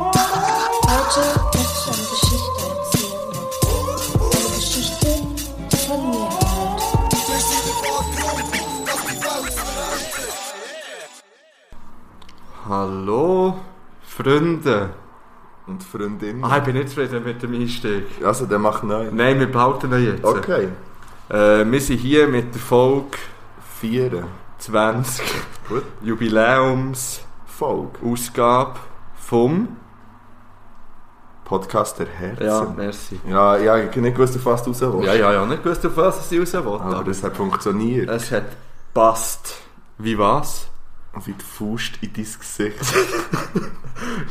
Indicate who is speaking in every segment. Speaker 1: Heute möchte ich eine Geschichte erzählen. Eine Geschichte, die von mir handelt.
Speaker 2: Hallo, Freunde.
Speaker 3: Und Freundin.
Speaker 2: Ah, ich bin nicht zufrieden mit dem Einstieg.
Speaker 3: Also, der macht neun.
Speaker 2: Nein, wir behalten ihn jetzt.
Speaker 3: Okay.
Speaker 2: Äh, wir sind hier mit der Folge
Speaker 3: Vier.
Speaker 2: 20
Speaker 3: Gut.
Speaker 2: Jubiläumsausgabe
Speaker 3: Folge.
Speaker 2: vom...
Speaker 3: Podcast der
Speaker 2: Ja,
Speaker 3: Herzen.
Speaker 2: merci.
Speaker 3: Ja, ja, ich habe nicht gewusst, dass du fast raus willst.
Speaker 2: Ja, ja, ja, nicht gewusst, auf was sie raus wollte,
Speaker 3: Aber
Speaker 2: Ah, aber
Speaker 3: es hat funktioniert.
Speaker 2: es hat passt. Wie was?
Speaker 3: Und wie die Faust in dein Gesicht.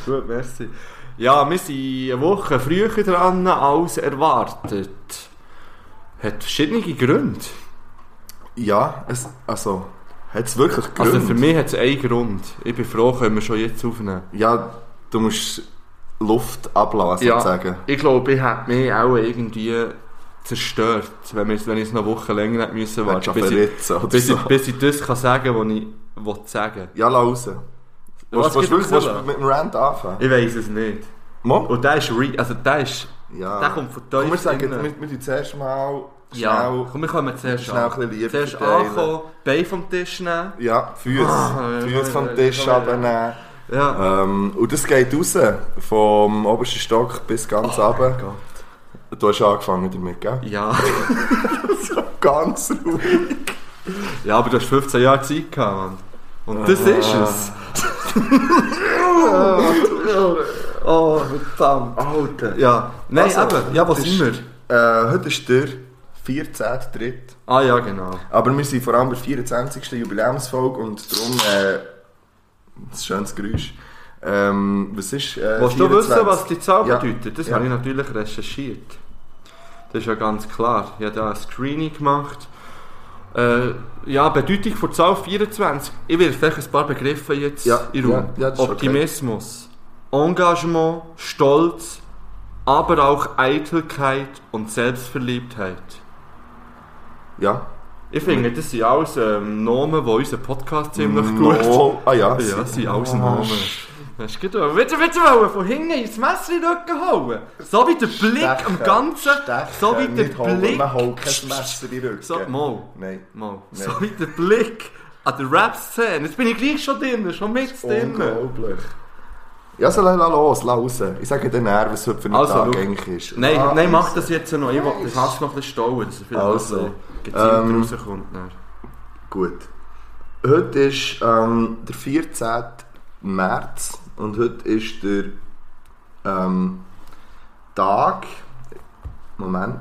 Speaker 2: Gut, merci. Ja, wir sind eine Woche früher dran als erwartet. Hat verschiedene Gründe.
Speaker 3: ja, es, also, hat es wirklich Gründe?
Speaker 2: Also für mich hat es einen Grund. Ich bin froh, können wir schon jetzt aufnehmen.
Speaker 3: Ja, du musst Luft ablassen,
Speaker 2: Ja.
Speaker 3: sozusagen.
Speaker 2: Ich glaube, ich hätte mich auch irgendwie zerstört, wenn, wir, wenn ich es noch eine Woche länger hätte müssen
Speaker 3: Hättest
Speaker 2: warten
Speaker 3: du
Speaker 2: bis, ich,
Speaker 3: verritzen oder
Speaker 2: bis,
Speaker 3: so.
Speaker 2: ich, bis ich das kann sagen kann, was ich will sagen
Speaker 3: Ja, lass raus. Willst, willst,
Speaker 2: gibt's
Speaker 3: willst, willst du
Speaker 2: noch?
Speaker 3: mit dem Rant anfangen?
Speaker 2: Ich weiß es nicht.
Speaker 3: Mo?
Speaker 2: Und der ist re also der ist...
Speaker 3: Ja.
Speaker 2: Der kommt von tief
Speaker 3: Ah. Komm, wir sagen,
Speaker 2: innen.
Speaker 3: wir, wir tun zuerst mal schnell...
Speaker 2: Ja, komm, wir kommen zuerst
Speaker 3: Schnell ein bisschen Liebe
Speaker 2: Zuerst
Speaker 3: verteilen.
Speaker 2: ankommen, Bein vom Tisch nehmen.
Speaker 3: Ja, Füße.
Speaker 2: Ah, ja,
Speaker 3: Füße
Speaker 2: ja,
Speaker 3: vom
Speaker 2: ja,
Speaker 3: Tisch
Speaker 2: ja.
Speaker 3: abnehmen.
Speaker 2: Ja.
Speaker 3: Ähm, und das geht raus, vom obersten Stock bis ganz runter.
Speaker 2: Oh Gott.
Speaker 3: Du hast angefangen damit, gell?
Speaker 2: Ja.
Speaker 3: Ganz ruhig.
Speaker 2: ja, aber du hast 15 Jahre Zeit gehabt, Mann. Und das
Speaker 3: Ah.
Speaker 2: ist es. oh, verdammt. Alter. Ja, nein,
Speaker 3: Also,
Speaker 2: eben. Ja, was
Speaker 3: das
Speaker 2: sind wir?
Speaker 3: Äh, heute ist der 14.3.
Speaker 2: Ah ja, genau.
Speaker 3: Aber wir sind vor allem bei der 24. Jubiläumsfolge und darum... Äh, das ist ein schönes Geräusch. Ähm, was ist äh,
Speaker 2: Willst du
Speaker 3: 24?
Speaker 2: wissen, was die Zahl
Speaker 3: Ja.
Speaker 2: bedeutet? Das
Speaker 3: Ja.
Speaker 2: habe ich natürlich recherchiert. Das ist ja ganz klar. Ich habe da ein Screening gemacht. Äh, ja, Bedeutung von Zahl 24. Ich werde vielleicht ein paar Begriffe jetzt
Speaker 3: Ja,
Speaker 2: in den Raum.
Speaker 3: ja, ja, das ist okay.
Speaker 2: Optimismus, Engagement, Stolz, aber auch Eitelkeit und Selbstverliebtheit.
Speaker 3: Ja.
Speaker 2: Ich
Speaker 3: Mhm.
Speaker 2: finde, das sind alles ähm, Namen, die unseren Podcast ziemlich gut...
Speaker 3: No. Ah ja.
Speaker 2: Ja, sie Ausnahmen. Hast du gedacht, willst du, willst du wollen, von hinten ins Messer in den Rücken hauen? So wie der Blick am Ganzen, so wie der
Speaker 3: nicht holen.
Speaker 2: Blick...
Speaker 3: Man holt kein Messer in den Rücken.
Speaker 2: So, mal,
Speaker 3: Nein.
Speaker 2: mal.
Speaker 3: Nee.
Speaker 2: So wie der Blick an der Rap-Szene. Jetzt bin ich gleich schon drin, schon
Speaker 3: Oh
Speaker 2: mit drin.
Speaker 3: Unglaublich. Ja, so lass lass los, lass raus. Ich sage dir näher, was heute für ein
Speaker 2: Also,
Speaker 3: Tag
Speaker 2: schau.
Speaker 3: eigentlich ist. Ah.
Speaker 2: Nein,
Speaker 3: Lass
Speaker 2: nein, mach
Speaker 3: raus.
Speaker 2: das jetzt noch. Ich will das Hass noch ein bisschen stauen, dass er vielleicht
Speaker 3: Also,
Speaker 2: noch ein bisschen gezielter
Speaker 3: ähm,
Speaker 2: rauskommt. dann.
Speaker 3: Gut. Heute ist ähm, der 14. März und heute ist der ähm, Tag. Moment.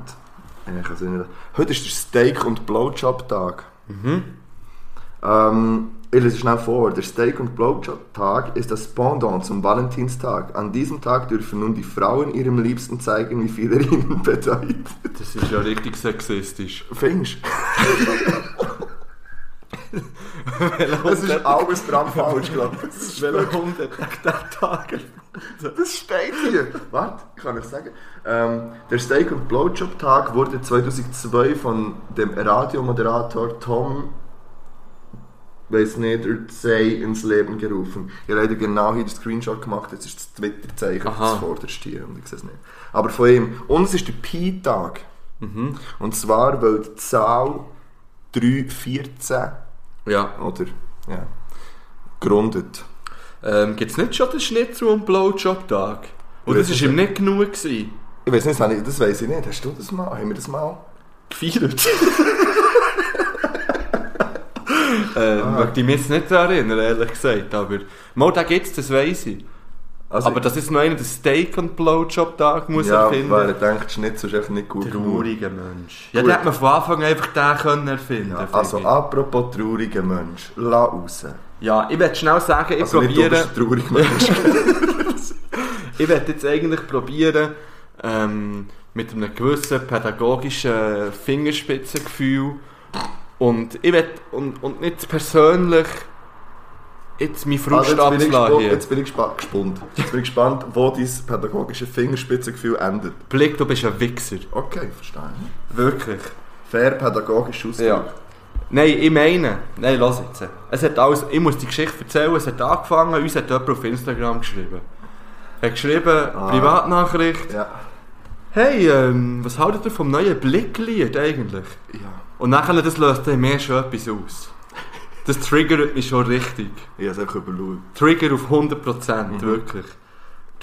Speaker 3: Äh, Ich kann es nicht. Heute ist der Steak- und Blowjob-Tag. Ähm, ich lese schnell vor. Der Steak- und Blowjob-Tag ist das Pendant zum Valentinstag. An diesem Tag dürfen nun die Frauen ihrem Liebsten zeigen, wie viel er ihnen bedeutet.
Speaker 2: Das ist ja richtig sexistisch.
Speaker 3: Findest du? Es ist alles dran falsch, glaube ich.
Speaker 2: Welcher Hund hat den Tag erfunden?
Speaker 3: Das steht hier. Warte, ich kann euch sagen. Ähm, der Steak- und Blowjob-Tag wurde 2002 von dem Radiomoderator Tom weiß nicht, Say ins Leben gerufen. Ich habe leider genau hier den Screenshot gemacht, jetzt ist das Twitter-Zeichen
Speaker 2: Aha.
Speaker 3: das vorderste hier und ich sehe es nicht. Aber von ihm. Und es ist der Pi-Tag. Und zwar, weil die Zahl 314
Speaker 2: Ja.
Speaker 3: oder ja, gründet.
Speaker 2: Ähm, Gibt es nicht schon den Schnitzel und Blowjob-Tag? Und
Speaker 3: Ich weiss
Speaker 2: das war ihm nicht genug. Gewesen.
Speaker 3: Ich weiß nicht, das habe ich- das weiß ich nicht. Hast du das mal? Haben wir das mal?
Speaker 2: Gefeiert. ähm, Möchte ich mich jetzt nicht daran erinnern, ehrlich gesagt. Aber mal, da gibt es, das weiss ich.
Speaker 3: Also-
Speaker 2: aber dass jetzt noch einer den Steak- und Blowjob-Tag muss
Speaker 3: Ja, weil er
Speaker 2: erfinden
Speaker 3: denkt, Schnitzel ist einfach nicht gut genug.
Speaker 2: Trauriger Mensch. Ja,
Speaker 3: Gut.
Speaker 2: den hätte man von Anfang an einfach den können erfinden finde
Speaker 3: Also,
Speaker 2: ich.
Speaker 3: apropos trauriger Mensch, lass raus.
Speaker 2: Ja, ich werde schnell sagen, ich
Speaker 3: Also, nicht du
Speaker 2: probiere...
Speaker 3: bist traurig Mensch.
Speaker 2: Ich werde jetzt eigentlich probieren, ähm, mit einem gewissen pädagogischen Fingerspitzengefühl und ich will, und, und nicht persönlich jetzt meinen Frust
Speaker 3: Also, jetzt, bin ich
Speaker 2: abzulassen
Speaker 3: gespannt,
Speaker 2: hier.
Speaker 3: jetzt bin ich gespannt, gespannt. Jetzt bin ich gespannt, wo dein pädagogische Fingerspitzengefühl endet.
Speaker 2: Blick, du bist ein Wichser.
Speaker 3: Okay, verstehe.
Speaker 2: Wirklich.
Speaker 3: Fair pädagogisch Ausdruck.
Speaker 2: Ja. Nein, ich meine, nein, lass jetzt. Es hat alles, ich muss die Geschichte erzählen, es hat angefangen, uns hat jemand auf Instagram geschrieben. Hat geschrieben,
Speaker 3: Ah.
Speaker 2: Privatnachricht,
Speaker 3: Ja.
Speaker 2: hey, ähm, was haltet ihr vom neuen Blicklied eigentlich?
Speaker 3: Ja.
Speaker 2: Und nachher, das löst dann mehr schon etwas aus. Das Trigger ist schon richtig.
Speaker 3: Ich habe es einfach überschaut.
Speaker 2: Trigger auf 100%,
Speaker 3: Mhm.
Speaker 2: wirklich.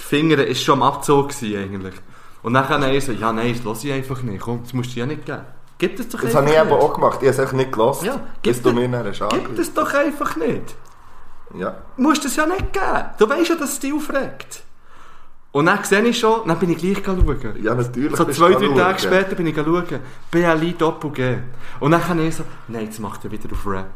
Speaker 2: Die Finger ist schon am Abzug gewesen, eigentlich. Und nachher habe ich so, ja nein, das höre ich einfach nicht, komm, das musst du ja nicht geben. Gibt es doch
Speaker 3: Das habe ich
Speaker 2: einfach
Speaker 3: eben
Speaker 2: nicht.
Speaker 3: auch gemacht. Ich habe es einfach nicht gelassen.
Speaker 2: Ja,
Speaker 3: Bis
Speaker 2: gibt
Speaker 3: du
Speaker 2: es-
Speaker 3: mir nachher hast
Speaker 2: Gibt es doch einfach nicht.
Speaker 3: Ja.
Speaker 2: Du musst es ja nicht geben. Du weißt ja, dass es dich aufregt. Und dann sehe ich schon, dann bin ich gleich schauen.
Speaker 3: ja, natürlich.
Speaker 2: So
Speaker 3: bist
Speaker 2: zwei,
Speaker 3: du
Speaker 2: drei
Speaker 3: anschauen.
Speaker 2: Tage später bin ich schauen. BLI Doppel G. Und dann habe ich so, nein, jetzt macht er wieder auf Rap.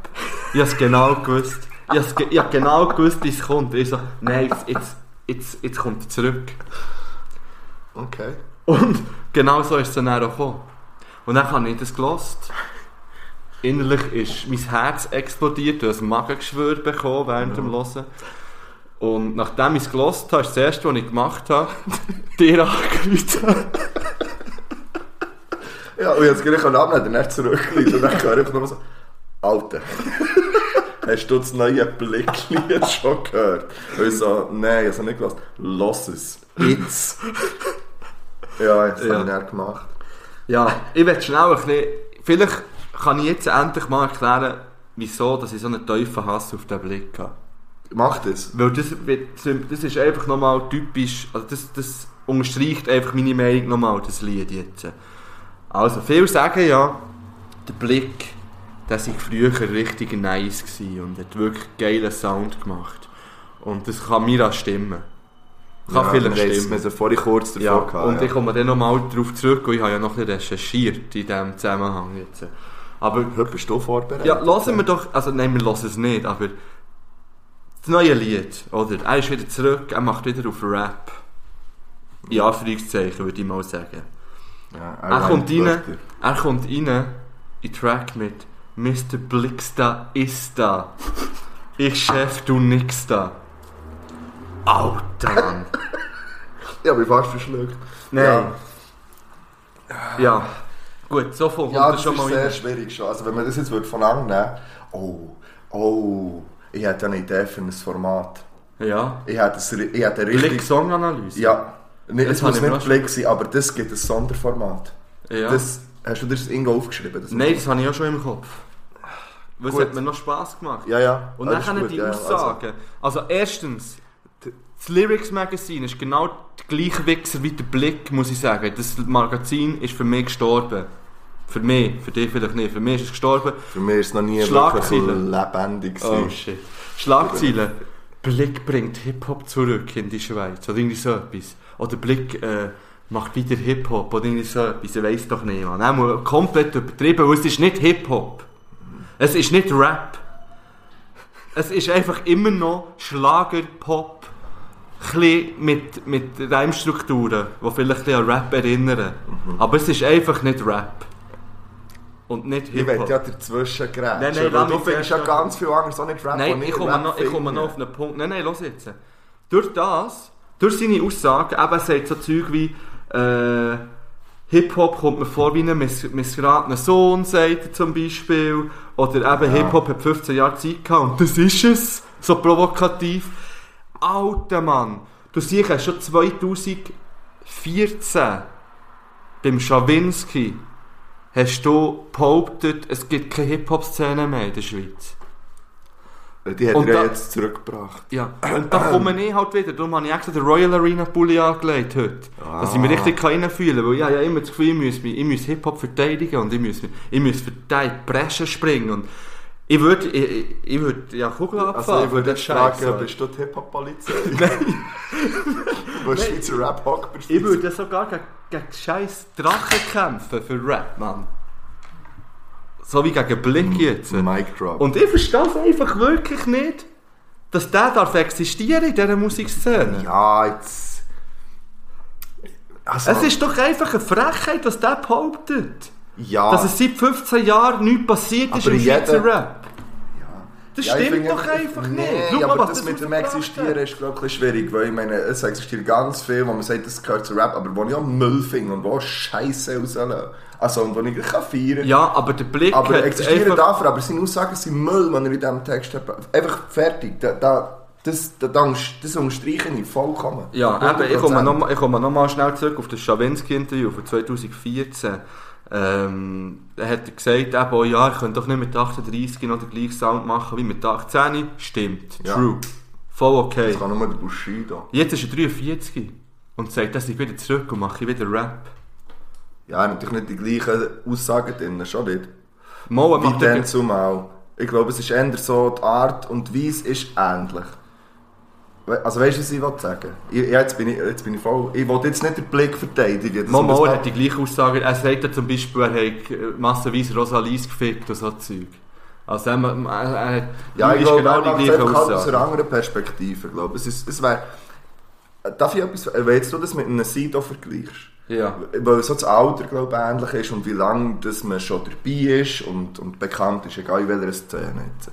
Speaker 2: Ich habe es genau gewusst. Ich habe, es ge ich habe genau gewusst, wie es kommt. Ich so, nein, jetzt, jetzt, jetzt, jetzt kommt er zurück.
Speaker 3: Okay.
Speaker 2: Und genau so ist es dann auch gekommen. Und dann habe ich das gelost. Innerlich ist mein Herz explodiert, ich habe ein Magengeschwür bekommen während dem Hören. Und nachdem ich es gelost habe, ist das erste, was ich gemacht habe, dir angerufen.
Speaker 3: Ja, und jetzt gehe ich an Abend und dann zurückgelegt. Und dann höre ich einfach nur so: Alter, hast du das neue Blicklied schon gehört? Und ich so: Nein, ich habe es nicht gelassen. Lass es. Jetzt. Ja, jetzt
Speaker 2: Ja.
Speaker 3: habe ich dann gemacht.
Speaker 2: Ja, ich werde schnell ein bisschen... Vielleicht kann ich jetzt endlich mal erklären, wieso dass ich so einen tiefen Hass auf den Blick habe.
Speaker 3: Mach das.
Speaker 2: Weil das, wird- das ist einfach nochmal typisch, also das, das unterstreicht einfach meine Meinung nochmal, das Lied jetzt. Also, viele sagen ja, der Blick, der sei früher richtig nice gewesen und hat wirklich geilen Sound gemacht. Und das kann mir auch stimmen. Kann vielleicht
Speaker 3: wir haben es-
Speaker 2: stimmen.
Speaker 3: Wir haben es vorhin kurz davor
Speaker 2: Ja,
Speaker 3: gehabt.
Speaker 2: und
Speaker 3: ja.
Speaker 2: ich komme dann nochmal darauf zurück, weil ich habe ja noch ein bisschen recherchiert in diesem Zusammenhang jetzt. Aber
Speaker 3: Heute bist du vorbereitet.
Speaker 2: ja, hören wir doch, also nein, wir hören es nicht, aber das neue Lied, oder? Er ist wieder zurück, er macht wieder auf Rap. In Anführungszeichen, würde ich mal sagen.
Speaker 3: Ja,
Speaker 2: Er kommt
Speaker 3: meint
Speaker 2: rein,
Speaker 3: Wörter.
Speaker 2: er kommt rein in Track mit Mr. Blixda ist da. Ich Chef, du nix da. Alter, Mann.
Speaker 3: Ich habe mich fast verschluckt.
Speaker 2: Nein.
Speaker 3: Ja.
Speaker 2: Ja. Gut, so viel
Speaker 3: Ja,
Speaker 2: kommt er
Speaker 3: das
Speaker 2: schon
Speaker 3: ist
Speaker 2: mal
Speaker 3: sehr
Speaker 2: rein.
Speaker 3: schwierig schon. Also wenn man das jetzt würde voneinander nehmen oh, oh, ich hätte eine Idee für ein Format.
Speaker 2: Ja.
Speaker 3: Ich hätte, es, ri- ich hätte richtig...
Speaker 2: Blick-Songanalyse.
Speaker 3: Ja, nee,
Speaker 2: Das
Speaker 3: es
Speaker 2: habe
Speaker 3: muss
Speaker 2: ich mir
Speaker 3: nicht
Speaker 2: auch
Speaker 3: Blick sein, aber das gibt ein Sonderformat.
Speaker 2: ja.
Speaker 3: Das, hast du dir das irgendwo aufgeschrieben? Das
Speaker 2: Nein, das habe ich auch schon im Kopf. Was
Speaker 3: Gut.
Speaker 2: hat mir noch Spass gemacht?
Speaker 3: Ja, ja.
Speaker 2: Und
Speaker 3: Ah, das
Speaker 2: dann
Speaker 3: ist
Speaker 2: gut,
Speaker 3: gut,
Speaker 2: die
Speaker 3: ja,
Speaker 2: Aussagen. Also, erstens, d- das Lyrics Magazine ist genau der gleiche Wichser wie der Blick, muss ich sagen. Das Magazin ist für mich gestorben. Für mich, für dich vielleicht nicht. Für mich ist es gestorben.
Speaker 3: Also, für mich ist es noch nie wirklich
Speaker 2: Schlagzeilen.
Speaker 3: lebendig
Speaker 2: Oh
Speaker 3: gewesen.
Speaker 2: shit. Schlagzeilen. Blick bringt Hip-Hop zurück in die Schweiz. Oder irgendwie so etwas. Oder Blick äh, macht wieder Hip-Hop. Oder irgendwie so etwas. Ich weiß doch nicht, man. Er muss komplett übertrieben, weil es ist nicht Hip-Hop. Es ist nicht Rap. Es ist einfach immer noch Schlager-Pop. Chli mit, mit Reimstrukturen, die vielleicht ein bisschen an Rap erinnern.
Speaker 3: Mhm.
Speaker 2: Aber es ist einfach nicht Rap. Und nicht
Speaker 3: Ich
Speaker 2: Hip-Hop.
Speaker 3: will ja dazwischen grätschen,
Speaker 2: Nein, nein,
Speaker 3: weil
Speaker 2: lass
Speaker 3: du
Speaker 2: mich
Speaker 3: findest ja
Speaker 2: zuerst-
Speaker 3: ganz viel anderes auch nicht Rap, wo
Speaker 2: Nein, ich komme,
Speaker 3: Rap
Speaker 2: noch, ich komme
Speaker 3: finde.
Speaker 2: noch auf einen Punkt. Nein, nein, los jetzt. Durch das, durch seine Aussagen, eben er sagt so Zeug wie äh, Hip-Hop kommt mir vor wie ein miss missgeratener Sohn, sagt er zum Beispiel. Oder eben Hip-Hop hat 15 Jahre Zeit gehabt und das ist es. So provokativ. Alter Mann, du siehst er ist schon 2014 beim Schawinski hast du behauptet, es gibt keine Hip-Hop-Szene mehr in der Schweiz.
Speaker 3: Die hat
Speaker 2: Und
Speaker 3: er ja
Speaker 2: da-
Speaker 3: jetzt zurückgebracht.
Speaker 2: Ja, und da komme ich halt wieder. Darum habe ich extra den Royal Arena Bulli angelegt heute.
Speaker 3: Ah.
Speaker 2: Dass ich mich richtig reinfühlen kann. Weil ich habe ja immer das Gefühl, ich muss, mich, ich muss Hip-Hop verteidigen und ich muss, mich- ich muss für die Presse springen. Und ich würde, ich, ich- ich würde ja Kugel abfahren.
Speaker 3: Also ich
Speaker 2: für den
Speaker 3: würde jetzt fragen,
Speaker 2: Scheiß.
Speaker 3: bist du die Hip-Hop-Polizei? Nein. du bist Schweizer Rap-Hock bist du
Speaker 2: Ich würde sogar gegen, gegen scheiß Drachen kämpfen für Rap, Mann. So wie gegen Blick jetzt.
Speaker 3: Mic drop.
Speaker 2: Und ich verstehe es einfach wirklich nicht, dass der darf existieren in dieser Musikszene.
Speaker 3: ja, jetzt... Also,
Speaker 2: Es ist doch einfach eine Frechheit, was der behauptet.
Speaker 3: ja,
Speaker 2: Dass es seit 15 Jahren nichts passiert ist
Speaker 3: Ah. Aber
Speaker 2: im
Speaker 3: jeder-
Speaker 2: Schweizer Rap.
Speaker 3: ja.
Speaker 2: Das
Speaker 3: Ja, ich
Speaker 2: stimmt
Speaker 3: finde äh,
Speaker 2: doch einfach nicht.
Speaker 3: Nee,
Speaker 2: Schau
Speaker 3: ja,
Speaker 2: mal,
Speaker 3: aber
Speaker 2: was
Speaker 3: das
Speaker 2: das
Speaker 3: mit dem
Speaker 2: rausgebracht
Speaker 3: Existieren ist glaub ich, ein bisschen schwierig, weil ich meine, es existiert ganz viel, wo man sagt, das gehört zu Rap, aber wo ich auch Müll finde und wo Scheiße rauslasse. Also, und wo ich kann feiern kann.
Speaker 2: Ja, aber der Blick
Speaker 3: aber
Speaker 2: hat
Speaker 3: existieren
Speaker 2: einfach...
Speaker 3: dafür, aber seine Aussagen sind Müll, wenn er in diesem Text hat. Einfach fertig. Da, da, das, da, da, das unterstreiche ich vollkommen.
Speaker 2: Ja, eben, ich komme
Speaker 3: 100%.
Speaker 2: nochmal noch mal schnell zurück auf das Schawinski-Interview von 2014. Ähm, da hat er gesagt, eben, oh ja, ich könnte doch nicht mit 38 noch den gleichen Sound machen wie mit 18. Stimmt,
Speaker 3: Ja.
Speaker 2: true. Voll okay.
Speaker 3: Ich kann nur den Bushido.
Speaker 2: Jetzt ist er 43 und sagt, dass ich wieder zurück und mache wieder Rap.
Speaker 3: Ja, natürlich nicht die gleichen Aussagen drin, schon nicht.
Speaker 2: Mal
Speaker 3: Wie
Speaker 2: macht
Speaker 3: dann
Speaker 2: er...
Speaker 3: zumal. Ich glaube, es ist eher so, die Art und Weise ist ähnlich. We- Also weißt du, was ich will sagen ich, ja, jetzt, bin ich, jetzt bin ich voll... Ich will jetzt nicht den Blick verteidigen. das-
Speaker 2: Mal, mal
Speaker 3: das-
Speaker 2: hat die gleiche Aussage. Er sagt ja zum Beispiel, er hat äh, massenweise Rosalies gefickt und so Zeug. Also er, er, er hat
Speaker 3: Ja, ich
Speaker 2: ist
Speaker 3: glaube, genau die gleiche Aussage. aus einer anderen Perspektive, glaube ich. Es, ist, es wäre... Darf ich etwas... Wenn jetzt du das mit einem Sido vergleichst?
Speaker 2: Ja.
Speaker 3: Weil so das Alter, glaube ich, ähnlich ist und wie lange dass man schon dabei ist und, und bekannt ist, egal in welcher Szene. Jetzt.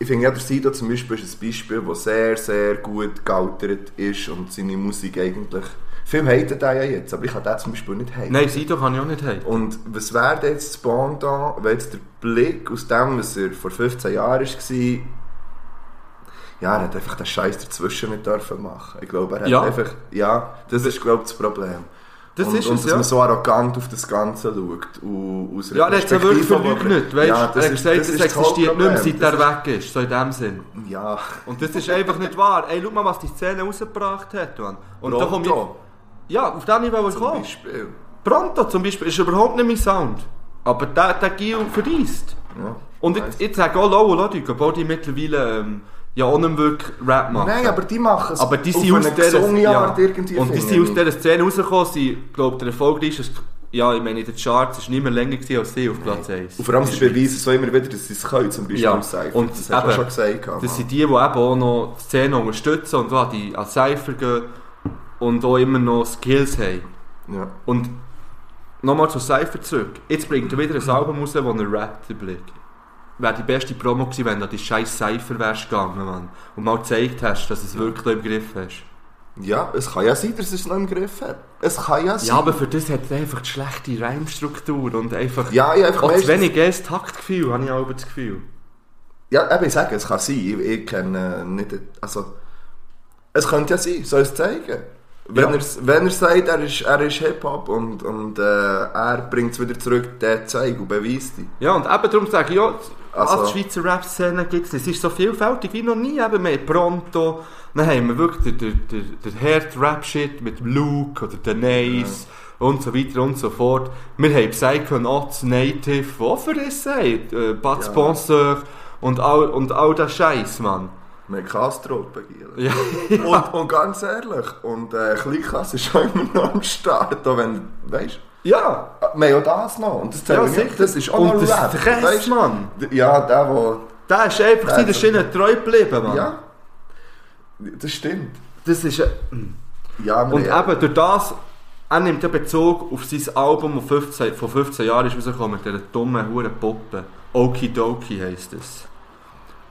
Speaker 3: Ich finde, ja, der Sido zum Beispiel ist ein Beispiel, das sehr, sehr gut gealtert ist und seine Musik eigentlich... Viele haten den ja jetzt, aber ich kann den zum Beispiel nicht haten.
Speaker 2: Nein, Sido kann ich auch nicht haben.
Speaker 3: Und was wäre denn jetzt das Pendant, wenn jetzt der Blick aus dem, was er vor 15 Jahren war, ja, er hat einfach den Scheiß dazwischen nicht dürfen machen. Ich glaube, er hat
Speaker 2: Ja.
Speaker 3: einfach, ja, das ist, glaube ich, das Problem.
Speaker 2: Das
Speaker 3: und,
Speaker 2: ist
Speaker 3: und
Speaker 2: es,
Speaker 3: dass
Speaker 2: ja.
Speaker 3: man so arrogant auf das Ganze schaut. und Aus einer
Speaker 2: Ja, er hat es ja wirklich
Speaker 3: Perspektive, wo-
Speaker 2: verleugnet, weißt
Speaker 3: Ja,
Speaker 2: du? Er hat gesagt, es
Speaker 3: ist das
Speaker 2: existiert nicht mehr,
Speaker 3: Hauptproblem.
Speaker 2: seit er weg ist, so in dem Sinn.
Speaker 3: Das- Ja,
Speaker 2: Und das ist einfach nicht wahr. Ey, schau mal, was die Szene rausgebracht hat, Mann. Und da komm
Speaker 3: Pronto,
Speaker 2: ich... Ja, auf den Niveau
Speaker 3: zum
Speaker 2: kommen.
Speaker 3: Beispiel.
Speaker 2: Pronto zum Beispiel ist überhaupt nicht mein Sound. Aber der, der Gil verreist.
Speaker 3: Ja.
Speaker 2: Und jetzt, jetzt sage auch Low Logic, obwohl die mittlerweile ähm, ja auch nicht mehr wirklich Rap machen.
Speaker 3: Nein, aber die machen es
Speaker 2: Aber die
Speaker 3: auf
Speaker 2: sind aus
Speaker 3: eine
Speaker 2: dieser
Speaker 3: gesunde
Speaker 2: ja.
Speaker 3: Art irgendwie.
Speaker 2: Und die
Speaker 3: finde
Speaker 2: sind aus
Speaker 3: ich.
Speaker 2: dieser Szene rausgekommen, sie, glaube der erfolgreichste... Ja, ich meine, in den Charts war nicht mehr länger gewesen als sie auf Platz 1.
Speaker 3: Und vor allem, sie beweisen so immer wieder, dass sie es können, zum Beispiel
Speaker 2: Ja,
Speaker 3: im Cypher.
Speaker 2: und
Speaker 3: das hast du
Speaker 2: eben,
Speaker 3: schon gesagt. Mann.
Speaker 2: Das sind die, die eben auch noch die Szene unterstützen und auch die an Cypher gehen und auch immer noch Skills haben.
Speaker 3: ja.
Speaker 2: Und nochmal zu Cypher zurück. Jetzt bringt er wieder ein Album raus, wo er rappt, der Blick. Wäre die beste Promo gewesen, wenn du an die scheiß Cypher wärst gegangen, Mann. Und mal gezeigt hast, dass du es wirklich noch im Griff hast.
Speaker 3: ja, es kann ja sein, dass er es noch im Griff hat. Es kann ja sein.
Speaker 2: Ja, aber für das hat er einfach die schlechte Reimstruktur und einfach...
Speaker 3: ja, ja, einfach,
Speaker 2: auch zu
Speaker 3: weißt,
Speaker 2: wenig geiles Taktgefühl, habe ich auch das Gefühl.
Speaker 3: ja eben, ich sage, es kann sein. Ich, ich kenne äh, nicht... Also, es könnte ja sein, soll es zeigen. Wenn,
Speaker 2: Ja.
Speaker 3: er's, wenn er sagt, er ist, er ist Hip-Hop und, und äh, er bringt es wieder zurück, der zeigt und beweist dich.
Speaker 2: Ja, und eben darum sage ich, ja,
Speaker 3: Also.
Speaker 2: als Schweizer Rap-Szene gibt es nicht. Es ist so vielfältig wie noch nie. Eben, wir haben Pronto, dann haben wir wirklich den, den, den, den Herd-Rap-Shit mit Luke oder Denise und so weiter und so fort. Wir haben Psychonauts, Native, was für es sagt, äh, Bud
Speaker 3: Ja.
Speaker 2: Sponsor und all, und all das Scheiß, Mann.
Speaker 3: Wir haben Kastruppen, Giel.
Speaker 2: Ja.
Speaker 3: Und, und ganz ehrlich, und äh, Kleinkass ist auch immer noch am Start, auch wenn, weißt
Speaker 2: ja,
Speaker 3: Wir haben auch das noch. Und das, zählen wir nicht. das ist auch
Speaker 2: Und
Speaker 3: noch
Speaker 2: der
Speaker 3: Rap.
Speaker 2: Stress,
Speaker 3: Weisst du?
Speaker 2: Mann.
Speaker 3: Ja, der, wo,
Speaker 2: Der ist einfach
Speaker 3: Ja,
Speaker 2: seiner
Speaker 3: das-
Speaker 2: Schiene treu geblieben, Mann.
Speaker 3: ja, das stimmt.
Speaker 2: Das ist... äh,
Speaker 3: Ja, wir
Speaker 2: Und
Speaker 3: haben-
Speaker 2: eben durch das, er nimmt ja Bezug auf sein Album, das 15, vor 15 Jahren ist rausgekommen mit dieser dummen Huren Puppe. Okidoki heisst es.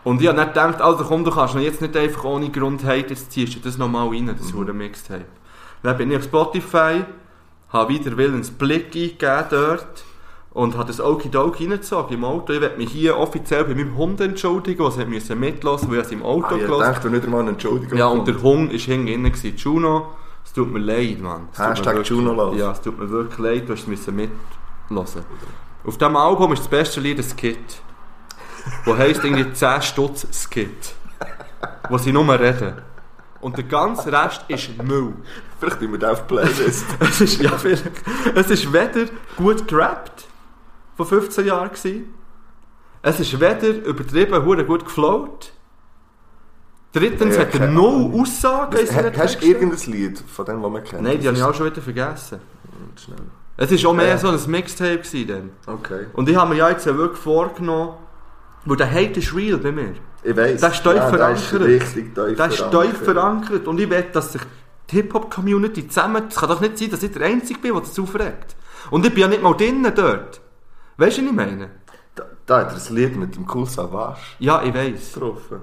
Speaker 2: Und ich habe dann gedacht, also komm, du kannst ihn jetzt nicht einfach ohne Grund haten, jetzt ziehst du das nochmal rein,
Speaker 3: Mhm.
Speaker 2: das Huren Mixtape. Dann bin ich auf Spotify, habe wieder Willens Blick eingegeben dort und habe das Okidoki reingezogen im Auto. Ich werde mich hier offiziell bei meinem Hund entschuldigen, was er müssen mitlassen, weil er es im Auto
Speaker 3: ah, ich
Speaker 2: gehört
Speaker 3: dachte, du nicht einmal eine Entschuldigung
Speaker 2: ja, und der Hund war hinten drin, gewesen. Juno. Es tut mir leid, Mann. Es tut mir
Speaker 3: Hashtag
Speaker 2: wirklich-
Speaker 3: Juno love.
Speaker 2: Ja, es tut mir wirklich leid, du hast müssen mitlassen. Auf diesem Album ist das beste Lied ein Skit. Wo heisst irgendwie 10 Stutz Skit. Wo sie nur reden. Und der ganze Rest ist Müll.
Speaker 3: Vielleicht immer wir auf die Playlist.
Speaker 2: Es ist, ja, vielleicht. Es ist weder gut gerappt, vor 15 Jahren gewesen. Es ist weder übertrieben, hure gut geflowt. Drittens
Speaker 3: Ja,
Speaker 2: hat er
Speaker 3: keine
Speaker 2: null
Speaker 3: Ahnung.
Speaker 2: Aussagen in
Speaker 3: Was,
Speaker 2: seinen
Speaker 3: ha- hast du
Speaker 2: Texten.
Speaker 3: irgendein Lied von dem, was wir kennen?
Speaker 2: Nein, die habe ich auch schon wieder vergessen.
Speaker 3: Schnell.
Speaker 2: Es war auch mehr
Speaker 3: Ja.
Speaker 2: so ein Mixtape. Gewesen dann.
Speaker 3: Okay.
Speaker 2: Und ich habe mir ja jetzt wirklich vorgenommen, weil der Hate ist real bei mir.
Speaker 3: Ich weiss.
Speaker 2: Das ist tief
Speaker 3: der ist
Speaker 2: verankert.
Speaker 3: richtig tief
Speaker 2: Der ist tief verankert und ich will, dass sich die Hip-Hop-Community zusammen... Es kann doch nicht sein, dass ich der Einzige bin, der das aufregt. Und ich bin ja nicht mal drinnen dort. Weißt du, was ich meine?
Speaker 3: Da- Da hat er ein Lied mit dem Cool Savage
Speaker 2: Ja, ich weiß.
Speaker 3: getroffen.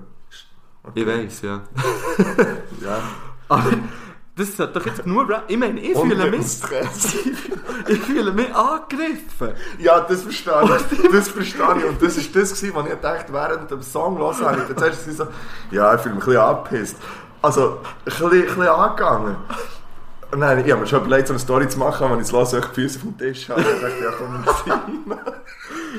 Speaker 2: Ich weiß, ja.
Speaker 3: Ja.
Speaker 2: Aber das hat doch jetzt genug... Ra- Ich meine, ich
Speaker 3: Und
Speaker 2: fühle
Speaker 3: mit dem
Speaker 2: mich,
Speaker 3: Stress.
Speaker 2: ich fühle mich angegriffen.
Speaker 3: Ja, das verstehe ich. Das verstehe ich. Und das war das, gewesen, was ich dachte, während dem Song hören habe. Ich dann zuerst so, ja, ich fühle mich ein bisschen angepisst. Also, ein bisschen, ein bisschen angegangen. Nein, ich habe mir schon überlegt, so eine Story zu machen, wenn ich es höre, so ich die Füße vom Tisch habe. Ich dachte, ja, komm, das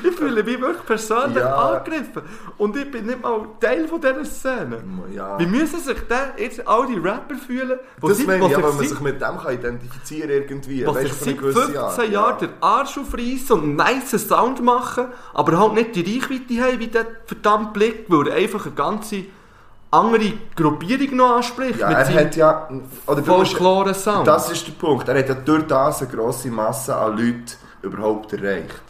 Speaker 2: Ich fühle mich wirklich persönlich
Speaker 3: Ja.
Speaker 2: angegriffen. Und ich bin nicht mal Teil von dieser Szene.
Speaker 3: Ja.
Speaker 2: Wie müssen sich denn jetzt all die Rapper fühlen, die
Speaker 3: Das
Speaker 2: seit-
Speaker 3: meine
Speaker 2: die
Speaker 3: ich, ja, wenn man
Speaker 2: seit-
Speaker 3: sich mit dem kann identifizieren kann, irgendwie.
Speaker 2: die
Speaker 3: Weißt
Speaker 2: sich
Speaker 3: du, für
Speaker 2: seit
Speaker 3: eine gewisse
Speaker 2: 15
Speaker 3: Art,
Speaker 2: Jahren den Arsch aufreißen und einen nice Sound machen, aber halt nicht die Reichweite haben, wie der verdammt Blick, weil er einfach eine ganze andere Gruppierung noch anspricht
Speaker 3: Ja,
Speaker 2: mit
Speaker 3: er
Speaker 2: seinem
Speaker 3: hat ja... Oder
Speaker 2: folkloren Sound.
Speaker 3: Das ist der Punkt. Er hat ja durch das eine grosse Masse an Leuten überhaupt erreicht.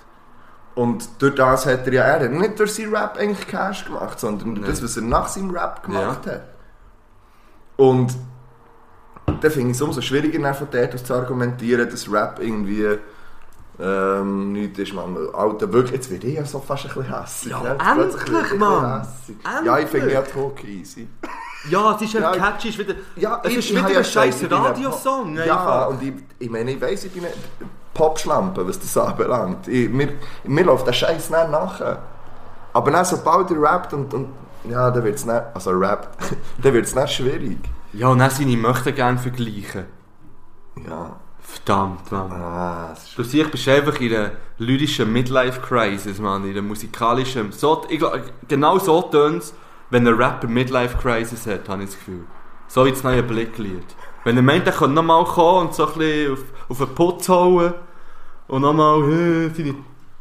Speaker 3: Und durch das hat er ja er hat nicht durch seinen Rap eigentlich Cash gemacht, sondern durch
Speaker 2: Nein.
Speaker 3: das, was er nach seinem Rap gemacht hat. Und da finde ich es umso schwieriger, dann von dort aus zu argumentieren, dass Rap irgendwie ähm, nichts ist. Man, Alter, wirklich, jetzt werde ich ja so fast ein bisschen hässig.
Speaker 2: Ja,
Speaker 3: Jetzt plötzlich
Speaker 2: endlich,
Speaker 3: werde ich ein
Speaker 2: Mann.
Speaker 3: bisschen hässig. Ja, ich finde
Speaker 2: Endlich.
Speaker 3: ja die Hook easy.
Speaker 2: ja, es ist ein
Speaker 3: Ja,
Speaker 2: ja,
Speaker 3: ich-
Speaker 2: catchy, es ist wieder,
Speaker 3: Ja,
Speaker 2: es
Speaker 3: ich-
Speaker 2: ist
Speaker 3: ich
Speaker 2: wieder
Speaker 3: habe
Speaker 2: ein
Speaker 3: ja gesagt,
Speaker 2: scheiß
Speaker 3: ich bin ein
Speaker 2: Radiosong.
Speaker 3: Pop- Ja,
Speaker 2: einfach.
Speaker 3: und ich, ich meine, ich weiss, ich bin eine Popschlampe, was das anbelangt. Ich, mir, mir läuft der Scheiß nicht nachher. Aber dann, sobald er rappt und, und ja, dann wird's nicht, also rappt, dann wird's nicht schwierig.
Speaker 2: ja, und dann seine möchte gerne vergleichen.
Speaker 3: Ja,
Speaker 2: Verdammt, Mann.
Speaker 3: ah, es ist
Speaker 2: Du siehst, bist einfach in einer lyrischen Midlife-Crisis, Mann, in einer musikalischen... So, ich, glaub, genau so tönt es, wenn ein Rapper Midlife-Crisis hat, habe ich das Gefühl. So jetzt neue Blicklied. Wenn er meint, er könnte nochmal kommen und so ein bisschen auf, auf den Putz hauen und nochmal äh, seine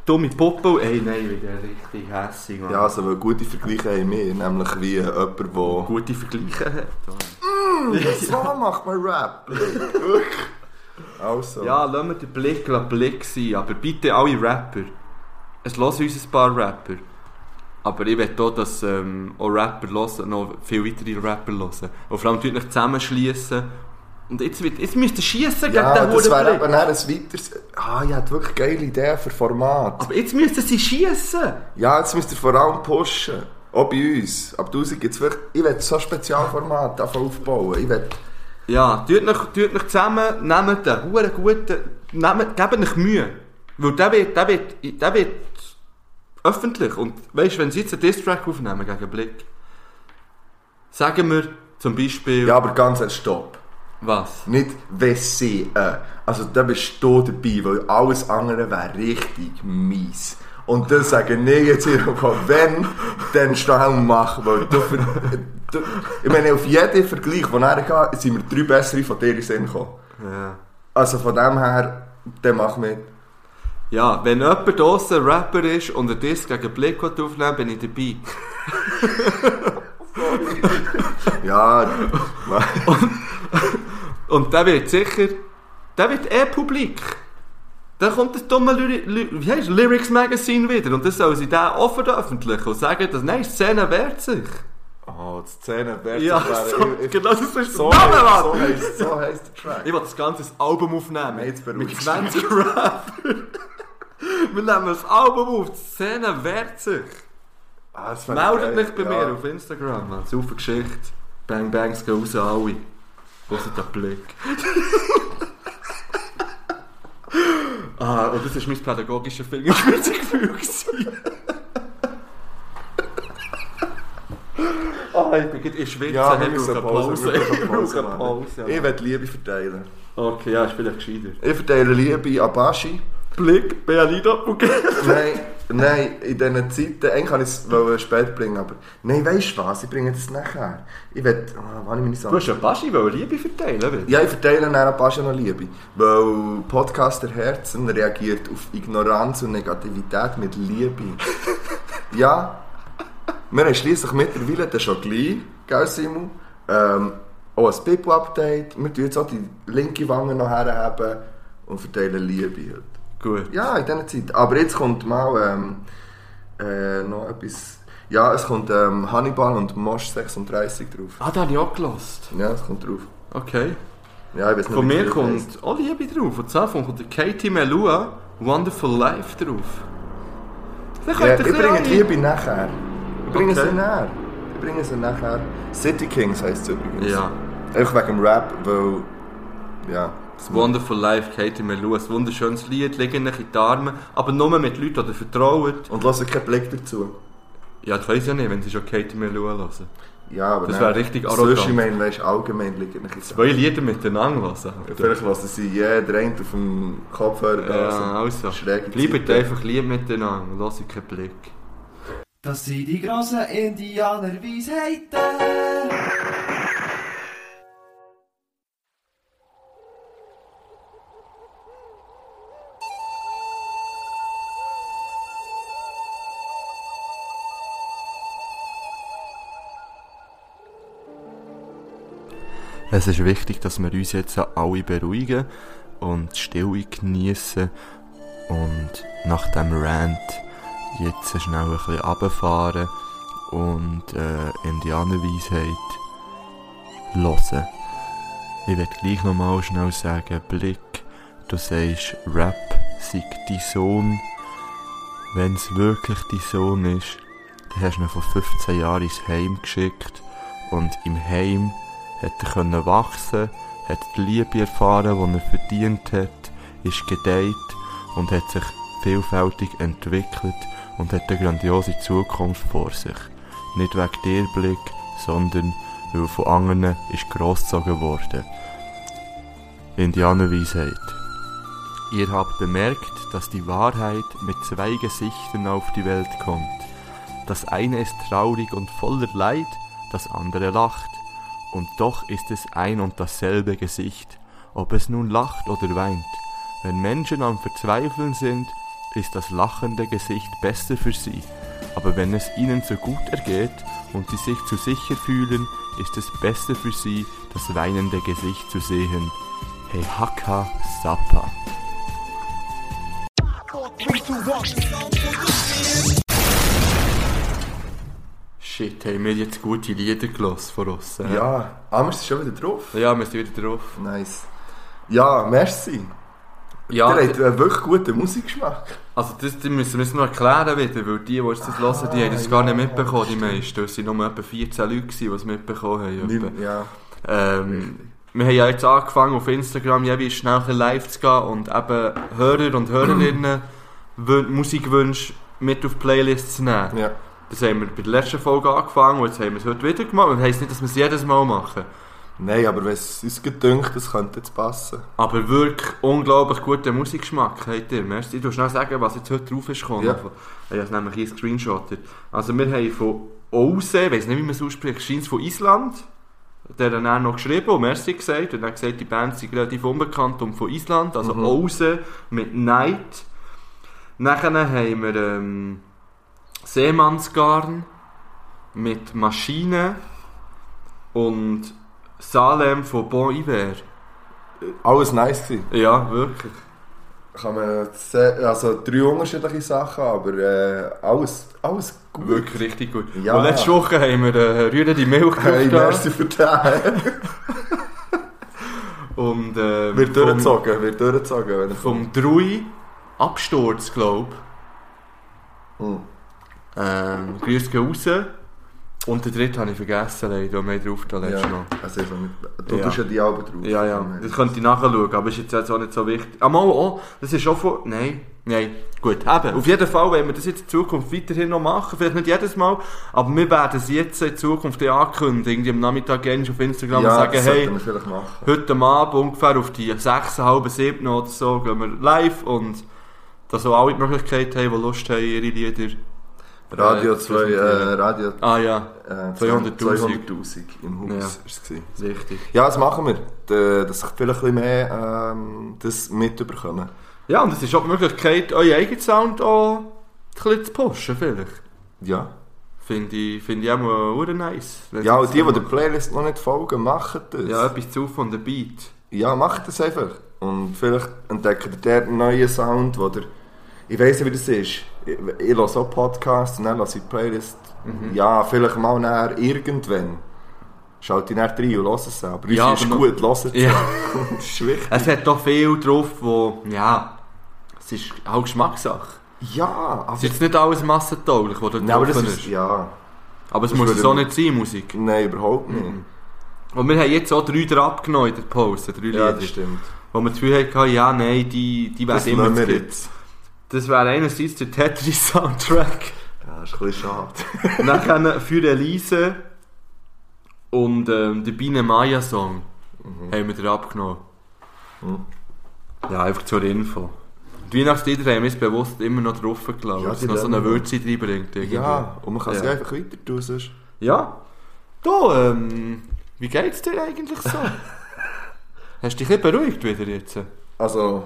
Speaker 2: dumme Puppe... Ey, nein, wieder richtig hässig, Mann.
Speaker 3: ja, also weil gute Vergleiche haben wir, nämlich wie jemand, der...
Speaker 2: Gute Vergleiche hat. Mann. Hm,
Speaker 3: So macht man Rap, wirklich. Also,
Speaker 2: Ja, lassen wir den Blick lassen Blick sein, aber bitte alle Rapper. Es hören uns ein paar Rapper. Aber ich will auch, dass ähm, auch Rapper hören, noch viel weitere Rapper hören. Und vor allem tut nicht zusammenschliessen. Und jetzt, wird, jetzt müsst ihr schiessen
Speaker 3: ja
Speaker 2: gegen den
Speaker 3: das wäre
Speaker 2: Hurenblick.
Speaker 3: eben dann ein weiteres... Ah, ich hätte wirklich geile Ideen für Format.
Speaker 2: Aber jetzt müssen sie schiessen!
Speaker 3: Ja, jetzt müsst ihr vor allem pushen. Auch bei uns. Ab 1000 gibt es wirklich. Ich will so Spezialformat davon aufbauen. Ich will.
Speaker 2: Ja, tut euch, tut euch zusammen, nehmt den huren guten, nehmt, gebt euch Mühe. Weil der wird, der wird, der wird öffentlich. Und weißt du, wenn sie jetzt einen Distrack aufnehmen gegen Blick, sagen wir zum Beispiel,
Speaker 3: Ja, aber ganz ehrlich, stopp.
Speaker 2: was?
Speaker 3: Nicht wenn sie. Äh. Also da bist du dabei, weil alles andere wäre richtig mies. Und dann sagen nee, jetzt hier, wenn, dann schnell machen. Weil du, ver- du, ich meine, auf jeden Vergleich, den er hatte, sind wir drei bessere von dir in den Sinn gekommen.
Speaker 2: Ja.
Speaker 3: Also von dem her, dann mach mit.
Speaker 2: ja, wenn jemand draussen ein Rapper ist und einen Disc gegen Blick aufnehmen will, bin ich dabei.
Speaker 3: Ja,
Speaker 2: Und der wird sicher, der wird eh publik. Dann kommt das dumme Lyri Ly wie heisst, Lyrics Magazine wieder und das soll sie dann auch veröffentlichen und sagen, dass nein, die Szene wehrt sich.
Speaker 3: Oh, die Szene wäre
Speaker 2: Ja, so, genau das ist so Name, Mann!
Speaker 3: so heisst, so heisst der Track.
Speaker 2: Ich will das ganze Album aufnehmen.
Speaker 3: Nein, jetzt beruhigt
Speaker 2: mit 20 Rapper. Wir nehmen das Album auf, die Szene wehrt sich.
Speaker 3: Ah, das fänd ich
Speaker 2: Meldet
Speaker 3: geil,
Speaker 2: mich bei
Speaker 3: ja.
Speaker 2: mir auf Instagram, man. Super Geschichte. Bang Bangs gehen raus, alle. Außer der Blick. ah, und das war mein pädagogischer Fingerspitzengefühl. gewesen. Ah, ich bin gerade in Schwitze,
Speaker 3: Ja, wir
Speaker 2: ich brauche
Speaker 3: müssen
Speaker 2: eine Pause.
Speaker 3: Pause. wir
Speaker 2: Ich
Speaker 3: brauchen
Speaker 2: brauche eine
Speaker 3: Mann.
Speaker 2: Pause. ja.
Speaker 3: Ich will Liebe verteilen.
Speaker 2: Okay, ja, ich bin gescheiter.
Speaker 3: Ich verteile Liebe an Baschi.
Speaker 2: Blick, Bealida, Bugel.
Speaker 3: nein, nein, in diesen Zeiten, eigentlich kann ich es wollen spät bringen, aber... Nein, weisst du was, ich bringe das nachher. Ich will... Ah, wann ich meine
Speaker 2: Du
Speaker 3: Sache...
Speaker 2: hast ja Baschi, weil Liebe verteilen will.
Speaker 3: Ja, ich verteile dann ein paar noch Liebe. Weil Podcaster Herzen reagiert auf Ignoranz und Negativität mit Liebe. ja, wir haben schliesslich mittlerweile dann schon gleich, gell Simon? Ähm, auch ein Pipo-Update. Wir tun jetzt auch die linke Wange noch herheben und verteilen Liebe heute.
Speaker 2: Gut.
Speaker 3: Ja, in dieser Zeit. Aber jetzt kommt mal ähm, äh, noch etwas... Ja, es kommt ähm, Hannibal und Mosch 36 drauf.
Speaker 2: Ah, da habe ich auch gelost.
Speaker 3: Ja, es kommt drauf.
Speaker 2: Okay.
Speaker 3: Ja, ich weiß nicht,
Speaker 2: Von
Speaker 3: wie
Speaker 2: mir
Speaker 3: die heisst.
Speaker 2: kommt auch Liebe drauf. Und zwar kommt der Katie Melua Wonderful Life drauf. Dann
Speaker 3: Ja,
Speaker 2: könnt
Speaker 3: ich
Speaker 2: ihr
Speaker 3: bringe
Speaker 2: ein
Speaker 3: die
Speaker 2: bisschen
Speaker 3: Liebe nachher. Ich bringe
Speaker 2: Okay.
Speaker 3: sie nachher. Ich bringe sie nachher. City Kings heisst es übrigens.
Speaker 2: Ja.
Speaker 3: Einfach wegen dem Rap, weil. Ja.
Speaker 2: Das Wonderful Life, Katie Melou, ein wunderschönes Lied, liegen euch in die Arme, aber nur mit Leuten, die ihr vertraut.
Speaker 3: Und lasse keinen Blick dazu.
Speaker 2: Ja, das weiss ich ja nicht, wenn sie schon Katie Melou hören.
Speaker 3: Ja, aber
Speaker 2: Das
Speaker 3: nein.
Speaker 2: wäre richtig
Speaker 3: Sonst,
Speaker 2: arrogant.
Speaker 3: ich meine, weißt du, allgemein liegt nicht in
Speaker 2: Zwei Lieder miteinander hören. Alter.
Speaker 3: Vielleicht lassen sie jeder einen auf dem Kopfhörer
Speaker 2: Ja, also,
Speaker 3: Schräge
Speaker 2: bleibt
Speaker 3: Zeiten.
Speaker 2: einfach lieb miteinander, lasst keinen Blick.
Speaker 4: Das sind die grossen Indianerweisheiten.
Speaker 2: Es ist wichtig, dass wir uns jetzt alle beruhigen und die Stille geniessen und nach dem Rant jetzt schnell ein bisschen runterfahren und äh, Indianerweisheit hören. Ich werde gleich nochmal schnell sagen, Blick, du sagst, Rap sei dein Sohn. Wenn es wirklich dein Sohn ist, dann hast du ihn vor 15 Jahren ins Heim geschickt und im Heim hat er können wachsen, hat die Liebe erfahren, die er verdient hat, ist gedeiht und hat sich vielfältig entwickelt und hat eine grandiose Zukunft vor sich. Nicht wegen dir Blick, sondern weil er von anderen ist grossgezogen worden. Indianerweisheit. Ihr habt bemerkt, dass die Wahrheit mit zwei Gesichtern auf die Welt kommt. Das eine ist traurig und voller Leid, das andere lacht und doch ist es ein und dasselbe Gesicht, ob es nun lacht oder weint. Wenn Menschen am Verzweifeln sind, ist das lachende Gesicht besser für sie, aber wenn es ihnen so gut ergeht und sie sich zu sicher fühlen, ist es besser für sie, das weinende Gesicht zu sehen. Hey Haka Sapa. Shit, haben wir jetzt gute Lieder gelassen von uns. äh?
Speaker 3: Ja, ah, wir sind schon wieder drauf.
Speaker 2: Ja, wir sind wieder drauf.
Speaker 3: Nice. Ja, merci.
Speaker 2: Ja,
Speaker 3: Ihr habt einen wirklich guten Musikgeschmack.
Speaker 2: also das, das müssen wir jetzt noch erklären wieder, weil die, die jetzt das hören, die haben das gar nicht mitbekommen, die meisten. Es waren nur etwa 14 Leute, gewesen, die es mitbekommen haben. etwa.
Speaker 3: Nicht- Ja.
Speaker 2: Ähm, wir haben ja jetzt angefangen auf Instagram jeweils schnell ein bisschen live zu gehen und eben Hörer und Hörerinnen wün- Musikwünsche mit auf die Playlist zu nehmen.
Speaker 3: ja.
Speaker 2: Das haben wir bei der letzten Folge angefangen und jetzt haben wir es heute wieder gemacht. Das heisst nicht, dass wir es jedes Mal machen.
Speaker 3: Nein, aber wenn es uns gedünkt, das könnte jetzt passen.
Speaker 2: Aber wirklich unglaublich guter Musikgeschmack habt ihr. Merci. Ich will schnell sagen, was jetzt heute drauf ist gekommen.
Speaker 3: Ja.
Speaker 2: Ich habe es nämlich hier gescreenshottet. Also wir haben von Ose, ich weiß nicht, wie man es ausspricht, scheint es von Island. Der hat dann noch geschrieben und Merci gesagt. Und dann gesagt, die Band sei relativ unbekannt und von Island. Also
Speaker 3: Mhm.
Speaker 2: Ose mit Night. Nachher haben wir ähm, Seemannsgarn mit Maschine und Salem von Bon Iver.
Speaker 3: Alles nice gewesen.
Speaker 2: Ja, wirklich.
Speaker 3: Kann man sehr, also drei unterschiedliche Sachen, aber äh, alles, alles gut.
Speaker 2: Wirklich richtig gut.
Speaker 3: Ja.
Speaker 2: Und letzte Woche haben wir äh, rührende Milch
Speaker 3: Hey,
Speaker 2: gemacht.
Speaker 3: merci für den.
Speaker 2: Und äh,
Speaker 3: Wird durchgezogen, wird durchgezogen. Wenn er kommt.
Speaker 2: Vom, vom Drui Absturz, glaube
Speaker 3: Mhm.
Speaker 2: ich. Ähm, Grüße gehen raus. Und den dritten habe ich vergessen, leider, den wir drauf da letztes
Speaker 3: Ja.
Speaker 2: Mal.
Speaker 3: Also, ich mit, du
Speaker 2: Ja.
Speaker 3: tust ja die Alben drauf.
Speaker 2: Ja, ja. Das könnte ich nachschauen, aber ist jetzt also auch nicht so wichtig. Einmal auch, das ist auch von. Nein, nein. Gut, eben. Auf jeden Fall wollen wir das jetzt in Zukunft weiterhin noch machen. Vielleicht nicht jedes Mal, aber wir werden es jetzt in Zukunft dann ankündigen. Irgendwie am Nachmittag gehen auf Instagram
Speaker 3: ja,
Speaker 2: und sagen,
Speaker 3: das
Speaker 2: hey,
Speaker 3: sollten wir vielleicht machen.
Speaker 2: Heute am Abend ungefähr auf die 6,5, 7 oder so gehen wir live und dass auch alle die Möglichkeit haben, die Lust haben, ihre Lieder.
Speaker 3: Radio 2, äh,
Speaker 2: präsentieren.
Speaker 3: Radio äh,
Speaker 2: Ah ja,
Speaker 3: 200'000
Speaker 2: 200'000.
Speaker 3: 200'000 im
Speaker 2: Ja.
Speaker 3: Haus. ist es gewesen.
Speaker 2: richtig.
Speaker 3: Ja, das machen wir. D- Dass ich vielleicht ein bisschen mehr ähm, das mitbekomme.
Speaker 2: Ja, und es ist auch die Möglichkeit, euren eigenen Sound auch ein bisschen zu pushen, vielleicht.
Speaker 3: Ja.
Speaker 2: Finde ich, finde ich auch mal hure nice. Wenn
Speaker 3: Ja,
Speaker 2: sie
Speaker 3: und die, die
Speaker 2: das
Speaker 3: der Playlist noch nicht folgen, machen das.
Speaker 2: machen. Ja, etwas zu von der Beat.
Speaker 3: Ja, macht das einfach. Und vielleicht entdeckt ihr dort einen neuen Sound, oder ich weiß nicht, wie das ist. Ich, ich höre auch Podcasts und dann höre ich Playlist. Ja, vielleicht mal näher irgendwann. Schaut die näher rein und hört es an. Aber
Speaker 2: Ja,
Speaker 3: ja, ist
Speaker 2: aber
Speaker 3: gut, hört es.
Speaker 2: Ja. Äh,
Speaker 3: das ist wichtig.
Speaker 2: Es hat doch viel drauf, wo, ja, es ist auch Geschmackssache.
Speaker 3: Ja, aber...
Speaker 2: Ist jetzt nicht alles massentauglich, was du
Speaker 3: Nein, aber das
Speaker 2: getroffen
Speaker 3: ist...
Speaker 2: hast.
Speaker 3: Ja.
Speaker 2: Aber es
Speaker 3: das
Speaker 2: muss
Speaker 3: würde-
Speaker 2: so nicht sein, Musik.
Speaker 3: Nein, überhaupt nicht.
Speaker 2: Und wir haben jetzt auch drei Lieder abgenommen in der Pause, drei
Speaker 3: Ja,
Speaker 2: Lieder.
Speaker 3: das stimmt.
Speaker 2: Wo wir das Gefühl hatten, ja, nein, die, die
Speaker 3: Das
Speaker 2: werden immer
Speaker 3: nehmen wir
Speaker 2: zu viel.
Speaker 3: jetzt.
Speaker 2: Das wäre einerseits der Tetris-Soundtrack,
Speaker 3: Ja, ist ein bisschen schade.
Speaker 2: nachher «Für Elise» und ähm, der «Biene Maya-Song» haben wir dir abgenommen.
Speaker 3: Mhm.
Speaker 2: Ja, einfach zur Info. Die Weihnachtslieder haben wir uns bewusst immer noch drauf gelassen,
Speaker 3: Ja,
Speaker 2: dass
Speaker 3: die
Speaker 2: es noch so eine
Speaker 3: lernen wir.
Speaker 2: Würze reinbringt. irgendwie.
Speaker 3: Ja, und man kann es
Speaker 2: Ja.
Speaker 3: einfach weiter tun sonst.
Speaker 2: Ja. Du, ähm, wie geht's dir eigentlich so? Hast du dich ein bisschen beruhigt wieder jetzt?
Speaker 3: Also...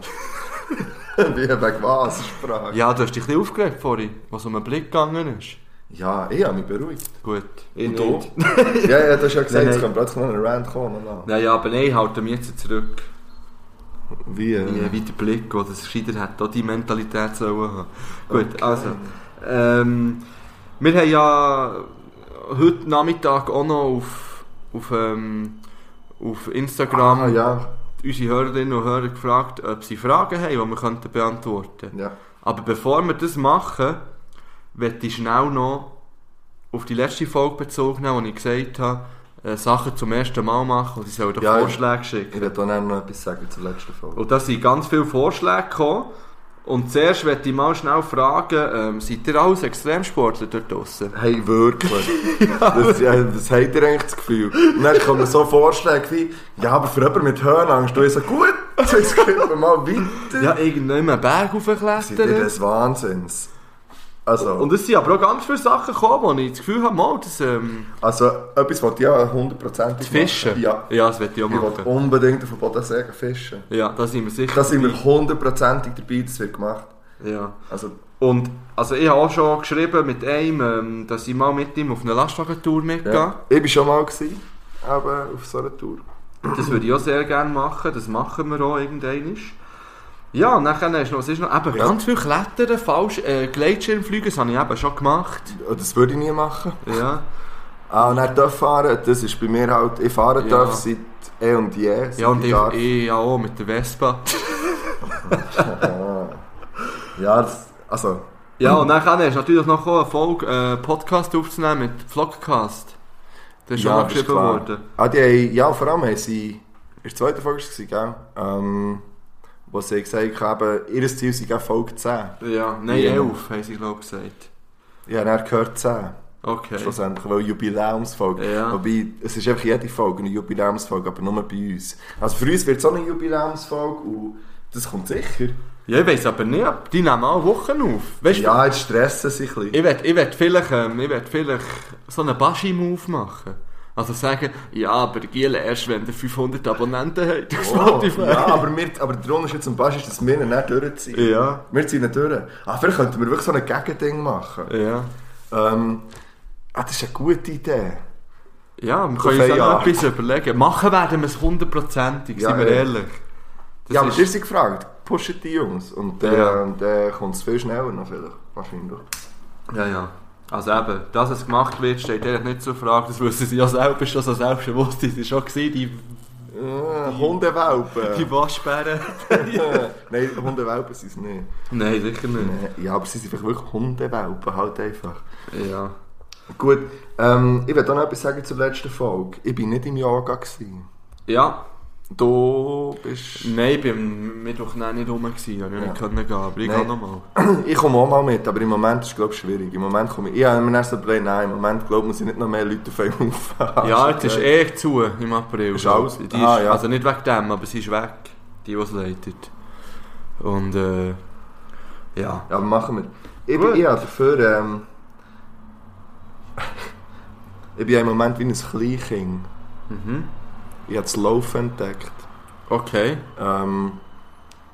Speaker 3: Wie, wegen was? ist die Frage.
Speaker 2: Ja, du hast dich ein bisschen aufgeregt vorhin, was um den Blick gegangen ist.
Speaker 3: Ja, ich habe mich beruhigt.
Speaker 2: Gut.
Speaker 3: Und du? ja, ja, du hast ja gesagt,
Speaker 2: Nein,
Speaker 3: es
Speaker 2: nein.
Speaker 3: kann plötzlich noch ein Rand kommen. Mann.
Speaker 2: Naja, aber nein, halten wir jetzt zurück.
Speaker 3: Wie?
Speaker 2: Ja, wie äh? der Blick, oder das Scheider hat auch die Mentalität sollen haben. Gut, also. Ähm, wir haben ja heute Nachmittag auch noch auf, auf, ähm, auf Instagram
Speaker 3: Ah, ja.
Speaker 2: unsere Hörerinnen und Hörer gefragt, ob sie Fragen haben, die wir könnten beantworten könnten.
Speaker 3: Ja.
Speaker 2: Aber bevor wir das machen, möchte ich schnell noch auf die letzte Folge Bezug nehmen, wo ich gesagt habe, äh, Sachen zum ersten Mal machen und sie sollen doch
Speaker 3: Ja,
Speaker 2: Vorschläge schicken.
Speaker 3: Ich werde auch noch etwas sagen zur letzten Folge.
Speaker 2: Und da sind ganz viele Vorschläge gekommen. Und zuerst möchte ich mal schnell fragen, ähm, seid ihr alles Extremsportler dort draussen?
Speaker 3: Hey, wirklich? das, ja, das habt ihr eigentlich das Gefühl? Und dann kommen so Vorschläge wie, ja, aber für jemanden mit Höhenangst, du ich so, gut, jetzt gehen wir mal weiter.
Speaker 2: Ja, irgendwo einen Berg
Speaker 3: Seid ihr
Speaker 2: hochklettern.
Speaker 3: des Wahnsinns? Also,
Speaker 2: Und es sind aber auch ganz viele Sachen gekommen, wo ich das Gefühl habe, mal, das ähm,
Speaker 3: also etwas, was ja hundertprozentig
Speaker 2: Fischen.
Speaker 3: machen. Ja.
Speaker 2: ja, das möchte ich auch
Speaker 3: Ich will
Speaker 2: machen.
Speaker 3: unbedingt auf den Boden sägen, fischen.
Speaker 2: Ja, da sind wir sicher.
Speaker 3: Da sind wir hundertprozentig dabei, das wird gemacht.
Speaker 2: Ja.
Speaker 3: Also,
Speaker 2: Und also ich habe auch schon geschrieben mit einem, ähm, dass ich mal mit ihm auf eine Lastwagentour mitgehe.
Speaker 3: ja. Ich war schon mal, gewesen, aber auf so einer Tour.
Speaker 2: Das würde ich auch sehr gerne machen, das machen wir auch irgendwann. Ja, und dann ist noch, es ist noch eben
Speaker 3: Ja.
Speaker 2: ganz viel Klettern, falsch, äh, Gleitschirmflüge, das habe ich eben schon gemacht.
Speaker 3: Das würde ich nie machen.
Speaker 2: Ja,
Speaker 3: Ah, und dann darf fahren, das ist bei mir halt, ich fahre
Speaker 2: Ja.
Speaker 3: darf seit eh und je. seit
Speaker 2: ja und ich,
Speaker 3: darf.
Speaker 2: ich ja auch mit der Vespa.
Speaker 3: Ja, das, also,
Speaker 2: ja, und dann ist natürlich noch eine Folge, äh, Podcast aufzunehmen mit Vlogcast. Das ist schon
Speaker 3: ja,
Speaker 2: mal
Speaker 3: das
Speaker 2: geschrieben
Speaker 3: klar.
Speaker 2: worden.
Speaker 3: Ah, die haben, ja, vor allem haben sie, in der zweiten Folge war es, gell? Ähm, wo sie gesagt haben, eben, ihr Ziel sei auch Folge 10.
Speaker 2: Ja, nein,
Speaker 3: Ja.
Speaker 2: 11 haben sie glaube ich gesagt.
Speaker 3: Ich habe dann gehört 10,
Speaker 2: Okay.
Speaker 3: schlussendlich, weil Jubiläumsfolge.
Speaker 2: Ja.
Speaker 3: Wobei, es ist einfach jede Folge eine Jubiläumsfolge, aber nur bei uns. Also für uns wird es auch eine Jubiläumsfolge und das kommt sicher.
Speaker 2: Ja, ich weiß aber nicht, ob die nehmen auch Wochen auf. Weißt du,
Speaker 3: Ja, jetzt stressen sie ein bisschen.
Speaker 2: ich werd, ich werd vielleicht, ähm, ich werd vielleicht so einen Baschi-Move machen. Also sagen, ja, aber Giel erst, wenn ihr 500 Abonnenten habt auf
Speaker 3: Oh,
Speaker 2: Spotify.
Speaker 3: ja, aber, wir, aber der Unterschied zum Bass ist, dass wir ihn nicht durchziehen.
Speaker 2: Ja.
Speaker 3: Wir ziehen ihn durch. Ah, vielleicht könnten wir wirklich so ein Gegending machen.
Speaker 2: Ja.
Speaker 3: Ähm, ah, das ist eine gute Idee.
Speaker 2: Ja, wir können uns
Speaker 3: ein
Speaker 2: auch
Speaker 3: Jahr.
Speaker 2: noch etwas überlegen. Machen werden wir es hundertprozentig,
Speaker 3: Ja,
Speaker 2: sind wir
Speaker 3: ja.
Speaker 2: ehrlich. Das
Speaker 3: ja, aber
Speaker 2: ist-
Speaker 3: ihr seid gefragt. Pushen die Jungs. Und dann
Speaker 2: Ja.
Speaker 3: äh, dann kommt es viel schneller noch vielleicht. Wahrscheinlich.
Speaker 2: Ja, ja. Also eben, dass es gemacht wird, steht eigentlich nicht zur Frage. Das wissen sie ja selber schon, so selbstbewusst ist es schon gewesen, die,
Speaker 3: Äh, Hundewelpen.
Speaker 2: die Waschbären.
Speaker 3: Äh, Nein, Hundewelpen sind es nicht.
Speaker 2: Nein, sicher nicht.
Speaker 3: Äh, Ja, aber sie sind vielleicht wirklich Hundewelpen, halt einfach.
Speaker 2: Ja.
Speaker 3: Gut, ähm, ich will auch noch etwas sagen zur letzten Folge. Ich war nicht im Yoga. Gewesen.
Speaker 2: Ja,
Speaker 3: Du bist...
Speaker 2: Nein, ich war am Mittwoch noch nicht rum, gewesen, ich
Speaker 3: Ja.
Speaker 2: ja. konnte nicht gehen, aber ich kann
Speaker 3: Nein.
Speaker 2: nochmal.
Speaker 3: Ich komme auch mal mit, aber im Moment ist es glaube ich schwierig. Im Moment komme ich... Ich habe mir erst so gedacht, nein, im Moment glaube ich, muss ich nicht noch mehr Leute auf einen aufhören.
Speaker 2: Ja, jetzt ist eh zu im April.
Speaker 3: Ah, Ist alles?
Speaker 2: Die ist,
Speaker 3: Ah, ja.
Speaker 2: Also nicht wegen dem, aber sie ist weg, die, die es leitet. Und äh, ja.
Speaker 3: Ja, aber machen wir. Ich, bin,
Speaker 2: Gut.
Speaker 3: ich habe dafür... Ähm, ich bin ja im Moment wie ein Kleinkind.
Speaker 2: Mhm.
Speaker 3: Ich habe das Laufen entdeckt.
Speaker 2: Okay.
Speaker 3: Ähm,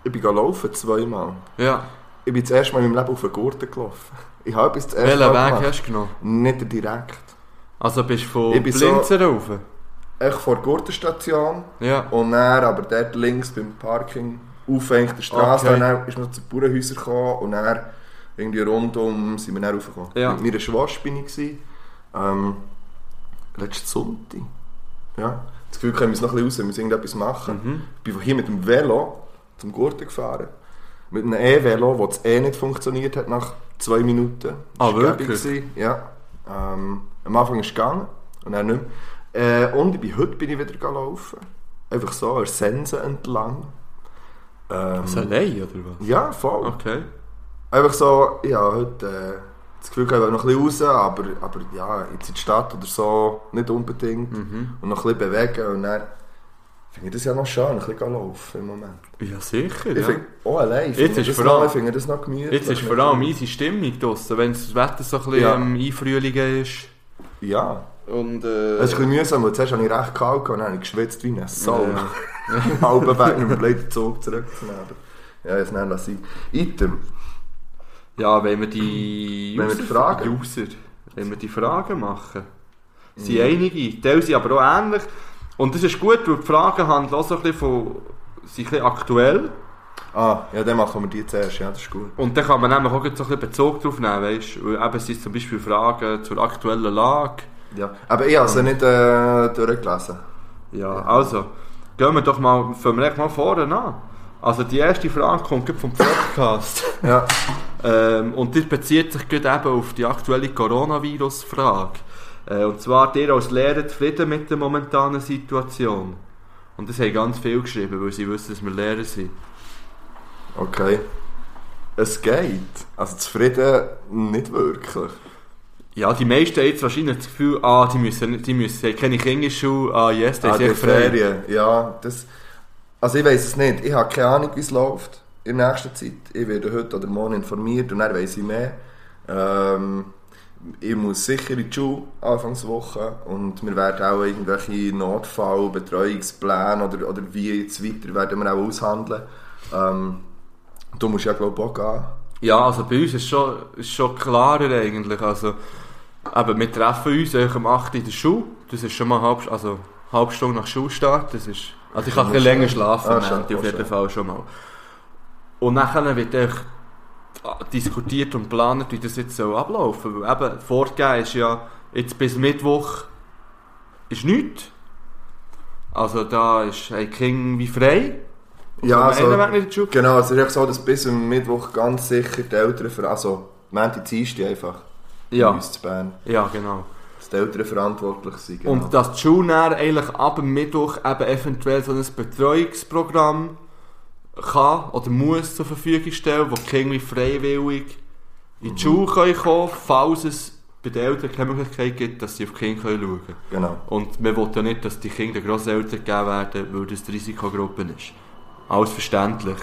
Speaker 3: ich bin gegangen laufen zweimal.
Speaker 2: Ja.
Speaker 3: Ich bin das erste Mal in meinem Leben auf den Gurten gelaufen. Ich habe bis das erste
Speaker 2: Welchen
Speaker 3: Mal
Speaker 2: Weg
Speaker 3: gemacht.
Speaker 2: hast du genommen?
Speaker 3: Nicht direkt.
Speaker 2: Also bist du von
Speaker 3: Ich bin so-
Speaker 2: Blinzer rauf?
Speaker 3: Echt vor der Gurtenstation.
Speaker 2: Ja.
Speaker 3: Und dann aber dort links beim Parking auf eigentlich der Straße.
Speaker 2: Okay.
Speaker 3: Und dann ist man zu den Bauernhäusern gekommen und dann irgendwie rundum sind wir dann raufgekommen.
Speaker 2: Ja.
Speaker 3: Mit meiner Schwester bin ich. Gewesen. Ähm, letzten Sonntag. Ja. Das Gefühl, wir müssen noch ein bisschen raus, wir müssen irgendetwas machen.
Speaker 2: Mhm.
Speaker 3: Ich bin von hier mit dem Velo zum Gurten gefahren. Mit einem E-Velo, wo das E nicht funktioniert hat nach zwei Minuten.
Speaker 2: Ah,
Speaker 3: war
Speaker 2: wirklich?
Speaker 3: gäbig gewesen, Ja. Ähm, am Anfang ist es gegangen und dann nicht mehr. Äh, und ich bin, heute bin ich wieder gelaufen. Einfach so, an der Sense entlang. Ähm,
Speaker 2: Das Also allein, oder was?
Speaker 3: ja, voll.
Speaker 2: Okay. Ah.
Speaker 3: Einfach so, ja, heute äh, das Gefühl, ich will noch ein bisschen raus, aber, aber ja, jetzt in die Stadt oder so, nicht unbedingt.
Speaker 2: Mhm.
Speaker 3: Und noch ein bisschen bewegen und dann finde ich das ja noch schön, ein bisschen gehen laufen im Moment.
Speaker 2: Ja, sicher.
Speaker 3: Ich
Speaker 2: Ja.
Speaker 3: finde, oh allein, ich
Speaker 2: Jetzt
Speaker 3: finde
Speaker 2: ist
Speaker 3: das
Speaker 2: vor
Speaker 3: noch-
Speaker 2: allem-
Speaker 3: ich finde das noch gemütlich.
Speaker 2: Jetzt ist vor allem easy Stimmung draussen, wenn das Wetter so ein bisschen
Speaker 3: Ja.
Speaker 2: am Einfrühligen ist.
Speaker 3: Ja,
Speaker 2: Und, äh,
Speaker 3: es ist ein bisschen mühsam, weil zuerst habe ich recht kalt gehabt und dann habe ich geschwitzt wie eine Sau.
Speaker 2: Ja.
Speaker 3: Im halben Weg und bin leider Zug zurückzunehmen. aber Ja, jetzt nehmen wir es sein. Item.
Speaker 2: ja, wenn wir die
Speaker 3: Wenn wir die Fragen-
Speaker 2: User, wenn wir die Fragen machen, sind
Speaker 3: Mhm.
Speaker 2: einige, teils sind aber auch ähnlich. Und das ist gut, weil die Fragen handeln auch so ein bisschen von, sind ein bisschen aktuell.
Speaker 3: Ah, ja, dann machen wir die zuerst, ja, das ist gut.
Speaker 2: Und dann kann man nämlich auch gleich so ein bisschen Bezug drauf nehmen, weißt du? Weil Eben, es sind zum Beispiel Fragen zur aktuellen Lage.
Speaker 3: Ja. Aber ich habe sie nicht äh, durchgelesen.
Speaker 2: Ja, also, gehen wir doch mal, fangen wir echt mal vorne an. Also, die erste Frage kommt gerade vom Podcast.
Speaker 3: Ja.
Speaker 2: Ähm, und das bezieht sich gerade eben auf die aktuelle Coronavirus-Frage. Äh, und zwar, dir als Lehrer zufrieden mit der momentanen Situation? Und das haben ganz viel geschrieben, weil sie wissen, dass wir Lehrer sind.
Speaker 3: Okay. Es geht. Also zufrieden nicht wirklich.
Speaker 2: Ja, die meisten haben jetzt wahrscheinlich das Gefühl, ah, die müssen, nicht- die müssen, haben keine Kinderschuhe, ah, yes, das
Speaker 3: Ah,
Speaker 2: ist
Speaker 3: die
Speaker 2: echt frei.
Speaker 3: Ferien. Ja, das... Also ich weiß es nicht. Ich habe keine Ahnung, wie es läuft in der nächsten Zeit. Ich werde heute oder morgen informiert und dann weiss ich mehr. Ähm, ich muss sicher in die Schule Anfangswoche und wir werden auch irgendwelche Notfallbetreuungspläne oder, oder wie jetzt weiter werden wir auch aushandeln. Ähm, du musst ja glaube ich auch gehen.
Speaker 2: Ja, also bei uns ist schon, ist schon klarer eigentlich, also, eben, wir treffen uns eigentlich am 8. Uhr in der Schule, das ist schon mal halb, also, halb Stunde nach Schulstart, das ist, also ich kann ein bisschen länger schlafen,
Speaker 3: Ah,
Speaker 2: am
Speaker 3: schön,
Speaker 2: Ende, auf
Speaker 3: auch
Speaker 2: jeden
Speaker 3: schön.
Speaker 2: Fall schon mal. Und nachher wird echt diskutiert und geplant, wie das jetzt so ablaufen soll, weil eben, vorgegeben ist ja, jetzt bis Mittwoch ist nichts, also da ist ein King wie frei,
Speaker 3: Ja,
Speaker 2: also,
Speaker 3: also-
Speaker 2: Weg nicht in die Schule.
Speaker 3: Genau, es ist echt so, dass bis am Mittwoch ganz sicher die Eltern, ver- also Montag, Dienstag einfach, bei
Speaker 2: Ja,
Speaker 3: uns zu Bern,
Speaker 2: ja, genau.
Speaker 3: dass die Eltern verantwortlich sind. Genau.
Speaker 2: Und dass die Schule dann eigentlich ab dem Mittwoch eben eventuell so ein Betreuungsprogramm kann oder muss zur Verfügung stellen, wo die Kinder freiwillig
Speaker 3: Mhm.
Speaker 2: in die Schule können kommen falls es bei den Eltern keine Möglichkeit gibt, dass sie auf die Kinder können schauen können.
Speaker 3: genau.
Speaker 2: Und man will ja nicht, dass die Kinder den Grosseltern gegeben werden, weil das die Risikogruppe ist. Alles verständlich.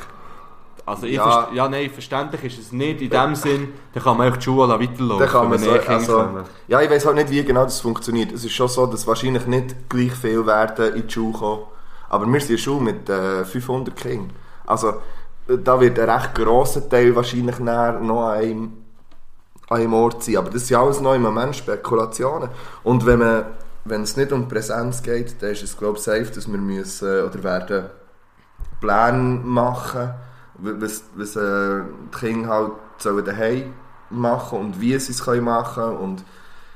Speaker 2: Also ich
Speaker 3: Ja. Äh.
Speaker 2: verste- ja, nein, verständlich ist es nicht. In dem Sinn, dann kann man auch die Schule weiterlaufen,
Speaker 3: Dann kann man
Speaker 2: wenn
Speaker 3: so,
Speaker 2: eh Kinder
Speaker 3: also,
Speaker 2: kommen.
Speaker 3: ja, ich weiß halt nicht, wie genau das funktioniert. Es ist schon so, dass wahrscheinlich nicht gleich viel werden in die Schule kommen. Aber wir sind eine Schule mit äh, 500 Kindern. Also, äh, da wird ein recht grosser Teil wahrscheinlich näher noch an einem, an einem Ort sein. Aber das sind alles noch im Moment Spekulationen. Und wenn, man, wenn es nicht um Präsenz geht, dann ist es, glaube ich, safe, dass wir müssen äh, oder werden Pläne machen, w- was, was äh, die Kinder halt sollen daheim machen und wie sie es können machen und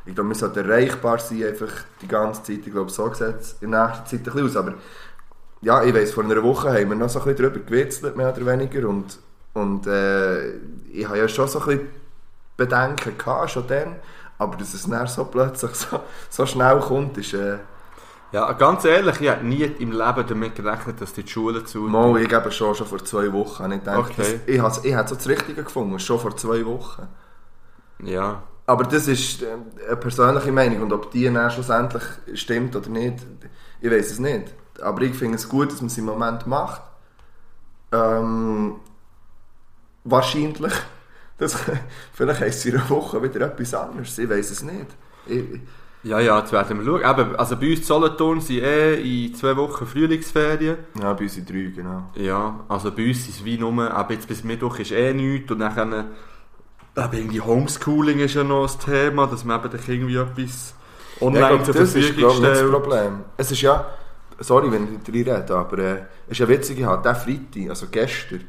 Speaker 3: ich glaube, wir sollten erreichbar sein, einfach die ganze Zeit. Ich glaube, so sieht es in nächster Zeit ein bisschen aus. Aber ja, ich weiss, vor einer Woche haben wir noch so ein bisschen darüber gewitzelt, mehr oder weniger. Und, und äh, ich habe ja schon so ein bisschen Bedenken gehabt, schon dann. Aber dass es dann so plötzlich so, so schnell kommt, ist... Äh,
Speaker 2: Ja, ganz ehrlich, ich habe nie im Leben damit gerechnet, dass die Schule zu.
Speaker 3: Mal, ich eben schon, schon vor zwei Wochen. Ich denke,
Speaker 2: Okay.
Speaker 3: das, ich habe ich habe so das Richtige gefunden, schon vor zwei Wochen.
Speaker 2: Ja.
Speaker 3: Aber das ist ähm, eine persönliche Meinung und ob die dann schlussendlich stimmt oder nicht, ich weiß es nicht. Aber ich finde es gut, dass man es im Moment macht. Ähm, wahrscheinlich. Das, vielleicht heisst es in einer Woche wieder etwas anderes, ich weiß es nicht. Ich,
Speaker 2: Ja, ja, jetzt werden wir schauen. Eben, also bei uns in Solothurn sind eh in zwei Wochen Frühlingsferien.
Speaker 3: ja, bei uns in drei, genau.
Speaker 2: Ja, also bei uns ist es wie nur, aber jetzt bis Mittwoch ist eh nichts und dann können, eben irgendwie Homeschooling ist ja noch ein Thema, dass man eben dann irgendwie etwas online
Speaker 3: Ja, ich
Speaker 2: zur
Speaker 3: glaub, das ist
Speaker 2: Verfügung
Speaker 3: glaub, ich, nicht das
Speaker 2: stellt.
Speaker 3: Problem. Es ist ja, sorry, wenn ich nicht reinrede, aber äh, es ist ja witzig, ich habe diesen Freitag, also gestern,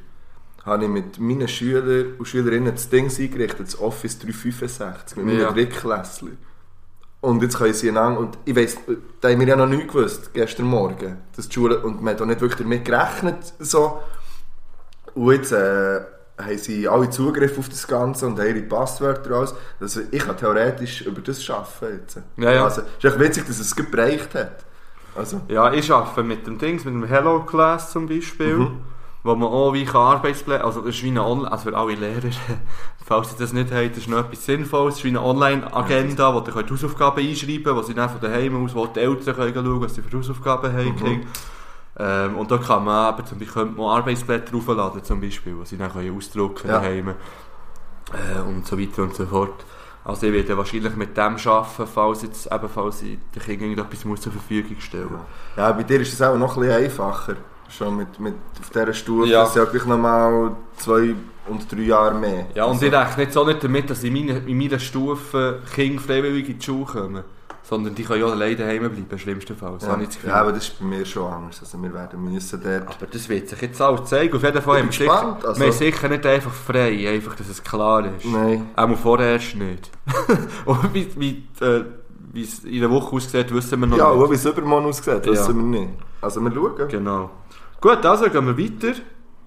Speaker 3: habe ich mit meinen Schülern und Schülerinnen das Ding eingerichtet, das Office 365, mit meinen
Speaker 2: Ja.
Speaker 3: Drittklässlern. Und jetzt können sie einander, und ich weiss, da haben wir ja noch nie gewusst, gestern Morgen, dass die Schule, und man hat auch nicht wirklich damit gerechnet, so, Und jetzt äh, haben sie alle Zugriff auf das Ganze und haben ihre Passwörter und alles. Also ich kann theoretisch über das arbeiten jetzt.
Speaker 2: Ja, ja.
Speaker 3: Also, ist echt witzig, dass es gereicht hat. Also,
Speaker 2: Ja, ich arbeite mit dem Dings, mit dem Hello Class zum Beispiel, wo man auch wie kann Arbeitsplätze, also das ist wie eine Online, also für alle Lehrer, falls sie das nicht haben, das ist noch etwas Sinnvolles, das ist wie eine Online-Agenda, wo ihr könnt Hausaufgaben einschreiben könnt, die sie dann von daheim aus, wo die Eltern können schauen was sie für Hausaufgaben haben. kriegen. Ähm, und da kann man eben zum Beispiel könnte man Arbeitsblätter draufladen, zum Beispiel, die sie dann können ausdrucken
Speaker 3: Ja.
Speaker 2: daheim äh, und so weiter und so fort. Also ich werde wahrscheinlich mit dem arbeiten, falls, jetzt, eben, falls ich den Kindern irgendetwas muss zur Verfügung stellen muss.
Speaker 3: ja, bei dir ist es auch noch ein bisschen einfacher. Schon mit, mit auf dieser Stufe.
Speaker 2: Ja.
Speaker 3: Ja. Es sind ja gleich nochmal zwei und drei Jahre mehr.
Speaker 2: Ja, und
Speaker 3: also,
Speaker 2: ich rechne jetzt auch nicht damit, dass in meiner, in meiner Stufe Kinder freiwillig in die Schule kommen. Sondern die können ja alleine daheim bleiben, schlimmstenfalls.
Speaker 3: ja.
Speaker 2: Habe ich das Gefühl.
Speaker 3: ja, aber das ist bei mir schon anders. Also wir werden müssen dort...
Speaker 2: aber das wird sich jetzt auch zeigen. Auf jeden Fall haben wir
Speaker 3: Ich bin
Speaker 2: sicher,
Speaker 3: gespannt, also-
Speaker 2: wir haben sicher nicht einfach frei, einfach, dass es klar ist.
Speaker 3: Nein.
Speaker 2: Auch vorerst nicht. Und wie, wie, äh, wie es in der Woche aussieht, wissen wir noch
Speaker 3: Ja,
Speaker 2: nicht.
Speaker 3: und wie es übermorgen aussieht, wissen
Speaker 2: Ja.
Speaker 3: wir nicht. Also wir schauen.
Speaker 2: Genau. Gut, also gehen wir weiter.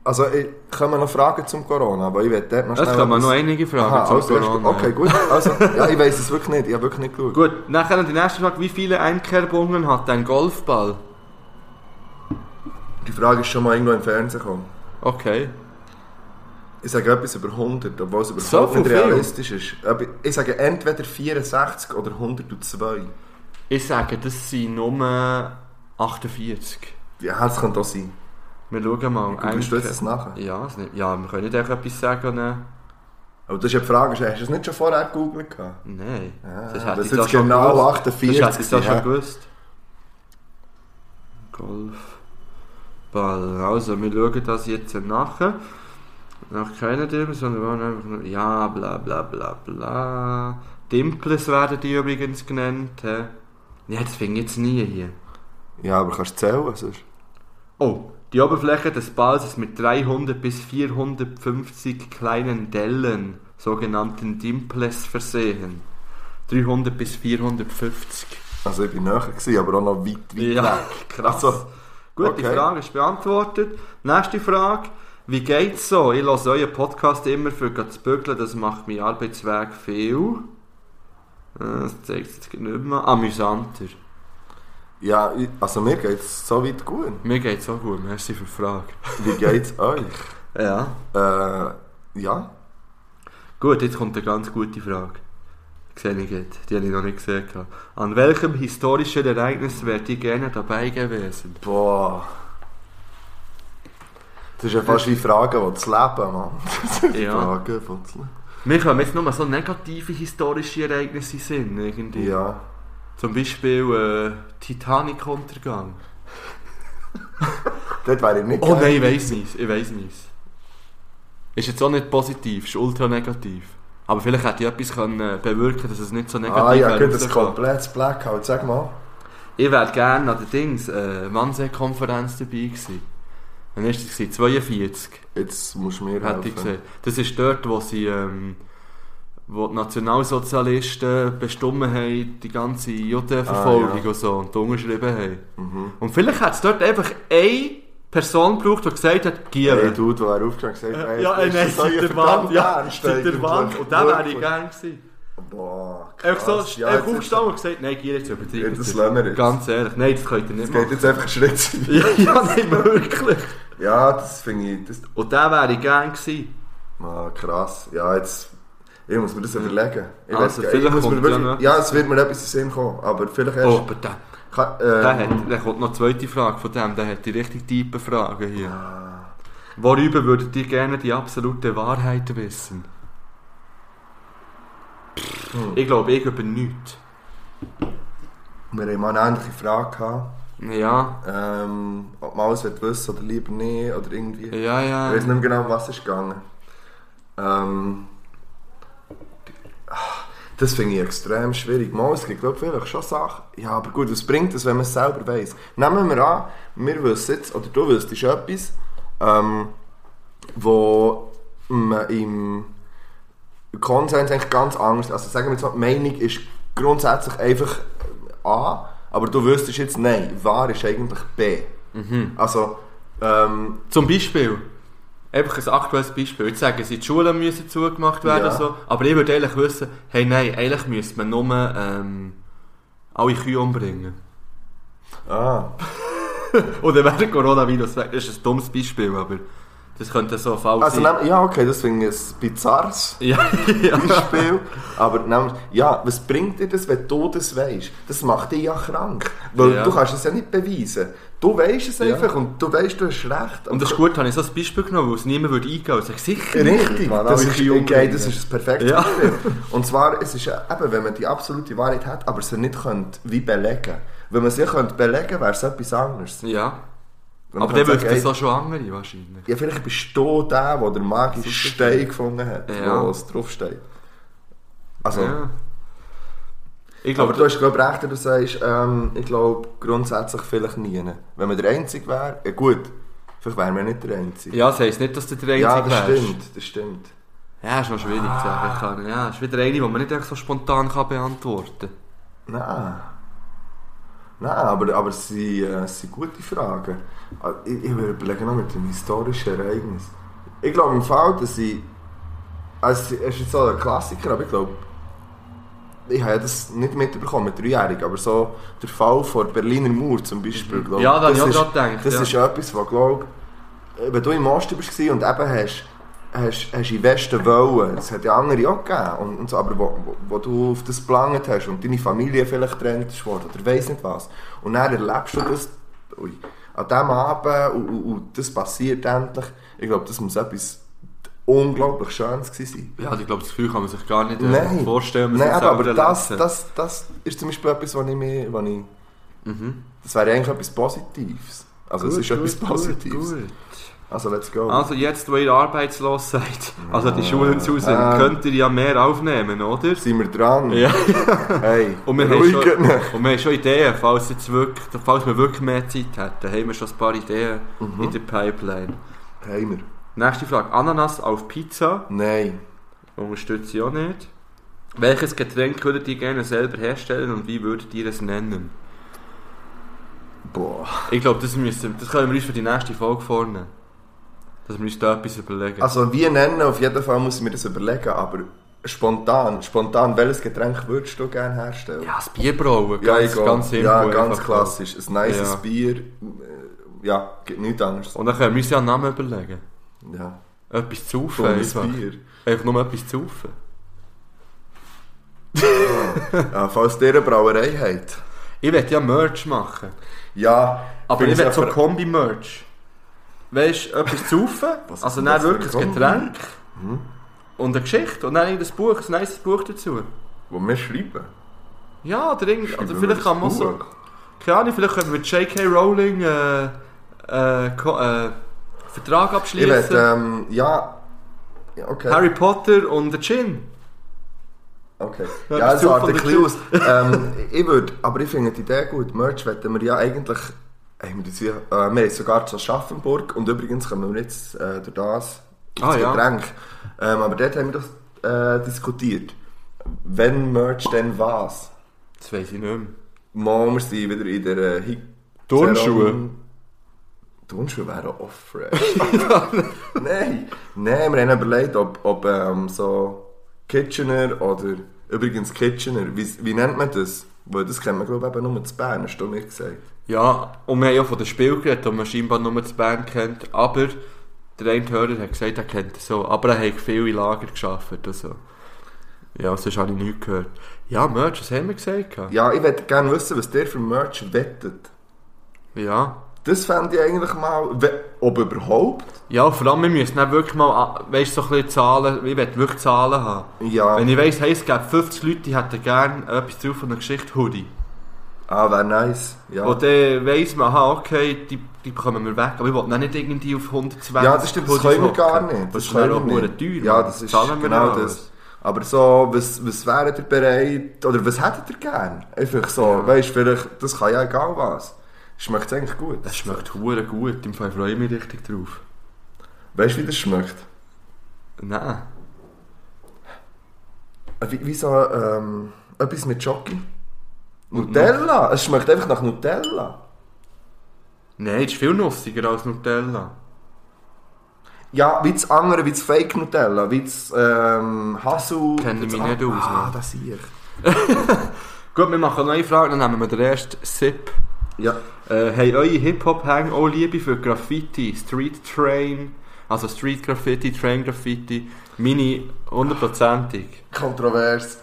Speaker 3: Also ich, können wir noch Fragen zum Corona? Weil ich will dort noch
Speaker 2: Es
Speaker 3: schnell
Speaker 2: kommen
Speaker 3: etwas-
Speaker 2: noch einige Fragen
Speaker 3: Aha,
Speaker 2: zum
Speaker 3: also,
Speaker 2: Corona.
Speaker 3: Okay, gut. Also, ja, ich weiß es wirklich nicht. Ich habe wirklich nicht geschaut.
Speaker 2: Gut, nachher die nächste Frage. Wie viele Einkerbungen hat ein Golfball?
Speaker 3: Die Frage ist schon mal irgendwo im Fernsehen gekommen.
Speaker 2: Okay.
Speaker 3: Ich sage etwas über 100, obwohl es überhaupt
Speaker 2: So viel
Speaker 3: nicht
Speaker 2: viel?
Speaker 3: realistisch ist. Aber Ich sage entweder 64 oder 102.
Speaker 2: Ich sage, das sind Nummer 48.
Speaker 3: Ja, das könnte auch sein.
Speaker 2: Wir schauen mal.
Speaker 3: Googlest du jetzt das nachher?
Speaker 2: ja, es nicht, ja, wir können nicht einfach etwas sagen. ne?
Speaker 3: Aber das ist ja die Frage, hast du es nicht schon vorher gegoogelt? gehabt?
Speaker 2: Nein. das
Speaker 3: Ah, das
Speaker 2: hätte ich
Speaker 3: sind
Speaker 2: da schon
Speaker 3: genau
Speaker 2: gewusst.
Speaker 3: 48
Speaker 2: Das hätte ich da
Speaker 3: gewesen,
Speaker 2: schon
Speaker 3: ja.
Speaker 2: gewusst. Golf. Ball. Also, wir schauen das jetzt nachher. Nach keiner Dimm, sondern wir wollen einfach nur. Ja, bla bla bla bla. Dimples werden die übrigens genannt. hä? Ja, das finde ich jetzt nie hier.
Speaker 3: Ja, aber kannst du zählen sonst?
Speaker 2: Oh, die Oberfläche des Balls ist mit 300 bis 450 kleinen Dellen, sogenannten Dimples, versehen. 300 bis 450.
Speaker 3: Also ich bin näher gewesen, aber auch noch weit, weit
Speaker 2: Ja,
Speaker 3: weg.
Speaker 2: krass.
Speaker 3: Also,
Speaker 2: Gut, die
Speaker 3: okay.
Speaker 2: Frage ist beantwortet. Nächste Frage. Wie geht's so? Ich lasse euren Podcast immer für das Bügeln, das macht meinen Arbeitsweg viel. Äh, Das zeigt sich jetzt nicht mehr. Amüsanter.
Speaker 3: Ja, ich- also mir geht es so weit gut.
Speaker 2: Mir geht's auch gut, merci für die Frage.
Speaker 3: Wie geht es euch?
Speaker 2: Ja.
Speaker 3: Äh, ja.
Speaker 2: Gut, jetzt kommt eine ganz gute Frage. Sehe ich jetzt. Die habe ich noch nicht gesehen. gehabt. An welchem historischen Ereignis wärt ihr gerne dabei gewesen?
Speaker 3: Boah. Das ist ja fast wie Fragen, die das Leben, Mann.
Speaker 2: Ja.
Speaker 3: Fragen von das Leben.
Speaker 2: Mir kommen jetzt nur so negative historische Ereignisse in den Sinn, irgendwie.
Speaker 3: Ja.
Speaker 2: Zum Beispiel äh, Titanic-Untergang.
Speaker 3: Dort wäre ich nicht
Speaker 2: Oh nein,
Speaker 3: gerne.
Speaker 2: ich weiss nicht. Ich weiss nicht. Ist jetzt auch nicht positiv, ist ultra negativ. Aber vielleicht hätte ich etwas können äh, bewirken dass es nicht so negativ
Speaker 3: Ah ja,
Speaker 2: wäre
Speaker 3: gut, das
Speaker 2: rausgekommen.
Speaker 3: komplettes Blackout. Sag mal.
Speaker 2: Ich wäre gerne an der Dings, äh, Wannsee-Konferenz dabei gewesen. Dann war das gewesen, 42,
Speaker 3: Jetzt musst du mir
Speaker 2: hätte ich
Speaker 3: helfen.
Speaker 2: gesehen. Das ist dort, wo sie, ähm, wo die Nationalsozialisten bestimmen haben, die ganze Judenverfolgung
Speaker 3: Ah, ja.
Speaker 2: und so, und die unterschrieben haben.
Speaker 3: Mhm.
Speaker 2: Und vielleicht hat es dort einfach eine Person gebraucht, die gesagt hat, Giel.
Speaker 3: Hey, du, der aufgestanden gesagt
Speaker 2: Äh,
Speaker 3: hey,
Speaker 2: ja, ey,
Speaker 3: ist
Speaker 2: nein,
Speaker 3: das euer
Speaker 2: seit der
Speaker 3: verdammt
Speaker 2: Wand, ja,
Speaker 3: Ernst
Speaker 2: seit der
Speaker 3: eigentlich?
Speaker 2: Wand. Und dann wäre ich
Speaker 3: Wirklich?
Speaker 2: gerne gewesen.
Speaker 3: Boah, krass.
Speaker 2: Einfach so,
Speaker 3: Ja,
Speaker 2: einfach
Speaker 3: jetzt ist-
Speaker 2: aufgestanden und gesagt, nein, Giel, jetzt
Speaker 3: Ja,
Speaker 2: übertreibt
Speaker 3: das
Speaker 2: es.
Speaker 3: lassen wir jetzt.
Speaker 2: Ganz ehrlich, nein, das könnt ihr nicht
Speaker 3: Es geht
Speaker 2: machen.
Speaker 3: jetzt einfach einen Schritt zu-
Speaker 2: Ja, ja, nicht wirklich.
Speaker 3: Ja, das finde ich... Das,
Speaker 2: Und der wäre ich gern gewesen.
Speaker 3: ah, krass. Ja, jetzt... Ich muss mir das überlegen. Ich
Speaker 2: Also,
Speaker 3: weiss gar-
Speaker 2: vielleicht
Speaker 3: ich muss
Speaker 2: kommt
Speaker 3: mir wirklich,
Speaker 2: ja noch
Speaker 3: ja, es wird mir etwas in den Sinn kommen, aber vielleicht erst...
Speaker 2: Oh, aber der,
Speaker 3: Ka-
Speaker 2: der,
Speaker 3: ähm,
Speaker 2: hat, der kommt noch eine zweite Frage von dem, der hat die richtig tiefen Fragen hier.
Speaker 3: Ah,
Speaker 2: Worüber würdet ihr gerne die absolute Wahrheit wissen?
Speaker 3: Hm.
Speaker 2: Ich glaube, ich über nichts.
Speaker 3: Wir haben mal eine ähnliche Frage gehabt,
Speaker 2: Ja,
Speaker 3: ähm, ob man alles wissen will oder lieber nicht oder irgendwie.
Speaker 2: ja, ja.
Speaker 3: Ich weiß nicht mehr genau, um was es gegangen ähm, Das finde ich extrem schwierig. Mal, es gibt glaub, vielleicht schon Sachen. Ja, aber gut, was bringt es, wenn man es selber weiß? Nehmen wir an, wir wissen jetzt, oder du wüsstest etwas, ähm, wo man im Konsens eigentlich ganz anders. Also sagen wir jetzt mal, die Meinung ist grundsätzlich einfach äh, A, aber du wüsstest jetzt, nein, wahr ist eigentlich B. Also, ähm,
Speaker 2: Zum Beispiel, einfach ein aktuelles Beispiel. Jetzt sagen sie, die Schulen müssen zugemacht werden.
Speaker 3: Ja.
Speaker 2: So. Aber ich würde eigentlich wissen, hey nein, eigentlich müsste man nur ähm, alle Kühe umbringen.
Speaker 3: Ah.
Speaker 2: Oder wäre der Coronavirus weg. Das ist ein dummes Beispiel, aber das könnte so falsch
Speaker 3: Also,
Speaker 2: sein.
Speaker 3: nehm, ja, okay, das finde ich ein bizarres
Speaker 2: Ja, ja.
Speaker 3: Beispiel. aber nehm, ja, was bringt dir das, wenn du das weißt? Das macht dich ja krank. Weil
Speaker 2: Ja.
Speaker 3: du kannst es ja nicht beweisen. Du weißt es
Speaker 2: Ja.
Speaker 3: einfach und du weißt, du hast recht.
Speaker 2: Und das ist gut, habe ich so ein Beispiel genommen, weil es niemand würde eingehen würde. Ich sage, sicher.
Speaker 3: Richtig,
Speaker 2: Mann,
Speaker 3: das
Speaker 2: alle
Speaker 3: ist,
Speaker 2: Kühe
Speaker 3: okay,
Speaker 2: umbringen.
Speaker 3: das ist das perfekte
Speaker 2: Ja.
Speaker 3: Beispiel. Und zwar, es ist eben, wenn man die absolute Wahrheit hat, aber sie nicht könnte, wie belegen Wenn man sie könnte belegen wäre es etwas anderes.
Speaker 2: Ja.
Speaker 3: Wenn man
Speaker 2: Aber dann
Speaker 3: könnte
Speaker 2: wüssten
Speaker 3: sagen,
Speaker 2: es auch schon andere wahrscheinlich.
Speaker 3: Ja, vielleicht bist du der, der den magischen
Speaker 2: Sicher.
Speaker 3: Stein gefunden hat,
Speaker 2: Ja.
Speaker 3: wo es draufsteht. Also,
Speaker 2: Ja. Ich
Speaker 3: aber
Speaker 2: glaube,
Speaker 3: du hast glaube recht, wenn du sagst, ähm, ich glaube grundsätzlich vielleicht nie. Wenn man der Einzige wäre, ja gut, vielleicht wären wir nicht der Einzige.
Speaker 2: ja, das heisst nicht, dass du der Einzige
Speaker 3: ja das
Speaker 2: wärst.
Speaker 3: stimmt, das stimmt.
Speaker 2: Ja, ist noch schwierig zu sagen. Ich kann- Ja, ist wieder eine, die man nicht echt so spontan kann beantworten
Speaker 3: Nein. Nein, aber, aber es sind, äh, es sind gute Fragen. Ah, Ich, ich überlege noch mit dem historischen Ereignis. Ich glaube im Fall, dass ich... Also, es ist jetzt so ein Klassiker, aber ich glaube... Ich habe ja das nicht mitbekommen mit Dreijährigen, aber so der Fall vor Berliner Mauer zum Beispiel, glaube
Speaker 2: Mhm. Ja, da habe ich auch
Speaker 3: ist-
Speaker 2: gerade gedacht,
Speaker 3: Das
Speaker 2: ja.
Speaker 3: ist etwas, was, glaube wenn du im Osten warst und eben hast, hast, hast in den Westen wollen, es hat ja andere auch gegeben, und, und so, aber wo, wo, wo du auf das geplant hast und deine Familie vielleicht getrennt ist worden oder weiss nicht was, und dann erlebst du das ui, an diesem Abend und, und, und das passiert endlich, ich glaube, das muss etwas unglaublich Schönes gewesen sein.
Speaker 2: Ja, also ich glaube, das Gefühl kann man sich gar nicht äh,
Speaker 3: Nein,
Speaker 2: vorstellen. wenn man
Speaker 3: Nein
Speaker 2: es
Speaker 3: aber,
Speaker 2: selber
Speaker 3: aber das,
Speaker 2: erlebt.
Speaker 3: das, das ist zum Beispiel etwas, was ich mir... Was ich, Das wäre eigentlich etwas Positives. Also es
Speaker 2: Mhm. Gut,
Speaker 3: ist etwas
Speaker 2: gut,
Speaker 3: Positives.
Speaker 2: gut, gut.
Speaker 3: Also let's go.
Speaker 2: Also jetzt, wo ihr arbeitslos seid, also die Schulen zu sind,
Speaker 3: Ah.
Speaker 2: könnt ihr ja mehr aufnehmen, oder?
Speaker 3: sind wir dran.
Speaker 2: Ja.
Speaker 3: Hey,
Speaker 2: Und wir, haben
Speaker 3: ruhig
Speaker 2: schon,
Speaker 3: nicht.
Speaker 2: und wir haben schon Ideen, falls, jetzt wirklich, falls wir wirklich mehr Zeit hätten, haben wir schon ein paar Ideen
Speaker 3: Mhm.
Speaker 2: in der Pipeline.
Speaker 3: Haben wir.
Speaker 2: Nächste Frage. Ananas auf Pizza
Speaker 3: Nein.
Speaker 2: unterstütze ich auch nicht. Welches Getränk würdet ihr gerne selber herstellen und wie würdet ihr es nennen?
Speaker 3: Boah.
Speaker 2: Ich glaube, das, müssen, das können wir uns für die nächste Folge vornehmen. Dass wir uns da etwas überlegen.
Speaker 3: Also wie nennen, auf jeden Fall muss ich mir das überlegen, aber spontan, spontan, welches Getränk würdest du gerne herstellen?
Speaker 2: ja, das Bierbrauen, ganz,
Speaker 3: ich auch.
Speaker 2: ganz simpel.
Speaker 3: Ja, ganz
Speaker 2: einfach.
Speaker 3: klassisch. Ein nices
Speaker 2: Ja.
Speaker 3: Bier. äh, Ja, gibt nichts anderes.
Speaker 2: Und dann können wir uns ja einen Namen überlegen.
Speaker 3: Ja.
Speaker 2: Etwas zu saufen
Speaker 3: Und ein
Speaker 2: einfach.
Speaker 3: Bier.
Speaker 2: Einfach nur etwas zu saufen.
Speaker 3: Ja, falls ihr eine Brauerei habt.
Speaker 2: Ich werde ja Merch machen.
Speaker 3: Ja.
Speaker 2: Aber
Speaker 3: bin
Speaker 2: ich will so
Speaker 3: ver-
Speaker 2: Kombi-Merch. Weißt du, etwas zu saufen,
Speaker 3: Was
Speaker 2: also dann
Speaker 3: ist das für
Speaker 2: wirklich
Speaker 3: ein
Speaker 2: ein
Speaker 3: Kombi? Hm?
Speaker 2: Getränk und eine Geschichte und dann irgendein Buch, ein nice Buch dazu.
Speaker 3: Wo wir schreiben.
Speaker 2: Ja, oder, irgend, oder
Speaker 3: Schreiben
Speaker 2: vielleicht
Speaker 3: wir
Speaker 2: kann man
Speaker 3: das
Speaker 2: so.
Speaker 3: Buch.
Speaker 2: Keine Ahnung, vielleicht können wir mit J.K. Rowling äh, äh, Ko- äh, Vertrag
Speaker 3: Ich will,
Speaker 2: abschließen.
Speaker 3: ähm, ja. Ja, Okay.
Speaker 2: eh, Harry Potter und der Gin.
Speaker 3: Okay.
Speaker 2: Ja,
Speaker 3: Ja,
Speaker 2: das
Speaker 3: das war
Speaker 2: Zufall
Speaker 3: der
Speaker 2: der
Speaker 3: Klaus. ähm, ich würde, aber ich finde die Idee gut. Merch wollen wir ja eigentlich. Haben wir, das ja, äh, wir haben sogar zu Schaffenburg und übrigens kommen wir jetzt äh, durch das
Speaker 2: Ah,
Speaker 3: das
Speaker 2: ja.
Speaker 3: Getränk. Ähm, aber dort haben wir das äh, diskutiert. Wenn Merch, dann was?
Speaker 2: Das weiß ich nicht mehr.
Speaker 3: Mal, wir sind wieder in der äh, Hip-
Speaker 2: Turnschuhe.
Speaker 3: Serum- Turnschuhe wären off-fresh. Nein. Nein, wir haben überlegt, ob, ob ähm, so Kitchener oder übrigens Kitchener, wie, wie nennt man das? Weil das kennen wir glaube ich eben nur zu Bern, hast du mir gesagt.
Speaker 2: Ja, und wir haben ja von dem Spiel geredet, das man scheinbar nur das Band kennt, aber der eine Hörer hat gesagt, er kennt es so. Aber er hat viel in Lager gearbeitet und so. Ja, sonst habe ich nichts gehört. Ja, Merch, was haben wir gesagt? gehabt?
Speaker 3: Ja, ich würde gerne wissen, was der für Merch Dus wettet.
Speaker 2: Ja.
Speaker 3: Das fände ich eigentlich mal, we- ob überhaupt.
Speaker 2: Ja, und vor allem, wir müssen dann wirklich mal, ah, weißt so ein bisschen Zahlen, ich will wirklich Zahlen haben.
Speaker 3: Ja,
Speaker 2: Wenn ich weiss, hey, es gäbe 50 Leute, die hätten gerne etwas drauf von einer Geschichte, Hoodie.
Speaker 3: ah, wäre nice. Ja.
Speaker 2: Und dann weiss man, aha, okay, die, die bekommen wir weg, aber ich will dann nicht irgendwie auf 120
Speaker 3: Ja, das stimmt, das können wir gar
Speaker 2: hocken.
Speaker 3: nicht.
Speaker 2: Das ist
Speaker 3: können
Speaker 2: dann auch
Speaker 3: wir
Speaker 2: hure
Speaker 3: nicht.
Speaker 2: teuer.
Speaker 3: Ja,
Speaker 2: Mann.
Speaker 3: das ist
Speaker 2: Zahlen wir
Speaker 3: genau
Speaker 2: alles.
Speaker 3: das. Aber so, was, was wäret ihr bereit, oder was hättet ihr gern? Einfach so, weißt du, vielleicht, das kann ja egal was. Schmeckt eigentlich gut.
Speaker 2: Das schmeckt hure gut, im Fall freue ich mich richtig drauf.
Speaker 3: Weißt du, wie das schmeckt?
Speaker 2: Nein.
Speaker 3: Äh, Wie, wie so, ähm, etwas mit
Speaker 2: Mhm.
Speaker 3: Schoki. Nutella! Es schmeckt einfach nach Nutella.
Speaker 2: Nein, das ist viel nussiger als Nutella.
Speaker 3: Ja, wie das andere, wie das Fake Nutella, wie das ähm, Hasu.
Speaker 2: Kenne ich
Speaker 3: das-
Speaker 2: mich nicht aus,
Speaker 3: Ah,
Speaker 2: ne?
Speaker 3: das hier.
Speaker 2: Gut, wir machen noch eine Frage, dann nehmen wir den ersten Sip.
Speaker 3: Ja.
Speaker 2: Äh, haben eure Hip-Hop-Hang auch Liebe für Graffiti, Street Train, also Street Graffiti, Train Graffiti, Mini hundertprozentig.
Speaker 3: Kontrovers.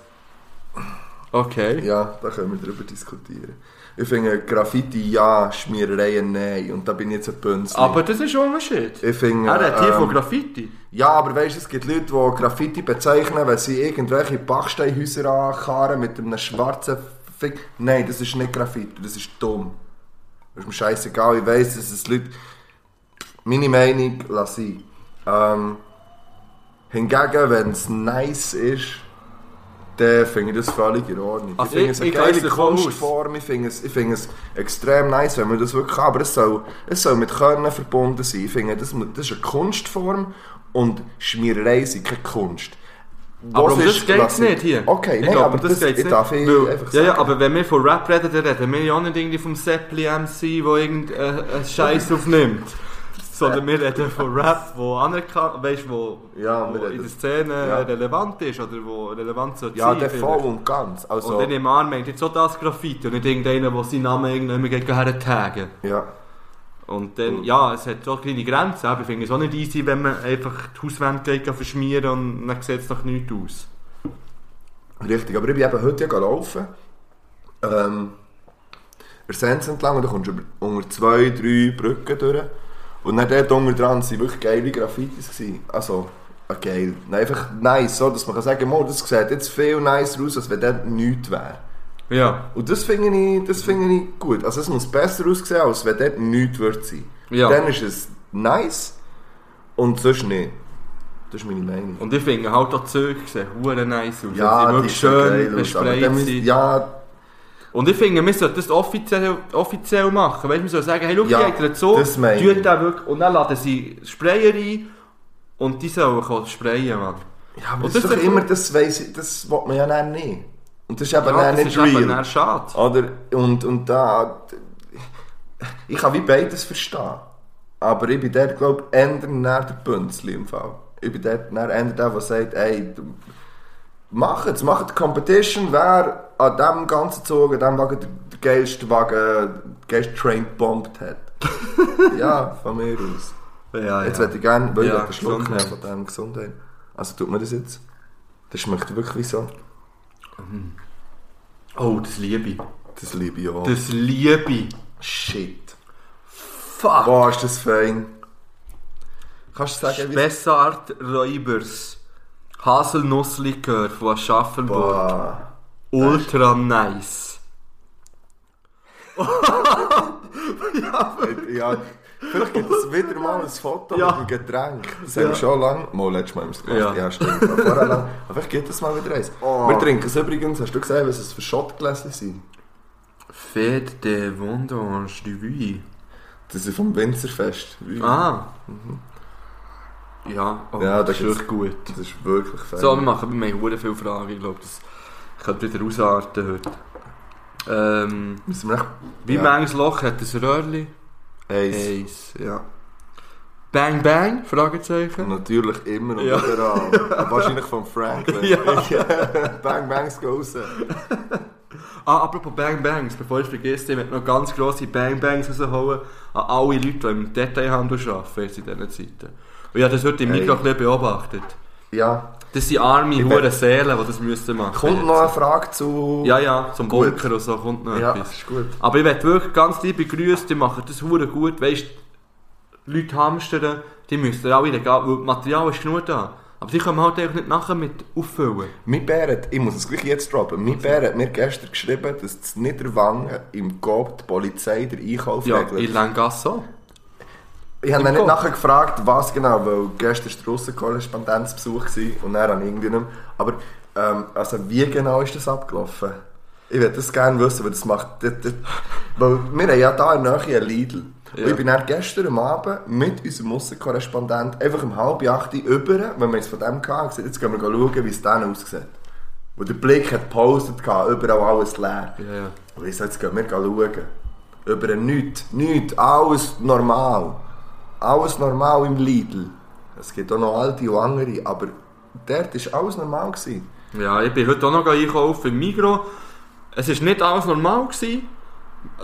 Speaker 2: Okay.
Speaker 3: Ja, da können wir drüber diskutieren. Ich finde Graffiti ja, Schmierereien nein. Und da bin ich jetzt ein Pünzli.
Speaker 2: Aber das ist ein Unterschied.
Speaker 3: ich finde,
Speaker 2: Er hat hier
Speaker 3: ähm,
Speaker 2: von Graffiti.
Speaker 3: Ja, aber weißt du, es gibt Leute, die Graffiti bezeichnen, wenn sie irgendwelche Backsteinhäuser ankarren mit einem schwarzen Fick. Nein, das ist nicht Graffiti, das ist dumm. Das ist mir scheißegal, ich weiss, dass es Leute. Meine Meinung, lass sein. Ähm, hingegen, wenn es nice ist, dann finde ich das völlig in Ordnung.
Speaker 2: Also ich-
Speaker 3: ich
Speaker 2: ich
Speaker 3: finde es eine
Speaker 2: gehe
Speaker 3: geile
Speaker 2: jetzt davon aus.
Speaker 3: Kunstform, ich finde es, ich finde es extrem nice, wenn man das wirklich kann, aber es soll, es soll mit Können verbunden sein. Ich finde, das, mu- das ist eine Kunstform und Schmiererei sind keine Kunst.
Speaker 2: Aber
Speaker 3: Was
Speaker 2: um
Speaker 3: ist-
Speaker 2: das geht's
Speaker 3: lass ich-
Speaker 2: nicht hier.
Speaker 3: Okay,
Speaker 2: Ich
Speaker 3: nein,
Speaker 2: glaub,
Speaker 3: aber
Speaker 2: um
Speaker 3: das,
Speaker 2: geht's
Speaker 3: ich darf ich
Speaker 2: Weil-
Speaker 3: einfach
Speaker 2: ja,
Speaker 3: sagen.
Speaker 2: ja, aber wenn wir von Rap reden, dann reden wir ja nicht irgendwie vom Seppli MC, der irgendeinen äh, Scheiß aufnimmt. Sondern wir reden von Rap, wo anerkannt, weißt, wo,
Speaker 3: Ja, wir
Speaker 2: wo in
Speaker 3: reden-
Speaker 2: der Szene
Speaker 3: ja.
Speaker 2: relevant ist oder wo relevant sollte
Speaker 3: Ja,
Speaker 2: sein.
Speaker 3: der
Speaker 2: vielleicht.
Speaker 3: voll und ganz. Also,
Speaker 2: Und dann im Arm meint jetzt auch das Graffiti und nicht irgendeiner, der seinen Namen irgendwie gegen her taggen.
Speaker 3: ja.
Speaker 2: Und dann, ja, es hat auch kleine Grenzen, aber ich finde es auch nicht easy, wenn man einfach die Hauswände gleich verschmieren und dann sieht es nach nichts aus.
Speaker 3: Richtig, aber ich bin eben heute ja gelaufen. Ähm, Ersens entlang und dann kommst du über, unter zwei, drei Brücken durch. Und dann dort unten dran waren wirklich geile Graffitis. Gewesen. Also, äh, geil. Nein, einfach nice, so, dass man kann sagen kann, das sieht jetzt viel nicer aus, als wenn dort nichts wäre.
Speaker 2: Ja,
Speaker 3: Und das finde ich, das finde ich gut. Also es muss besser aussehen, als wenn dort nichts wird sein.
Speaker 2: Ja.
Speaker 3: Dann ist es nice und sonst nicht. Das ist meine Meinung.
Speaker 2: und ich finde halt auch die Züge sehen verdammt nice aus.
Speaker 3: Ja,
Speaker 2: sie sind
Speaker 3: die
Speaker 2: wirklich
Speaker 3: ist schon geil
Speaker 2: schön
Speaker 3: aus, aber
Speaker 2: bespreit
Speaker 3: dann müsst-
Speaker 2: sind.
Speaker 3: Ja,
Speaker 2: Und ich finde, wir sollten das offiziell, offiziell machen. Weißt du, wir sollen sagen, hey, schau,
Speaker 3: Ja,
Speaker 2: die Eltern zu,
Speaker 3: das meine ich.
Speaker 2: tut den wirklich, und dann laden sie Sprayer ein und die sollen kommen sprayen, Mann.
Speaker 3: Ja,
Speaker 2: Und
Speaker 3: aber das,
Speaker 2: das
Speaker 3: ist doch
Speaker 2: ist-
Speaker 3: immer, das weiss ich, das will man ja dann nicht. Und das ist eben
Speaker 2: Ja,
Speaker 3: dann
Speaker 2: das
Speaker 3: nicht
Speaker 2: ist eben
Speaker 3: real.
Speaker 2: dann schade.
Speaker 3: Oder, und, und da, ich kann wie beides verstehen. Aber ich bin der, glaube ich, eher nach der Pünzli im Fall. Ich bin der, eher der, der sagt, ey, du- mach es, mach die Competition, wer an diesem ganzen Zug, an diesem Wagen den- den geilsten Wagen, den geilsten Train gebombt hat. ja, von mir aus.
Speaker 2: Ja,
Speaker 3: Jetzt würde ich gerne, weil
Speaker 2: Ja,
Speaker 3: ich einen Schluck nehmen
Speaker 2: Gesundheit.
Speaker 3: von dem Gesundheit. Also tut mir das jetzt. Das schmeckt wirklich wie so.
Speaker 2: Oh, das liebe ich.
Speaker 3: Das liebe ich auch.
Speaker 2: Das liebe ich.
Speaker 3: Shit. Ah,
Speaker 2: Fuck.
Speaker 3: Boah, ist das fein. Kannst du sagen, wie
Speaker 2: Spessart Räubers. Haselnusslikör von Aschaffenburg.
Speaker 3: Boah.
Speaker 2: Ultra nice.
Speaker 3: Ja, vielleicht gibt es wieder mal ein Foto
Speaker 2: Ja.
Speaker 3: mit dem Getränk. Das
Speaker 2: Ja.
Speaker 3: haben wir schon lange. Mal letztes Mal haben wir es gemacht.
Speaker 2: Ja.
Speaker 3: Ja, stimmt. Aber vorher lang. Aber vielleicht gibt es mal wieder eins.
Speaker 2: Oh.
Speaker 3: Wir trinken es übrigens, hast du gesehen, was es für Schottgläser sind?
Speaker 2: Fête de vendange du Vuy.
Speaker 3: Das sind vom Winzerfest.
Speaker 2: Ah. Ja, oh,
Speaker 3: Ja, das
Speaker 2: das ist
Speaker 3: ist-
Speaker 2: wirklich gut.
Speaker 3: Das ist wirklich fein.
Speaker 2: So, wir machen wir haben hure viele Fragen. Ich glaube, das könnte wieder ausarten heute. Ähm,
Speaker 3: Müssen wir echt...
Speaker 2: wie
Speaker 3: Ja.
Speaker 2: manches Loch hat ein Röhrli?
Speaker 3: Eins.
Speaker 2: Eins.
Speaker 3: Ja.
Speaker 2: Bang Bang? Fragezeichen.
Speaker 3: Natürlich immer und
Speaker 2: Ja.
Speaker 3: überall. Wahrscheinlich von Franklin. bang, bang, es geht raus.
Speaker 2: Ah, apropos Bang Bangs, bevor ich es vergesse, ich möchte noch ganz grosse Bang Bangs rausholen an alle Leute, die im Detailhandel arbeiten jetzt in diesen Zeiten. Und ich habe das heute im
Speaker 3: Hey.
Speaker 2: Mikro ein bisschen beobachtet.
Speaker 3: Ja.
Speaker 2: Das sind arme,
Speaker 3: bin-
Speaker 2: hure Seelen, die das müssen machen
Speaker 3: Kommt noch eine Frage zu...
Speaker 2: Ja, ja, zum
Speaker 3: Gut.
Speaker 2: Bunker und so kommt noch
Speaker 3: ja
Speaker 2: etwas.
Speaker 3: ist gut.
Speaker 2: Aber ich möchte wirklich ganz liebe Grüße, die machen das hure gut. Weißt du, Leute hamstern, die müssen alle regal, weil Material ist genug da. Aber die können halt einfach nicht nachher mit auffüllen.
Speaker 3: Mein Bär hat, ich muss es gleich jetzt droppen, mein Bär hat mir gestern geschrieben, dass das Niederwangen im GOB die Polizei den Einkauf
Speaker 2: Ja,
Speaker 3: regelt.
Speaker 2: in Langasse auch.
Speaker 3: Ich habe dann nicht
Speaker 2: Kopf.
Speaker 3: nachher gefragt, was genau, weil gestern war der Russenkorrespondenzbesuch gewesen und dann an irgendwie nicht mehr. Aber ähm, also wie genau ist das abgelaufen? Ich würde das gerne wissen, weil das macht... Das, das, weil wir haben ja hier in der Nähe einen Lidl.
Speaker 2: Ja.
Speaker 3: Und ich bin dann gestern am Abend mit unserem Russenkorrespondent einfach um halb acht Uhr über, wenn wir es von dem hatten, und gesagt, jetzt gehen wir schauen, wie es dann aussieht. Und der Blick hat gepostet, gehabt, überall alles leer.
Speaker 2: Ja, ja.
Speaker 3: Und ich sage, jetzt gehen wir schauen. Über nichts, nichts, alles normal. Alles normal im Lidl. Es gibt auch noch alte und andere, aber dort war alles normal. Gewesen.
Speaker 2: Ja, ich bin heute auch noch einkaufen im Migro. Es war nicht alles normal. Gewesen.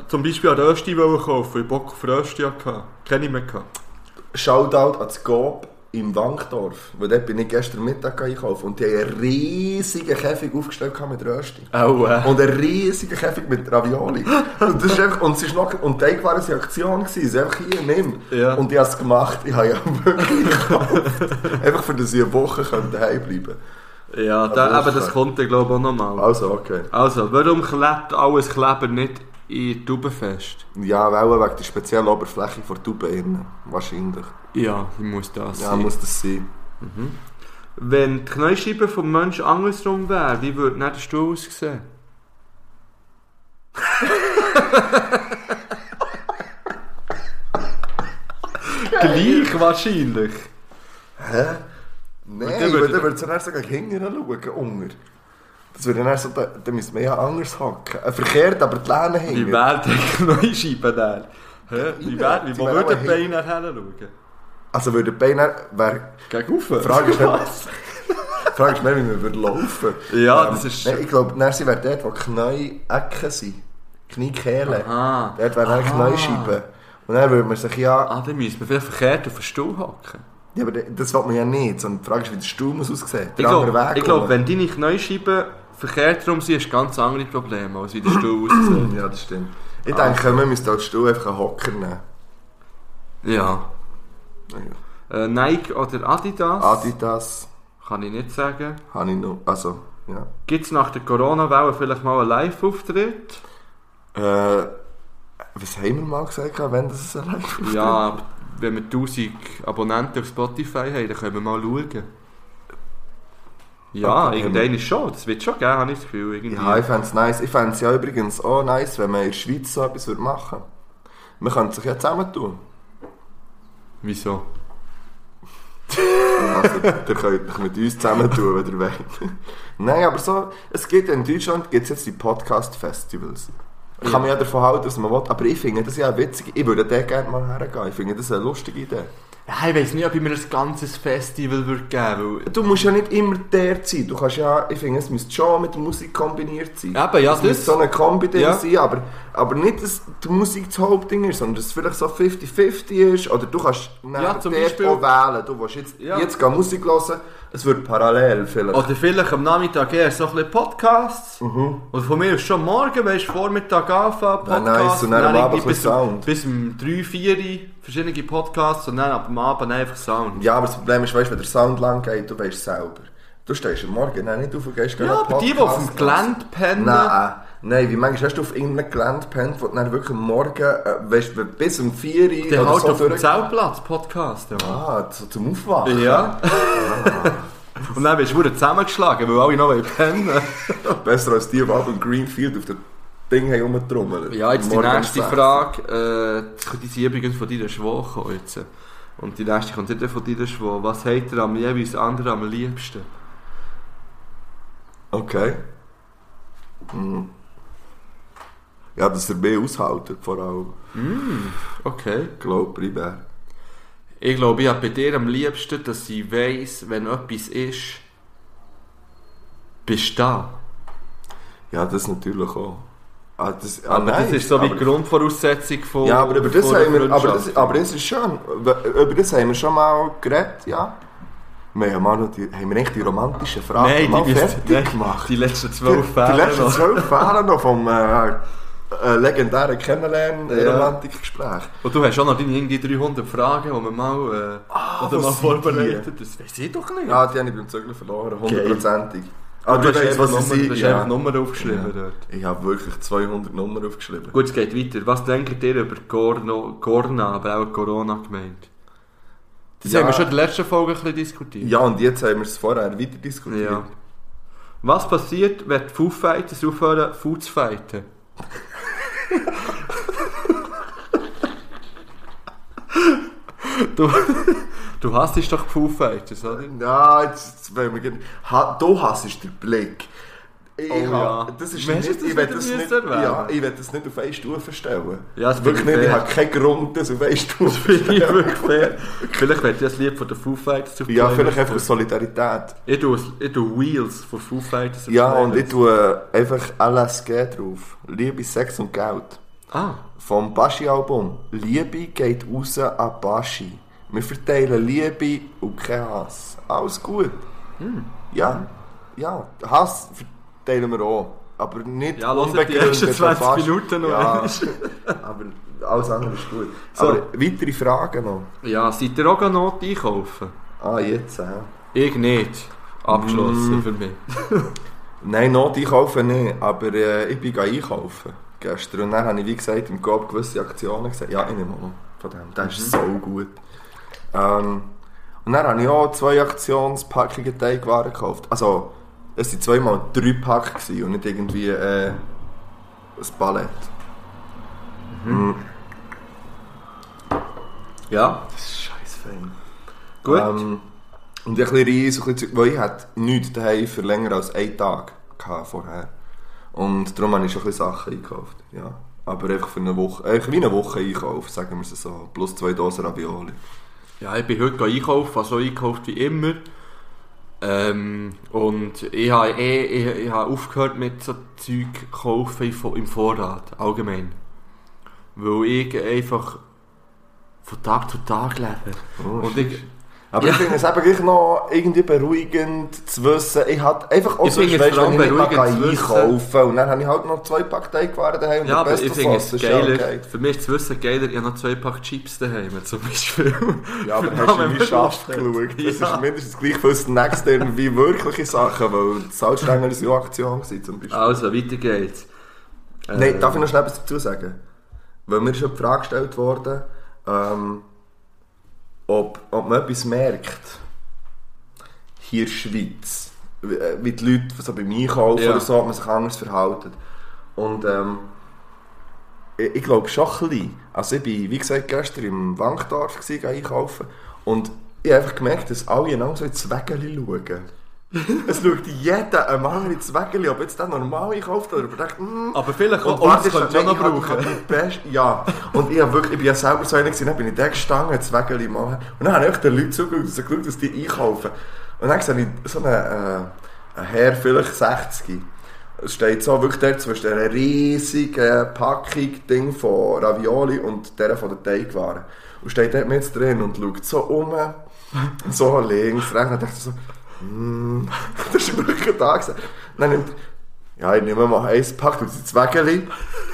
Speaker 2: Zum Beispiel wollte ich Rösti kaufen. Ich Bock auf Rösti. hatte. Keine mehr. Gehabt.
Speaker 3: Shoutout an das Gob im Wankdorf, weil dort bin ich gestern Mittag einkaufen und die haben einen riesigen Käfig aufgestellt gehabt mit Rösti.
Speaker 2: Oh, äh.
Speaker 3: Und einen riesigen Käfig mit Ravioli. Und, das ist einfach, und es ist noch, und die war eine Aktion, gewesen. es ist einfach hier, nimm.
Speaker 2: Ja.
Speaker 3: Und ich habe es gemacht, ich habe ja wirklich gekauft. Einfach für dass ich eine Woche könnte daheim bleiben
Speaker 2: Ja,
Speaker 3: das
Speaker 2: da, aber
Speaker 3: ist
Speaker 2: das
Speaker 3: klar.
Speaker 2: kommt dann, glaube ich, auch nochmal.
Speaker 3: Also, okay.
Speaker 2: Also, warum klebt alles Kleber nicht in die Tube fest?
Speaker 3: Ja, weil wegen der speziellen Oberfläche von Tube innen. Wahrscheinlich.
Speaker 2: Ja, muss das
Speaker 3: Ja,
Speaker 2: sein.
Speaker 3: muss das sein.
Speaker 2: Wenn die Knäuscheibe vom Menschen andersrum wäre, wie würde dann der Stuhl aussehen? Gleich wahrscheinlich.
Speaker 3: Hä? Nein,
Speaker 2: dann
Speaker 3: dann
Speaker 2: würde-
Speaker 3: würde ich zuerst sogar hinten schauen, unter. Das würde dann so, da, da müssen wir ja anders hacken. Äh, verkehrt, aber die Lehne
Speaker 2: Wie
Speaker 3: hinten.
Speaker 2: wäre die Knäuscheibe dann? Hä? Wie, wär, wie
Speaker 3: Die
Speaker 2: wo
Speaker 3: wäre
Speaker 2: würde
Speaker 3: auch
Speaker 2: die Beine nachher schauen?
Speaker 3: Also würde Beiner... Wer,
Speaker 2: Gegen rauf?
Speaker 3: Frage ist nicht, Frage ist nicht, wie wir würden laufen Ähm,
Speaker 2: Ja, das ist-
Speaker 3: Nein, ich glaube, Nersi wäre dort, wo Knie-Ecken sind. Knie-Kehle.
Speaker 2: Aha.
Speaker 3: Dort wäre dann Kniescheiben. Und dann würde man sich ja...
Speaker 2: Ah, dann müssen wir vielleicht verkehrt auf den Stuhl hacken.
Speaker 3: Ja, aber das will man ja nicht. Sondern die Frage ist, wie der Stuhl muss aussehen.
Speaker 2: Ich
Speaker 3: Der andere Weg.
Speaker 2: glaube, glaub,
Speaker 3: oder?
Speaker 2: wenn deine Knäuscheibe verkehrt rum sind, hast du ganz andere Probleme, als wie der Stuhl aussieht.
Speaker 3: Ja, das stimmt. Ich
Speaker 2: Ah.
Speaker 3: denke, wir müssen als Stuhl einfach einen Hocker nehmen.
Speaker 2: Ja.
Speaker 3: Naja.
Speaker 2: Äh, Nike oder Adidas?
Speaker 3: Adidas
Speaker 2: Kann ich nicht sagen.
Speaker 3: habe ich noch. Also, ja.
Speaker 2: Gibt es nach der Corona-Welle vielleicht mal einen Live-Auftritt?
Speaker 3: Äh, was haben wir mal gesagt, wenn das ein live
Speaker 2: Ja, aber wenn wir 1000 Abonnenten auf Spotify haben, dann können wir mal schauen. Ja,
Speaker 3: Okay.
Speaker 2: irgendeine ist schon. Das wird schon geben, habe ich das Gefühl. Irgendwie.
Speaker 3: Ja, ich fände es nice. Ich fände es ja übrigens auch nice, wenn man in der Schweiz so etwas würd machen würde. Man könnte sich ja zusammentun.
Speaker 2: Wieso?
Speaker 3: Also, ihr könnt euch mit uns zusammentun, wenn ihr wollt. Nein, aber so, es gibt in Deutschland gibt's jetzt die Podcast-Festivals. Ich kann man ja davon halten, was man will, aber ich finde das ja witzig. Ich würde da gerne mal hergehen. Ich finde das eine lustige Idee.
Speaker 2: Ja, ich weiß nicht, ob ich mir ein ganzes Festival würde geben würde.
Speaker 3: Du musst ja nicht immer der sein. Du kannst ja, ich finde, es müsste schon mit der Musik kombiniert sein.
Speaker 2: Eben, ja,
Speaker 3: es müsste
Speaker 2: das-
Speaker 3: so eine Kombi drin
Speaker 2: Ja.
Speaker 3: sein, aber, aber nicht, dass die Musik das Hauptding ist, sondern dass es vielleicht so 50-50 ist. Oder du kannst nachher
Speaker 2: zum
Speaker 3: dort
Speaker 2: Beispiel-
Speaker 3: auch wählen. Du willst jetzt,
Speaker 2: Ja.
Speaker 3: jetzt gehen Musik hören, es wird parallel vielleicht.
Speaker 2: Oder vielleicht am Nachmittag eher so ein bisschen Podcasts.
Speaker 3: Mhm.
Speaker 2: Oder von mir aus schon morgen, weißt du, Vormittag anfangen,
Speaker 3: Nein,
Speaker 2: Podcasts.
Speaker 3: nein, Ah, und dann am Abend
Speaker 2: irgendwie bis,
Speaker 3: ein bisschen
Speaker 2: um,
Speaker 3: Sound.
Speaker 2: bis um 3, 4 verschiedene Podcasts und dann ab dem Abend einfach Sound.
Speaker 3: Ja, aber das Problem ist, weißt, wenn der Sound lang geht, du weißt selber. Du stehst am Morgen dann nicht auf und gehst
Speaker 2: Ja,
Speaker 3: einen
Speaker 2: aber die, die auf dem
Speaker 3: Podcast hören.
Speaker 2: Gelände pennen.
Speaker 3: Nein, nein, wie manchmal hast du auf irgendeinem Gelände pennt, wo du dann wirklich am Morgen, äh, weißt, wenn bis um 4 Uhr
Speaker 2: Der halt auf dem
Speaker 3: durch-
Speaker 2: Zeltplatz Podcast. Ja.
Speaker 3: Ah, so zum Aufwachen?
Speaker 2: ja. Und dann bist du wieder zusammengeschlagen, weil alle noch wollen pennen
Speaker 3: Besser als die, die ab im Greenfield auf dem Ding haben rumgetrommelt.
Speaker 2: Ja, jetzt die
Speaker 3: Morgen um
Speaker 2: nächste
Speaker 3: sechs.
Speaker 2: Frage. Äh, das- die sind übrigens von deiner Schwau gekommen jetzt. Und die nächste kommt nicht von deiner Schwau. Was hat er am jeweils anderen am liebsten?
Speaker 3: Okay. Mhm. Ja, dass er mehr aushaltet, vor allem.
Speaker 2: Okay.
Speaker 3: Glaub, primär.
Speaker 2: Ich glaube, ich habe bei dir am liebsten, dass ich weiss, wenn etwas ist, bist du da.
Speaker 3: Ja, das natürlich auch. Ah, das, ah,
Speaker 2: Aber das
Speaker 3: nein,
Speaker 2: ist so wie
Speaker 3: aber-
Speaker 2: die Grundvoraussetzung von.
Speaker 3: Ja, aber über das,
Speaker 2: von einer
Speaker 3: haben wir, aber, das,
Speaker 2: Freundschaft.
Speaker 3: aber das ist schön. Über das haben wir schon mal geredet, ja. Wir haben, mal noch die, haben wir echt die romantischen Fragen
Speaker 2: Nein,
Speaker 3: mal
Speaker 2: die,
Speaker 3: fertig
Speaker 2: nein,
Speaker 3: gemacht.
Speaker 2: die letzten zwölf
Speaker 3: Die
Speaker 2: Fälle.
Speaker 3: letzten
Speaker 2: noch.
Speaker 3: zwölf Fälle noch vom äh, äh, legendären Kennenlernen-Romantikgespräch.
Speaker 2: Und du hast auch noch deine irgendwie 300 Fragen, die wir mal, äh, oder
Speaker 3: was
Speaker 2: mal
Speaker 3: sind
Speaker 2: vorbereitet haben. Das weiß ich doch nicht.
Speaker 3: Ja, Ah, die habe ich beim Zögler verloren, hundertprozentig.
Speaker 2: Ah, du
Speaker 3: Aber
Speaker 2: hast
Speaker 3: du weißt,
Speaker 2: einfach
Speaker 3: was
Speaker 2: Nummer, du
Speaker 3: ich sehe.
Speaker 2: hast
Speaker 3: Ja.
Speaker 2: einfach Nummern aufgeschrieben dort.
Speaker 3: Ich habe wirklich 200 Nummern aufgeschrieben.
Speaker 2: Gut, es geht weiter. Was denkt ihr über Corno, Corona, aber auch Corona gemeint? Das
Speaker 3: Ja.
Speaker 2: haben wir schon in der letzten Folge ein bisschen diskutiert.
Speaker 3: Ja, und jetzt haben wir es vorher weiter diskutiert.
Speaker 2: Ja. Was passiert, wenn die Foo Fighters aufhören, Foo zu fighten? du, du hast dich doch die Foo Fighters, oder?
Speaker 3: Nein, jetzt, jetzt wollen wir gerne. Ha, du hast den Blick. Ich
Speaker 2: Oh ja.
Speaker 3: hab- Das ist
Speaker 2: Mensch,
Speaker 3: nicht,
Speaker 2: hast du
Speaker 3: ich
Speaker 2: das
Speaker 3: will das
Speaker 2: wieder
Speaker 3: nicht,
Speaker 2: müssen erwähnen?
Speaker 3: ja, ich will das nicht auf eine Stufe stellen.
Speaker 2: Ja, das
Speaker 3: Wirklich
Speaker 2: finde ich
Speaker 3: nicht, ich
Speaker 2: fair.
Speaker 3: habe keinen Grund, das auf eine Stufe
Speaker 2: Finde ich
Speaker 3: stellen.
Speaker 2: wirklich fair. Vielleicht wird das Lied von den Foo Fighters zu
Speaker 3: Ja, vielleicht einfach aus Solidarität.
Speaker 2: Ich tue, ich tue Wheels von Foo Fighters auf
Speaker 3: Ja, eh,
Speaker 2: die
Speaker 3: und ich
Speaker 2: Playlist.
Speaker 3: tue einfach LSG drauf. Liebe, Sex und Geld.
Speaker 2: Ah,
Speaker 3: Vom Baschi-Album. Liebe geht raus an Baschi. Wir verteilen Liebe und kein Hass. Alles gut.
Speaker 2: Hmm.
Speaker 3: Ja. Ja, Hass verteilen wir auch. Aber nicht
Speaker 2: Ja, hört die ersten 20
Speaker 3: Baschi.
Speaker 2: Minuten noch
Speaker 3: ja,
Speaker 2: einmal.
Speaker 3: Aber alles andere ist gut.
Speaker 2: So.
Speaker 3: Aber weitere Fragen noch.
Speaker 2: ja, seid ihr auch noch einkaufen?
Speaker 3: Ah, jetzt, ja.
Speaker 2: Ich nicht.
Speaker 3: Mm.
Speaker 2: Abgeschlossen für mich.
Speaker 3: Nein, Not einkaufen nicht, aber äh, ich bin gegangen einkaufen gestern. Und dann habe ich, wie gesagt, im Coop gewisse Aktionen gesehen. Ja, ich nehme auch noch von dem. Der ist so gut. Ähm, und dann habe ich auch zwei Aktionspackungen Teigwaren gekauft. Also, es waren zweimal drei Pack gewesen und nicht irgendwie äh, ein Palett.
Speaker 2: Ja,
Speaker 3: Das ist scheiß fein.
Speaker 2: gut.
Speaker 3: Ähm, und ein bisschen Reis, und ein bisschen Zeug, weil ich hatte nichts daheim für länger als einen Tag gehabt vorher. Und darum habe ich schon ein bisschen Sachen eingekauft, ja. Aber einfach für eine Woche, äh, wie eine Woche Einkauf, sagen wir es so. Plus zwei Dosen Ravioli.
Speaker 2: Ja, ich bin heute einkaufen, also einkauft wie immer. Ähm, und ich habe eh ich, ich habe aufgehört mit so Zeug kaufen im Vor- im Vorrat, allgemein. Weil ich einfach von Tag zu Tag lebe. und ich,
Speaker 3: Aber
Speaker 2: Ja.
Speaker 3: ich finde es eben gleich noch irgendwie beruhigend zu wissen. Ich hatte einfach auch
Speaker 2: Ich finde es
Speaker 3: weisst,
Speaker 2: vor allem
Speaker 3: wenn ich nicht
Speaker 2: beruhigend
Speaker 3: mal
Speaker 2: zu wissen.
Speaker 3: einkaufen und dann habe ich halt noch zwei Pack Teigwaren daheim und
Speaker 2: ja,
Speaker 3: den
Speaker 2: aber
Speaker 3: Best
Speaker 2: ich
Speaker 3: of
Speaker 2: finde
Speaker 3: Us,
Speaker 2: es
Speaker 3: ist ja
Speaker 2: geiler.
Speaker 3: okay.
Speaker 2: Für mich ist es Wissen geiler, ich habe noch zwei Pack Chips daheim, zum Beispiel.
Speaker 3: Ja, aber
Speaker 2: Für
Speaker 3: hast du
Speaker 2: wenn
Speaker 3: wie
Speaker 2: man Lust
Speaker 3: Schaft
Speaker 2: hat.
Speaker 3: geschaut? Das
Speaker 2: Ja.
Speaker 3: ist mindestens gleich für Snacks drin wie wirkliche Sachen, weil die Salzstängel ist ja auch Aktion gewesen, zum Beispiel.
Speaker 2: Also, weiter geht's. Äh,
Speaker 3: Nein, darf ich noch schnell etwas dazu sagen? Weil mir ist schon die Frage gestellt worden, ähm, ob, ob man etwas merkt, hier in der Schweiz, wie, äh, wie die Leute so beim Einkaufen
Speaker 2: Ja.
Speaker 3: oder so, ob man sich anders verhalten. Und ähm, ich, ich glaube schon ein bisschen. Also ich war, wie gesagt, gestern im Wankdorf gewesen, gehe einkaufen und ich habe einfach gemerkt, dass alle genau so ins Wägeli schauen. es schaut jeder einen Mann ins Wägeli, ob jetzt der normal einkauft oder ob er denkt, «Mm,
Speaker 2: Aber vielleicht
Speaker 3: und
Speaker 2: auch uns
Speaker 3: warte,
Speaker 2: könnte
Speaker 3: nein,
Speaker 2: noch
Speaker 3: ich hab-
Speaker 2: brauchen.
Speaker 3: ich hab die Best, ja, und ich, hab wirklich, ich bin ja selber so einer gewesen, dann bin ich da gestanden, das Wägeli machen. Und dann habe ich den Leuten zugeschaut, so geschaut, dass die einkaufen. Und dann sehe ich so einen, äh, einen Herr, vielleicht 60. Es steht so wirklich dort zwischen einer riesigen Packung Ding von Ravioli und der von der Teigwaren. Und steht dort mit drin und schaut so um, so links, rechts, und dachte so, Mm, das ist wirklich da gewesen. Dann nimmt, ja, ich nehme mal eins, packt aus das Wägeli,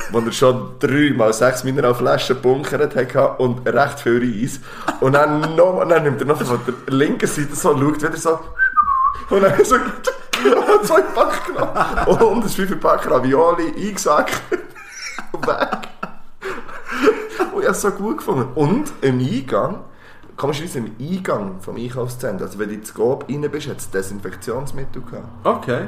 Speaker 3: wo er schon dreimal sechs Mineralflaschen bunkert hatte und recht viel Reis. Und dann, noch, und dann nimmt er noch von der linken Seite so, schaut wieder so, und dann so, und zwei Pack genommen. Und ein Fünferpack Ravioli eingesackt. Und weg. Und ich habe es so gut gefunden. Und im Eingang, komischerweise im Eingang vom Einkaufszentrum, also wenn du ins Gob rein bist, hat es Desinfektionsmittel gehabt.
Speaker 2: Okay.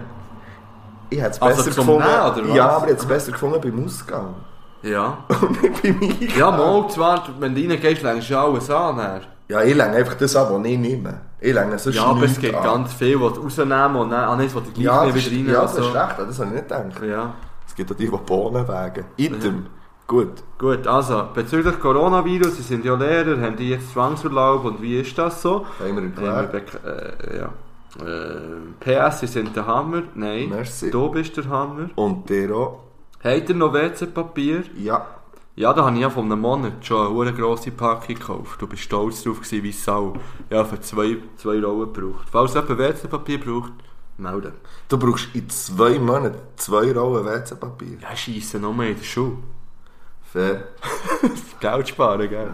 Speaker 3: Ich hätte es
Speaker 2: Also
Speaker 3: besser
Speaker 2: zum
Speaker 3: gefunden.
Speaker 2: Nehmen, oder was?
Speaker 3: Ja, aber ich hätte es besser gefunden beim Ausgang.
Speaker 2: Ja.
Speaker 3: Und nicht beim Eingang.
Speaker 2: Ja, mal, zwar, wenn du reingehst, längst du alles an. Dann.
Speaker 3: Ja, ich länge einfach das an, was ich nehme. Ich länge sonst
Speaker 2: Ja, aber es
Speaker 3: nichts
Speaker 2: gibt
Speaker 3: an.
Speaker 2: ganz viel, was du rausnehmen und dann, ah, nein, was du gleich
Speaker 3: ah. ja,
Speaker 2: nicht
Speaker 3: das ist,
Speaker 2: wieder rein.
Speaker 3: ja, das
Speaker 2: also.
Speaker 3: ist recht, an das habe ich nicht gedacht.
Speaker 2: Ja.
Speaker 3: Es gibt auch die, die Bohnen wägen. Item. Gut.
Speaker 2: Gut, also, bezüglich Coronavirus, sie sind ja Lehrer, haben die jetzt Zwangsurlaub und wie ist das so?
Speaker 3: Haben wir
Speaker 2: Ähm,
Speaker 3: erklärt.
Speaker 2: bek- äh, ja. Ähm, PS, sie sind der Hammer. Nein,
Speaker 3: Merci.
Speaker 2: du bist der Hammer.
Speaker 3: Und der auch.
Speaker 2: Habt ihr noch WC-Papier?
Speaker 3: Ja.
Speaker 2: Ja, da habe ich ja vor einem Monat schon eine verdammt grosse Packung gekauft. Du bist stolz drauf gewesen, wie Sau. Ja, für zwei, zwei Rollen gebraucht. Falls jemand WC-Papier braucht, melden.
Speaker 3: Du brauchst in zwei Monaten zwei Rollen WC-Papier.
Speaker 2: Ja, scheisse noch mehr in der Schule.
Speaker 3: Fair.
Speaker 2: Geld sparen, gell?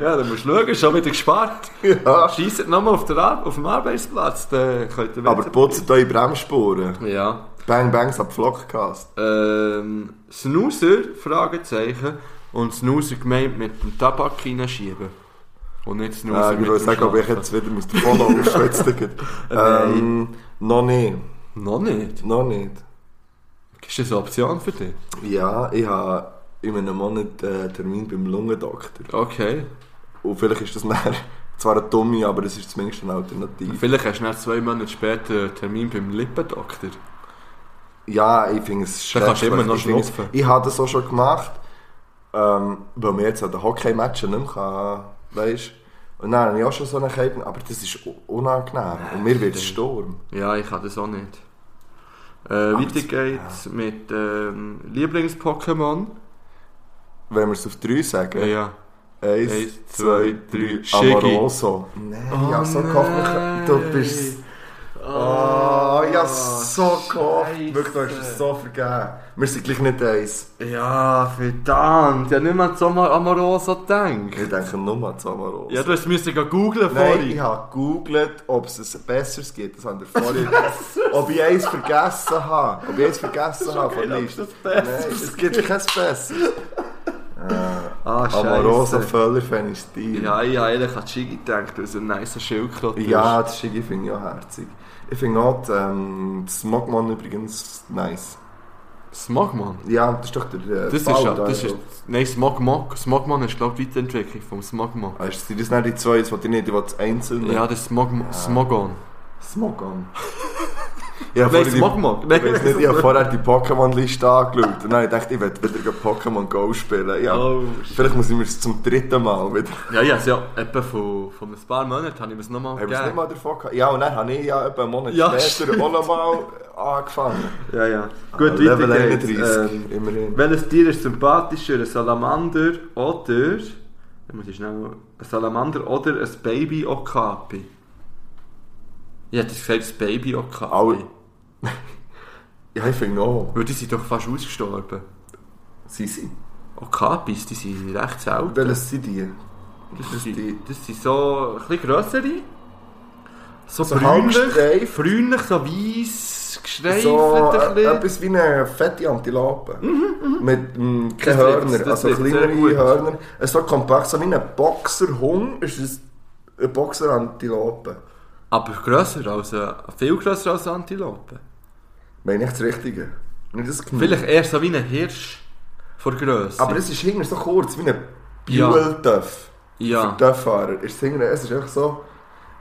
Speaker 2: ja, dann musst du schauen, schon wieder gespart.
Speaker 3: Ja.
Speaker 2: Scheisset nochmal auf, der Ar- auf dem Arbeitsplatz, dann könnt ihr
Speaker 3: Aber putzt eure Bremsspuren.
Speaker 2: Ja.
Speaker 3: Bang Bangs ab Vlogcast.
Speaker 2: Ähm, Snoozer, Fragezeichen. Und Snoozer gemeint mit dem Tabak hineinschieben. Und nicht Snoozer
Speaker 3: Äh, ich
Speaker 2: mit
Speaker 3: würde
Speaker 2: dem
Speaker 3: sagen, aber ich
Speaker 2: Schlafen.
Speaker 3: jetzt wieder muss den Follow aufschwitzen. ähm, noch nicht.
Speaker 2: Noch nicht.
Speaker 3: Noch nicht.
Speaker 2: Ist das eine Option für dich?
Speaker 3: Ja, ich habe in einem Monat einen Termin beim äh, Lungendoktor.
Speaker 2: Okay.
Speaker 3: Und vielleicht ist das nachher Zwar eine dumme, aber es ist zumindest eine Alternative.
Speaker 2: Vielleicht hast du dann zwei Monate später einen Termin beim Lippendoktor.
Speaker 3: Ja, ich finde es
Speaker 2: Dann kannst du immer noch
Speaker 3: Ich finde es-
Speaker 2: schnupfen.
Speaker 3: Ich habe das auch schon gemacht, ähm, weil mir jetzt an den Hockey-Matchen nicht mehr kann, weißt Und dann habe ich auch schon so einen Kälte, aber das ist u- unangenehm. Und mir wird es Sturm.
Speaker 2: Ja, ich kann das auch nicht. Äh,
Speaker 3: Aber
Speaker 2: weiter
Speaker 3: das-
Speaker 2: geht's mit ähm, Lieblings-Pokémon.
Speaker 3: Wenn wir es auf drei sagen.
Speaker 2: Ja, ja.
Speaker 3: Eins,
Speaker 2: Eins,
Speaker 3: zwei,
Speaker 2: zwei, drei. Oh
Speaker 3: drei.
Speaker 2: Shiggy.
Speaker 3: Amoroso. Nein, ich habe so gehofft, du bist... Oh, ich
Speaker 2: Ah,
Speaker 3: habe so gehofft. Wirklich, du hast es so vergeben. Wir sind gleich nicht eins.
Speaker 2: Ja, verdammt. Ich habe niemand so mal Amoroso gedacht.
Speaker 3: Ich denke nur an das Amoroso.
Speaker 2: Ja, du hast müssen gehen googlen
Speaker 3: Nein, ich
Speaker 2: vorhin.
Speaker 3: habe gegoogelt, ob es ein besseres gibt. Das haben wir vorhin. ob ich eins vergessen habe. Ob ich eins vergessen habe von der Liste. Nein, es gibt kein besseres.
Speaker 2: Ah,
Speaker 3: Amoroso
Speaker 2: scheiße.
Speaker 3: Völler fände ich Stil.
Speaker 2: Ja, ja, ich habe Chigi gedacht, weil es ein nicer Schildkröte ist.
Speaker 3: ja, das Schigi finde ich auch herzig. Ich finde auch die, ähm, das Mogmon übrigens nice.
Speaker 2: Smogman.
Speaker 3: Ja, das ist doch der äh,
Speaker 2: Das ist
Speaker 3: Ball
Speaker 2: ja,
Speaker 3: da,
Speaker 2: das ist,
Speaker 3: also.
Speaker 2: nein, Smogmog. Smogman ist, glaube ich, die Weiterentwicklung vom Smogman.
Speaker 3: Ah, ist das nicht die zwei, das will ich nicht, ich will das einzelne.
Speaker 2: Ja, das Smog Smogon.
Speaker 3: Smogon. Ja,
Speaker 2: Nein, Smogmog.
Speaker 3: Ich weiß nicht, ich habe vorher die Pokémon-Liste angeschaut. Und dann habe ich gedacht, ich werde wieder gegen Pokémon Go spielen. Ja,
Speaker 2: Oh,
Speaker 3: vielleicht muss ich mir es zum dritten Mal wieder.
Speaker 2: Ja, ja, also, ja, etwa von, von ein paar Monaten habe ich es nochmal
Speaker 3: Haben wir es nicht
Speaker 2: gegeben.
Speaker 3: mal davon gehabt? Ja, und dann habe ich ja etwa einen Monat
Speaker 2: Ja,
Speaker 3: später auch nochmal angefangen.
Speaker 2: Ja, ja. Gut,
Speaker 3: Ah,
Speaker 2: weiter
Speaker 3: Level
Speaker 2: geht's.
Speaker 3: 31,
Speaker 2: Ähm,
Speaker 3: immerhin.
Speaker 2: welches Tier ist sympathischer, ein Salamander oder... Ich muss ich schnell... Ein Salamander oder ein Baby-Okapi? Ich hätte gesagt, das Baby-Okapi.
Speaker 3: Alle. ja, ich finde auch.
Speaker 2: Weil die sind doch fast ausgestorben.
Speaker 3: Sie sind.
Speaker 2: Okapis, die sind recht selten.
Speaker 3: Welches sind die?
Speaker 2: Das,
Speaker 3: ist die-
Speaker 2: sind, das sind so ein bisschen grössere. So,
Speaker 3: So
Speaker 2: bräunlich,
Speaker 3: halbstreif.
Speaker 2: bräunlich, so weiss, gestreifelt
Speaker 3: So
Speaker 2: ein
Speaker 3: äh,
Speaker 2: bisschen. Mhm,
Speaker 3: etwas wie eine fette Antilope. Mit mm,
Speaker 2: Das
Speaker 3: keine
Speaker 2: trifft's,
Speaker 3: Hörner,
Speaker 2: das
Speaker 3: also
Speaker 2: trifft's
Speaker 3: kleinere
Speaker 2: sehr gut.
Speaker 3: Hörner. Es so kompakt, so wie ein Boxerhund ist es eine Boxerantilope.
Speaker 2: Aber grösser als, äh, viel grösser als Antilope.
Speaker 3: Meine ich das Richtige? Nicht das Knie.
Speaker 2: Vielleicht eher so wie ein Hirsch von Grösse.
Speaker 3: Aber es ist hinten so kurz, wie ein
Speaker 2: Ja.
Speaker 3: Bühltöff. Für
Speaker 2: ja.
Speaker 3: Töfffahrer. Ist es, hinten, es ist einfach so...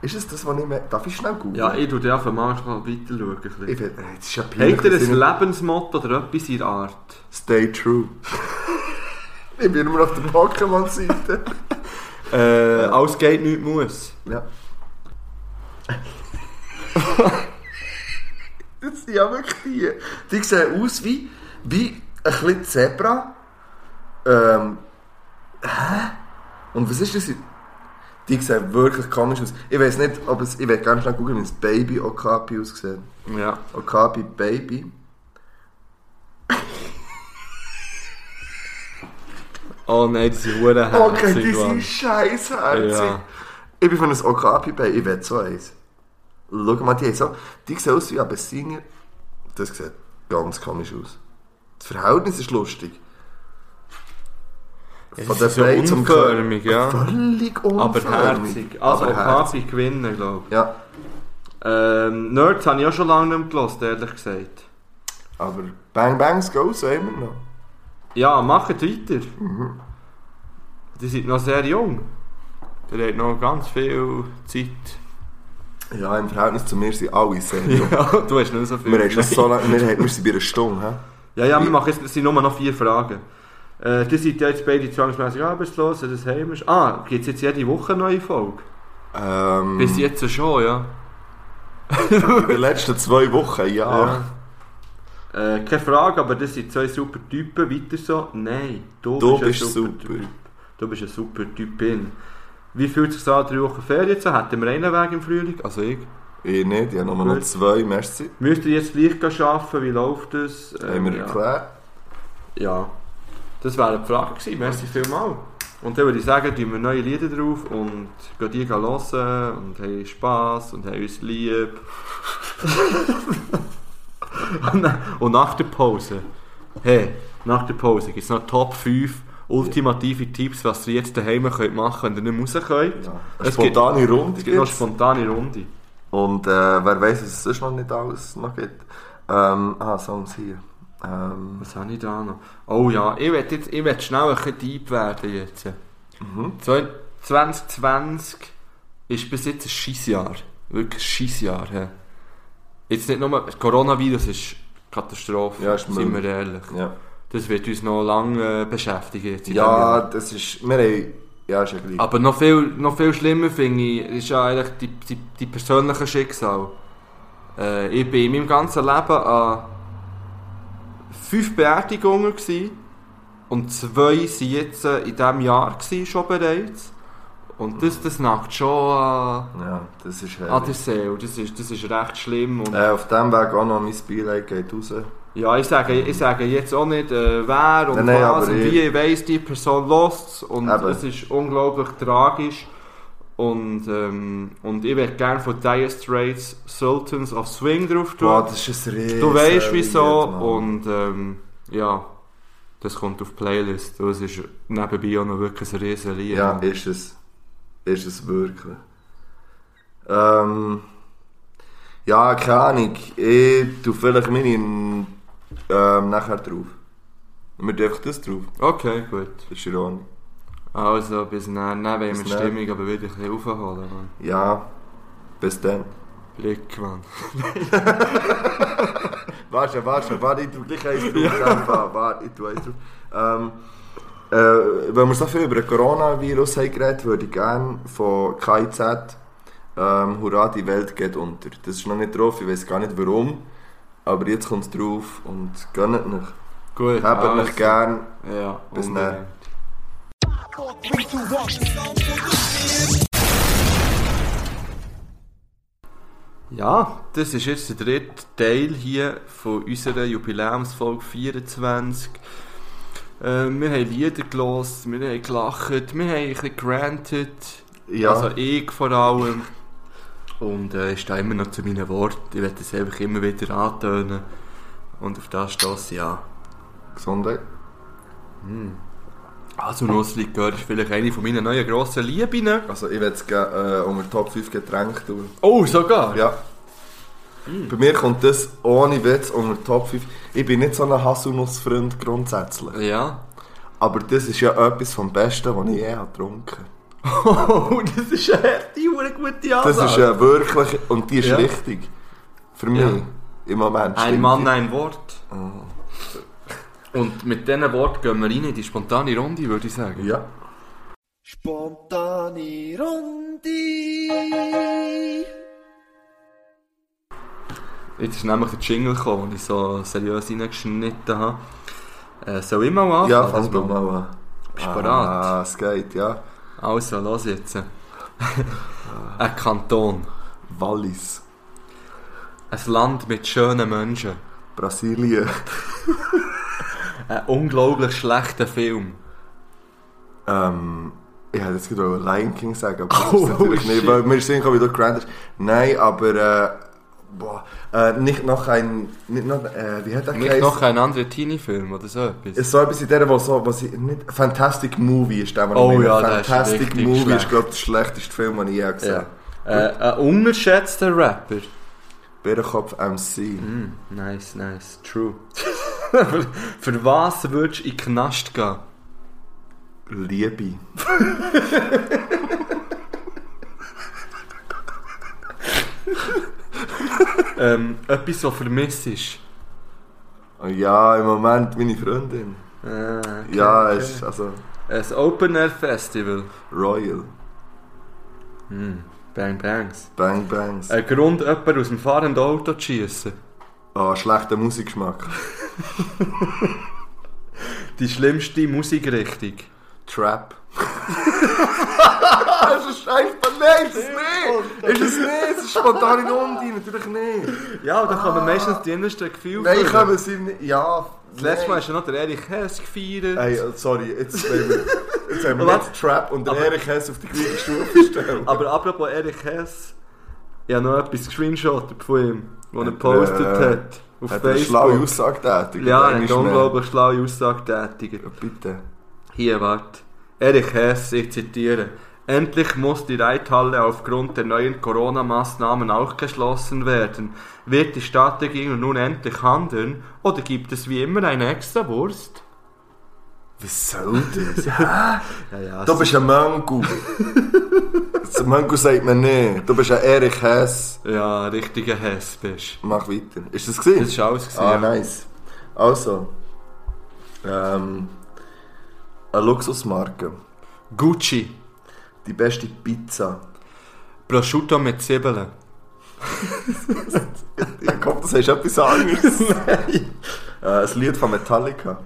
Speaker 3: Ist es das, was ich mehr... Darf ich schnell googeln?
Speaker 2: ja, ich schaue einfach mal weiter schauen. ein bisschen.
Speaker 3: Ich will... Äh, Es ist ja peinlich.
Speaker 2: Habt ihr
Speaker 3: dass ich
Speaker 2: ein
Speaker 3: nicht-
Speaker 2: Lebensmotto oder etwas in der Art?
Speaker 3: Stay true. ich bin immer auf der Pokémon-Seite.
Speaker 2: Äh, alles geht, nichts muss.
Speaker 3: Ja. das sind ja wirklich die. Die sehen aus wie, wie ein bisschen Zebra. Ähm. Hä? Und was ist das? Die sehen wirklich komisch aus. Ich weiß nicht, ob es. Ich werde ganz schnell googeln, wie das Baby Okapi aussieht.
Speaker 2: Ja.
Speaker 3: Okapi Baby.
Speaker 2: Oh nein, die sind verdammt
Speaker 3: Okay,
Speaker 2: herzig,
Speaker 3: die
Speaker 2: Mann.
Speaker 3: sind scheißherzig.
Speaker 2: Ja.
Speaker 3: Ich bin von einem Okapi bei, ich will so eins. Schau mal, die haben so, die sehen aus wie Abessinier. Das sieht ganz komisch aus. Das Verhältnis ist lustig.
Speaker 2: Es
Speaker 3: Von
Speaker 2: ist
Speaker 3: der
Speaker 2: so
Speaker 3: Blei zum
Speaker 2: unförmig, ja.
Speaker 3: Völlig
Speaker 2: Aber
Speaker 3: unförmig.
Speaker 2: herzig. Also
Speaker 3: Aber
Speaker 2: Okapi gewinnen, glaube ich.
Speaker 3: Ja,
Speaker 2: Ähm, Nerds habe ich auch schon lange nicht mehr gehört, ehrlich gesagt.
Speaker 3: aber Bang Bangs Go sehen wir noch.
Speaker 2: Ja, macht weiter. Die sind noch sehr jung. Der hat noch ganz viel Zeit.
Speaker 3: Ja, im Verhältnis zu mir sind alle sehr jung.
Speaker 2: Ja, du hast nicht so viel
Speaker 3: Wir haben schon
Speaker 2: Zeit.
Speaker 3: so lange, wir, haben, wir sind bei einer Stunde. hä?
Speaker 2: Ja, ja, wir machen jetzt, es sind nur noch vier Fragen. Äh, die sind jetzt beide zwangsmässig arbeitslos, das heimisch. Ah, gibt es jetzt jede Woche eine neue Folge?
Speaker 3: Ähm,
Speaker 2: Bis jetzt schon, ja.
Speaker 3: in den letzten zwei Wochen, ja.
Speaker 2: Äh, keine Frage, aber das sind zwei super Typen, weiter so. Nein, du,
Speaker 3: Du
Speaker 2: ein
Speaker 3: bist super.
Speaker 2: Typ. Du bist ein super Typin. Wie fühlt sich an, drei Wochen Ferien zu haben? Hätten wir einen Weg im Frühling? Also ich.
Speaker 3: Ich nicht, ich habe nur noch
Speaker 2: Gut.
Speaker 3: zwei, merci.
Speaker 2: Müsst ihr jetzt gleich gehen arbeiten? Wie läuft das? Ähm,
Speaker 3: Haben wir
Speaker 2: ja.
Speaker 3: erklärt.
Speaker 2: Ja. Das wäre die Frage gewesen. Merci vielmals. Und dann würde ich sagen, tun wir neue Lieder drauf und gehen die hören und haben Spass und haben uns lieb. und, na- und nach der Pause, hey, nach der Pause gibt es noch Top 5 ultimative Tipps, was ihr jetzt daheim könnt machen könnt, wenn ihr nicht raus könnt.
Speaker 3: Ja.
Speaker 2: Es
Speaker 3: Eine spontane Runde
Speaker 2: Es gibt noch eine
Speaker 3: gibt's.
Speaker 2: spontane Runde.
Speaker 3: Und äh, wer weiß, was es sonst noch nicht alles noch gibt. Ähm, ah, Songs hier. Ähm,
Speaker 2: Was habe ich da noch? Oh ja, ich werde jetzt ich
Speaker 3: Mhm.
Speaker 2: will schnell ein bisschen deep werden jetzt. 2020 ist bis jetzt ein Scheissjahr. Wirklich ein Scheissjahr. hä. Jetzt nicht nur, das Coronavirus ist Katastrophe,
Speaker 3: Ja, ist
Speaker 2: sind
Speaker 3: Müll.
Speaker 2: wir ehrlich.
Speaker 3: Ja,
Speaker 2: Das wird uns noch lange äh, beschäftigen. Jetzt in diesem
Speaker 3: ja
Speaker 2: Jahr.
Speaker 3: das ist... Wir haben... Ja, ist ja gleich.
Speaker 2: Aber noch viel, noch viel schlimmer finde ich, ist ja eigentlich die, die, die persönliche Schicksal. Äh, ich bin in meinem ganzen Leben an fünf Beerdigungen gsi und zwei sind jetzt äh, in diesem Jahr gsi, schon bereits. Und das, das nagt schon an,
Speaker 3: Ja, das ist
Speaker 2: an der
Speaker 3: herrlich.
Speaker 2: Seele. Ah, Das ist, das ist recht schlimm. Und,
Speaker 3: Äh, auf dem Weg auch noch mein Beileid geht raus.
Speaker 2: ja, ich sage, ich sage jetzt auch nicht, äh, wer und
Speaker 3: Nein, nein,
Speaker 2: was
Speaker 3: aber
Speaker 2: und
Speaker 3: ich-
Speaker 2: wie. Ich weiss, die Person lässt es und
Speaker 3: Eben.
Speaker 2: es ist unglaublich tragisch. Und, ähm, und ich würde gerne von Dire Straits Sultans of Swing drauf tun.
Speaker 3: Boah, das ist ein riesen
Speaker 2: du weißt wieso.
Speaker 3: Lied, Mann.
Speaker 2: und ähm, ja, das kommt auf die Playlist. Und es ist nebenbei auch noch wirklich ein riesen Lied.
Speaker 3: Ja, ist es. Ist es wirklich. Ähm, ja, keine Ahnung. Ich tue vielleicht meine ähm, nachher drauf. Wir tun einfach das drauf.
Speaker 2: Okay, gut.
Speaker 3: Das ist ironisch.
Speaker 2: Also, bis dann. Dann wollen wir
Speaker 3: Bis
Speaker 2: die
Speaker 3: dann.
Speaker 2: Stimmung aber wieder ein bisschen aufholen. Mann.
Speaker 3: Ja, bis dann.
Speaker 2: Blick, Mann.
Speaker 3: Warte, warte, warte, ich tue gleich eins drauf. Ja. Warte, ich tue eins drauf. Ähm, äh, wenn wir so viel über den Coronavirus haben geredet, würde ich gerne von KIZ ähm, «Hurra, die Welt geht unter». Das ist noch nicht drauf, ich weiß gar nicht warum. Aber jetzt kommt es drauf und gönnt nicht.
Speaker 2: Gut.
Speaker 3: Habt
Speaker 2: also.
Speaker 3: euch gern.
Speaker 2: Ja,
Speaker 3: Bis
Speaker 2: unbedingt.
Speaker 3: dann.
Speaker 2: Ja, das ist jetzt der dritte Teil hier von unserer Jubiläumsfolge 24. Äh, wir haben Lieder gelost, wir haben gelacht, wir haben ein bisschen granted.
Speaker 3: Ja,
Speaker 2: Also ich vor allem. Und äh, ich stehe immer noch zu meinen Worten. Ich werde das einfach immer wieder antönen. Und auf das stoße ich an.
Speaker 3: Gesundheit.
Speaker 2: Also Nussli gehört ist vielleicht eine von meinen neuen grossen Lieben.
Speaker 3: Also ich würde es gerne äh, unter Top 5 Getränke tun.
Speaker 2: Oh, sogar?
Speaker 3: Ja. Bei mir kommt das ohne Witz unter Top 5. Ich bin nicht so ein Haselnussfreund grundsätzlich.
Speaker 2: Ja.
Speaker 3: Aber das ist ja etwas vom Besten, was ich je habe getrunken
Speaker 2: Oh, das ist eine harte, eine gute
Speaker 3: Das
Speaker 2: Ansage.
Speaker 3: ist ja wirklich, und die ist
Speaker 2: Also Ja.
Speaker 3: richtig. Für mich,
Speaker 2: Ja.
Speaker 3: im Moment.
Speaker 2: ein
Speaker 3: stimmt
Speaker 2: Mann,
Speaker 3: die.
Speaker 2: ein Wort. Ah. Und mit diesen Worten gehen wir rein in die spontane Runde, würde ich sagen.
Speaker 3: Ja.
Speaker 5: Spontane Runde.
Speaker 2: Jetzt ist nämlich der Jingle gekommen, den ich so seriös reingeschnitten habe. Äh, soll ich mal anfangen?
Speaker 3: ja, fang
Speaker 2: Das
Speaker 3: doch mal an.
Speaker 2: Bist du
Speaker 3: Ah,
Speaker 2: bereit?
Speaker 3: es geht, ja.
Speaker 2: Also, los jetzt. ein Kanton.
Speaker 3: Wallis,
Speaker 2: Ein Land mit schönen Menschen.
Speaker 3: Brasilien,
Speaker 2: Ein unglaublich schlechter Film.
Speaker 3: ähm... Ich hätte jetzt gerade Lion King sagen, aber das
Speaker 2: Oh,
Speaker 3: ist natürlich
Speaker 2: oh,
Speaker 3: nicht,
Speaker 2: shit.
Speaker 3: weil mir ist irgendwie wieder Grand ist. Nein, aber, äh, boah, äh, nicht noch ein, nicht noch, äh, wie hat der
Speaker 2: Nicht
Speaker 3: geheißen?
Speaker 2: noch ein anderer Teenie-Film oder so etwas.
Speaker 3: Es so etwas in der, was so, was ich nicht, Fantastic Movie ist der, was
Speaker 2: Oh
Speaker 3: ich meine.
Speaker 2: ja, der ist
Speaker 3: Fantastic
Speaker 2: richtig
Speaker 3: Movie
Speaker 2: schlecht.
Speaker 3: ist, glaube ich, der schlechteste Film, den ich je gesehen
Speaker 2: ja.
Speaker 3: habe.
Speaker 2: äh, ein unterschätzter Rapper.
Speaker 3: Bärenkopf MC.
Speaker 2: Mm, nice, nice, true. für, für was würdest du in den Knast gehen?
Speaker 3: Liebe.
Speaker 2: Ähm, etwas, was vermisst ist.
Speaker 3: Oh Ja, im Moment meine Freundin.
Speaker 2: Äh, okay,
Speaker 3: ja,
Speaker 2: okay.
Speaker 3: ist also
Speaker 2: Ein Open Air Festival.
Speaker 3: Royal.
Speaker 2: Mm, bang Bangs.
Speaker 3: Bang Bangs.
Speaker 2: Ein Grund, jemanden aus dem fahrenden Auto zu schiessen.
Speaker 3: Ah, schlechter Musikgeschmack.
Speaker 2: Die schlimmste Musikrichtung.
Speaker 3: Trap. das ist scheiße. Nein, ist es
Speaker 2: Oh,
Speaker 3: nicht. Ist es nicht. Es ist spontane Runde, natürlich nicht.
Speaker 2: Ja, und da kommen meistens die innersten Gefühle.
Speaker 3: Nein,
Speaker 2: vor.
Speaker 3: ich habe es nicht. Ja.
Speaker 2: Das letzte Mal ist ja noch der Erich Hess gefeiert.
Speaker 3: Hey, uh, sorry, jetzt haben wir, jetzt haben wir
Speaker 2: Was?
Speaker 3: nicht Trap und der
Speaker 2: Aber-
Speaker 3: Erich Hess auf die gleiche Stufe stellen.
Speaker 2: Aber apropos Erich Hess, ich habe noch etwas gescreenshottet von ihm, was er gepostet
Speaker 3: äh,
Speaker 2: hat. Auf
Speaker 3: Hat er eine schlaue
Speaker 2: Facebook.
Speaker 3: Aussage tätigt?
Speaker 2: Ja, er
Speaker 3: Denke
Speaker 2: hat
Speaker 3: ich mir.
Speaker 2: unglaublich schlaue Aussage getätigt.
Speaker 3: Bitte.
Speaker 2: Hier, wart. Erich Hess, ich zitiere. Endlich muss die Reithalle aufgrund der neuen Corona-Maßnahmen auch geschlossen werden. Wird die Stadt dagegen nun endlich handeln oder gibt es wie immer eine extra Wurst?
Speaker 3: Was soll das? Hä?
Speaker 2: Ja, ja,
Speaker 3: also- Du bist ein Mango. Manko sagt mir nicht. Du bist ein Erich Hess.
Speaker 2: Ja, richtiger Hess bist.
Speaker 3: Mach weiter. Ist das gewesen?
Speaker 2: Das war alles. Gewesen,
Speaker 3: Ah,
Speaker 2: ja.
Speaker 3: nice. Also, ähm, eine Luxusmarke.
Speaker 2: Gucci.
Speaker 3: Die beste Pizza.
Speaker 2: Prosciutto mit Zwiebeln.
Speaker 3: Ich glaube, das ist etwas anderes. Nein. Äh, ein Lied von Metallica.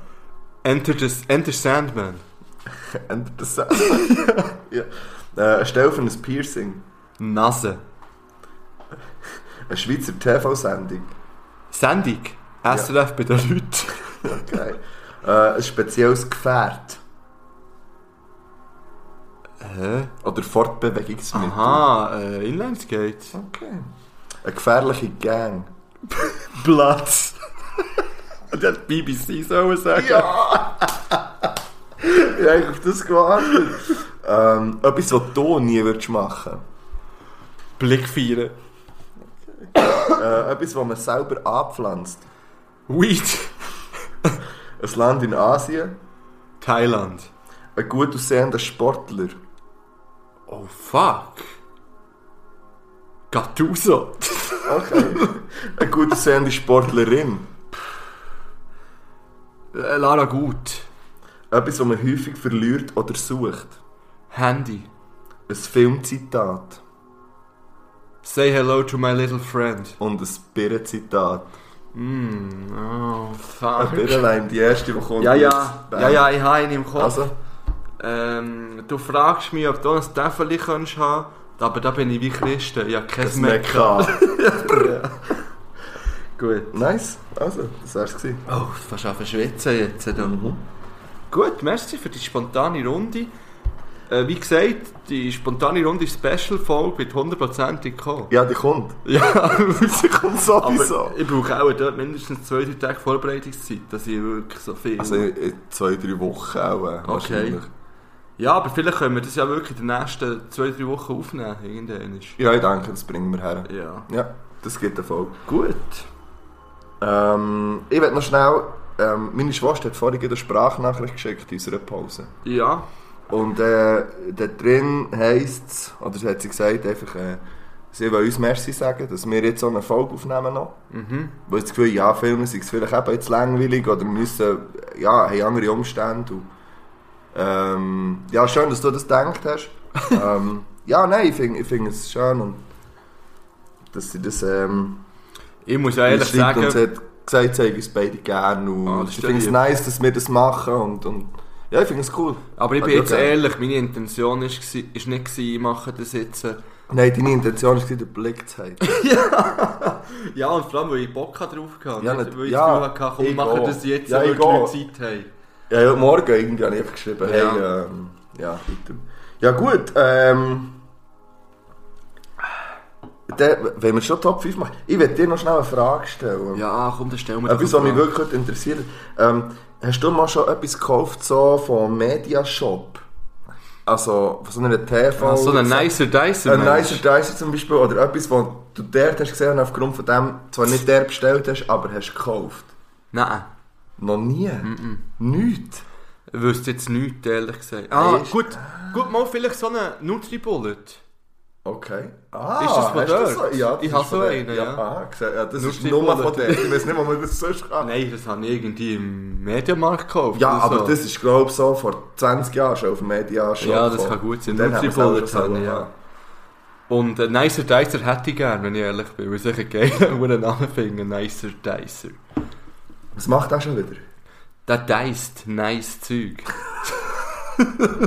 Speaker 2: Enter, the, Enter Sandman.
Speaker 3: Enter the Sand. ja. äh, eine Stelle für ein Piercing.
Speaker 2: Nase.
Speaker 3: Eine Schweizer TV-Sendung.
Speaker 2: Sendung. SRF bei den Leuten.
Speaker 3: Okay. äh, ein spezielles Gefährt.
Speaker 2: Hä?
Speaker 3: Oder Fortbewegungsmittel.
Speaker 2: Aha, äh, Inlineskate.
Speaker 3: Okay. Eine gefährliche Gang.
Speaker 2: Platz. Das hat BBC sollen sagen.
Speaker 3: Ja! ich habe eigentlich auf das gewartet. Ähm, etwas, was du nie würdest machen
Speaker 2: Blick feiern.
Speaker 3: äh, Etwas, was man selber anpflanzt.
Speaker 2: Weed.
Speaker 3: Ein Land in Asien.
Speaker 2: Thailand.
Speaker 3: Ein gut aussehender Sportler.
Speaker 2: Oh fuck. Gattuso.
Speaker 3: Okay. Eine gut aussehende Sportlerin.
Speaker 2: Äh, Lara Gut.
Speaker 3: Etwas, was man häufig verliert oder sucht.
Speaker 2: Handy.
Speaker 3: Ein Filmzitat.
Speaker 2: Say hello to my little friend.
Speaker 3: Und ein Birrenzitat.
Speaker 2: Mm, oh
Speaker 3: Eine
Speaker 2: fuck.
Speaker 3: Birrenlein, die erste, die kommt.
Speaker 2: Ja, ja.
Speaker 3: jetzt. Bam.
Speaker 2: Ja, ja, ich habe ihn im Kopf.
Speaker 3: Also,
Speaker 2: Ähm, du fragst mich, ob du ein Täffeli kannst haben aber da bin ich wie Christen. Ja, kein
Speaker 3: das
Speaker 2: Mecker.
Speaker 3: Mekka.
Speaker 2: Gut.
Speaker 3: nice. Also, das wär's gewesen.
Speaker 2: Oh, du fährst an zu schwitzen jetzt. Du.
Speaker 3: Mhm.
Speaker 2: Gut, merci für die spontane Runde. Äh, wie gesagt, die spontane Runde ist Special-Folge, wird hundertprozentig kommen.
Speaker 3: Ja, die kommt.
Speaker 2: Ja,
Speaker 3: Sie kommt sowieso.
Speaker 2: aber ich brauche auch dort mindestens zwei, drei Tage Vorbereitungszeit, dass ich wirklich so viel...
Speaker 3: also in in zwei, drei Wochen auch. äh, wahrscheinlich.
Speaker 2: ja, aber vielleicht können wir das ja wirklich in den nächsten zwei, drei Wochen aufnehmen, irgendwann.
Speaker 3: Ja, ich denke, das bringen wir her.
Speaker 2: Ja.
Speaker 3: Ja, das gibt eine Folge.
Speaker 2: Gut.
Speaker 3: Ähm, ich werde noch schnell... Ähm, meine Schwester hat vorhin eine Sprachnachricht geschickt in unserer Pause.
Speaker 2: Ja.
Speaker 3: Und äh, da drin heisst es, oder sie hat sie gesagt, einfach, äh, sie will uns Merci sagen, dass wir jetzt so eine Folge aufnehmen noch.
Speaker 2: Mhm.
Speaker 3: Weil das Gefühl, ja, Filme sind es vielleicht eben jetzt langweilig oder müssen, ja, haben andere Umstände. Und, ähm, ja, schön, dass du das gedacht hast. ähm, ja, nein, ich finde ich find es schön und dass sie das ähm,
Speaker 2: Ich muss ja ehrlich
Speaker 3: schreibt
Speaker 2: sagen...
Speaker 3: und sie hat gesagt, sie hätte uns beide gerne. Und
Speaker 2: Ah, das
Speaker 3: ich
Speaker 2: ist ja
Speaker 3: finde es
Speaker 2: lieb.
Speaker 3: nice, dass wir das machen und, und ja, ich finde es cool.
Speaker 2: Aber ich bin
Speaker 3: Ah, ja,
Speaker 2: jetzt
Speaker 3: gerne.
Speaker 2: ehrlich, meine Intention war ist nicht, gewesen, ich mache das jetzt. äh,
Speaker 3: Nein, deine Intention war, den Blick zu haben.
Speaker 2: Ja, und vor allem, weil ich Bock hatte drauf hatte.
Speaker 3: Ja,
Speaker 2: Ja,
Speaker 3: nicht-
Speaker 2: weil ich
Speaker 3: ja,
Speaker 2: das Gefühl hatte, komm,
Speaker 3: ich
Speaker 2: wir machen
Speaker 3: auch.
Speaker 2: das jetzt,
Speaker 3: Ja,
Speaker 2: weil
Speaker 3: ich
Speaker 2: wir die Leute
Speaker 3: auch.
Speaker 2: Zeit haben.
Speaker 3: Ja, heute Morgen irgendwie habe ich einfach geschrieben, hey,
Speaker 2: Ja.
Speaker 3: ähm, ja, weiter. Ja gut, ähm... Der, wenn wir schon Top 5 machen, ich werde dir noch schnell eine Frage stellen.
Speaker 2: Ja, komm, dann stellen wir
Speaker 3: Etwas, was mich wirklich heute interessiert. Ähm, hast du mal schon etwas gekauft so vom Mediashop? Also von so einer TV?
Speaker 2: Ah, so
Speaker 3: oder
Speaker 2: ein nicer Dyson.
Speaker 3: Ein
Speaker 2: Mensch.
Speaker 3: nicer Dicer zum Beispiel oder etwas, was du dort hast gesehen und aufgrund von dem zwar nicht der bestellt hast, aber hast gekauft.
Speaker 2: Nein.
Speaker 3: Noch nie? Nichts?
Speaker 2: Ich wüsste jetzt nichts, ehrlich gesagt. Ah,
Speaker 3: Echt?
Speaker 2: gut, gut, mal vielleicht so eine Nutribullet.
Speaker 3: Okay. Ah,
Speaker 2: Ist das von
Speaker 3: hast du
Speaker 2: dort?
Speaker 3: so? Ja, das
Speaker 2: Ich
Speaker 3: ist
Speaker 2: habe
Speaker 3: von
Speaker 2: so
Speaker 3: dort.
Speaker 2: einen, ja.
Speaker 3: Ah, gesehen. ja das
Speaker 2: Nur
Speaker 3: ist
Speaker 2: die
Speaker 3: nur
Speaker 2: Bullet.
Speaker 3: von der. Ich weiß nicht, wo man das sonst kann.
Speaker 2: Nein, das habe ich irgendwie im Mediamarkt gekauft.
Speaker 3: Ja,
Speaker 2: oder
Speaker 3: aber
Speaker 2: so.
Speaker 3: das ist, glaube ich, so vor 20 Jahren schon auf dem Media schon.
Speaker 2: Ja, das
Speaker 3: gekommen.
Speaker 2: kann gut sein.
Speaker 3: Und dann haben wir es
Speaker 2: Nutribullet
Speaker 3: selber
Speaker 2: habe ich,
Speaker 3: bekommen,
Speaker 2: ja. Und ein nicer Dicer hätte ich gern, wenn ich ehrlich bin. Weil ich einen geilen Namen finde, ein nicer Dicer.
Speaker 3: Was macht er schon wieder?
Speaker 2: Der deist nice Zeug.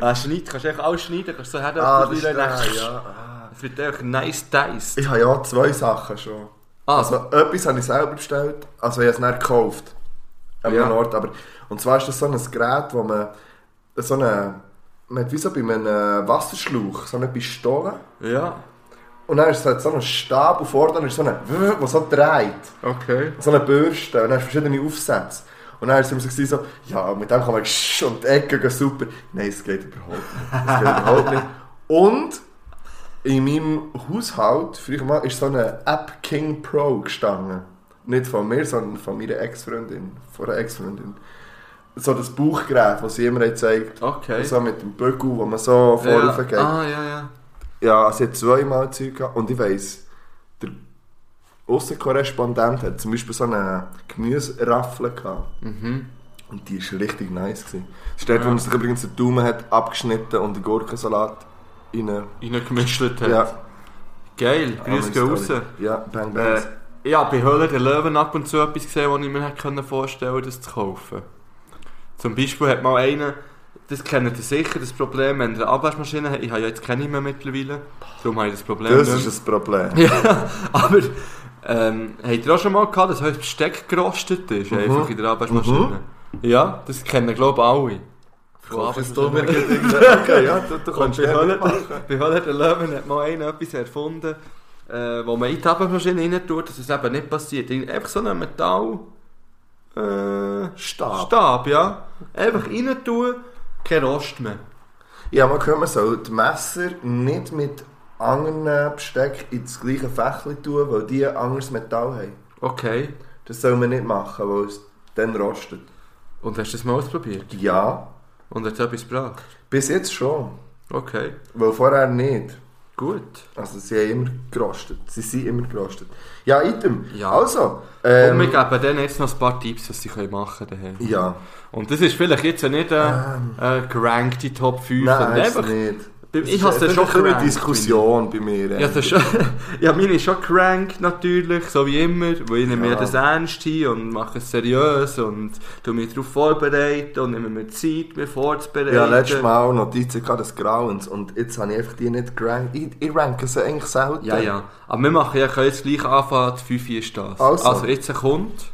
Speaker 2: ah, schneid, kannst du echt alles schneiden, kannst so her
Speaker 3: Ah, der, ja. Ah.
Speaker 2: Es wird einfach nice deist.
Speaker 3: Ich habe ja zwei Sachen schon.
Speaker 2: Ah,
Speaker 3: Also, etwas habe ich selber bestellt, also ich habe es nicht gekauft. An einem
Speaker 2: Ja.
Speaker 3: Ort, aber... Und zwar ist das so ein Gerät, wo man... So eine... Man hat wie so bei einem äh, Wasserschlauch, so eine Pistole.
Speaker 2: ja.
Speaker 3: Und dann ist es halt so ein Stab und vorne dann ist so ein der so dreht.
Speaker 2: Okay.
Speaker 3: So eine Bürste und dann hast du verschiedene Aufsätze. Und dann war es immer so, gewesen, so, ja, mit dem kann man gsch- und die Ecke gehen, super. Nein, es geht überhaupt nicht. Es geht überhaupt nicht. Und in meinem Haushalt, früher mal, ist so eine App King Pro gestanden. Nicht von mir, sondern von meiner Ex-Freundin. Von einer Ex-Freundin. so das Bauchgerät, das sie immer gezeigt
Speaker 2: Okay.
Speaker 3: haben. So mit dem Bügel, wo man so
Speaker 2: ja.
Speaker 3: vorauf geht.
Speaker 2: Ah, ja, ja.
Speaker 3: Ja, sie hat zweimal Zeug gehabt. Und ich weiss, der Aussenkorrespondent hat zum Beispiel so eine Gemüseraffel gehabt.
Speaker 2: Mhm.
Speaker 3: Und die war richtig nice. Gewesen. Das ist dort, wo man sich übrigens den Daumen hat abgeschnitten und den Gurkensalat rein.
Speaker 2: Reingemischt hat.
Speaker 3: Ja, Ah,
Speaker 2: Geil, grüß gehen raus.
Speaker 3: Story. Ja, Bang Bang.
Speaker 2: Äh, ich habe bei Höhle der Löwen ab und zu etwas gesehen, wo ich mir hätte können vorstellen das zu kaufen. Zum Beispiel hat mal einer, das kennt ihr sicher, das Problem, wenn ihr eine Abwaschmaschine habt, ich habe ja jetzt keine mehr mittlerweile, darum habe ich das Problem
Speaker 3: das
Speaker 2: nicht
Speaker 3: ist ein Problem.
Speaker 2: mehr. Ja, aber ähm, habt ihr auch schon mal gehabt, dass euer Besteck gerostet ist, einfach in der Abwaschmaschine? Ja, das kennen glaube ich alle.
Speaker 3: Kauf es
Speaker 2: Abwaschmaschinen-
Speaker 3: mir gerade- Okay, ja, du, du kannst
Speaker 2: Und bei
Speaker 3: gerne
Speaker 2: Hölle,
Speaker 3: machen.
Speaker 2: bei Hölle der Löwen hat mal einer etwas erfunden, äh, wo man in die Abwaschmaschine rein tut, dass es eben nicht passiert. Einfach so einen Metall... Äh,
Speaker 3: Stab.
Speaker 2: Stab, ja. Einfach rein tun, kein Rost mehr.
Speaker 3: Ja, man kann man soll die Messer nicht mit anderen Besteck ins gleiche Fächchen tun, weil die ein anderes Metall haben.
Speaker 2: Okay.
Speaker 3: Das soll man nicht machen, weil es dann rostet.
Speaker 2: Und hast du das mal ausprobiert?
Speaker 3: Ja,
Speaker 2: Und hat es etwas gebracht?
Speaker 3: bis jetzt schon.
Speaker 2: Okay.
Speaker 3: Weil vorher nicht.
Speaker 2: Gut.
Speaker 3: Also sie haben immer gerostet. Sie sind immer gerostet. Ja, Item.
Speaker 2: Ja.
Speaker 3: Also,
Speaker 2: Und wir
Speaker 3: ähm,
Speaker 2: geben denen jetzt noch ein paar Tipps, was sie können machen können.
Speaker 3: ja. Ähm.
Speaker 2: Und das ist vielleicht jetzt ja nicht eine, eine gerankte Top 5. sondern
Speaker 3: Nein, ist
Speaker 2: einfach,
Speaker 3: nicht.
Speaker 2: Ich hab's ja
Speaker 3: Es ist
Speaker 2: schon
Speaker 3: ein bisschen
Speaker 2: gemerkt,
Speaker 3: eine Diskussion bei mir. ähm.
Speaker 2: Ja, das ist schon, ja, meine ist schon crank natürlich, so wie immer, weil ich nehme
Speaker 3: Ja.
Speaker 2: ja. das ernst hin und mache es seriös und tu mich darauf vorbereiten und nehme mir Zeit, mir vorzubereiten.
Speaker 3: Ja, letztes Mal Notizen gehabt des Grauens und jetzt habe ich einfach die nicht gerankt. Ich, ich ranke sie eigentlich selten.
Speaker 2: Ja, ja. Aber wir machen ja können jetzt gleich anfangen, die 5 ist das.
Speaker 3: Also.
Speaker 2: Also, jetzt kommt...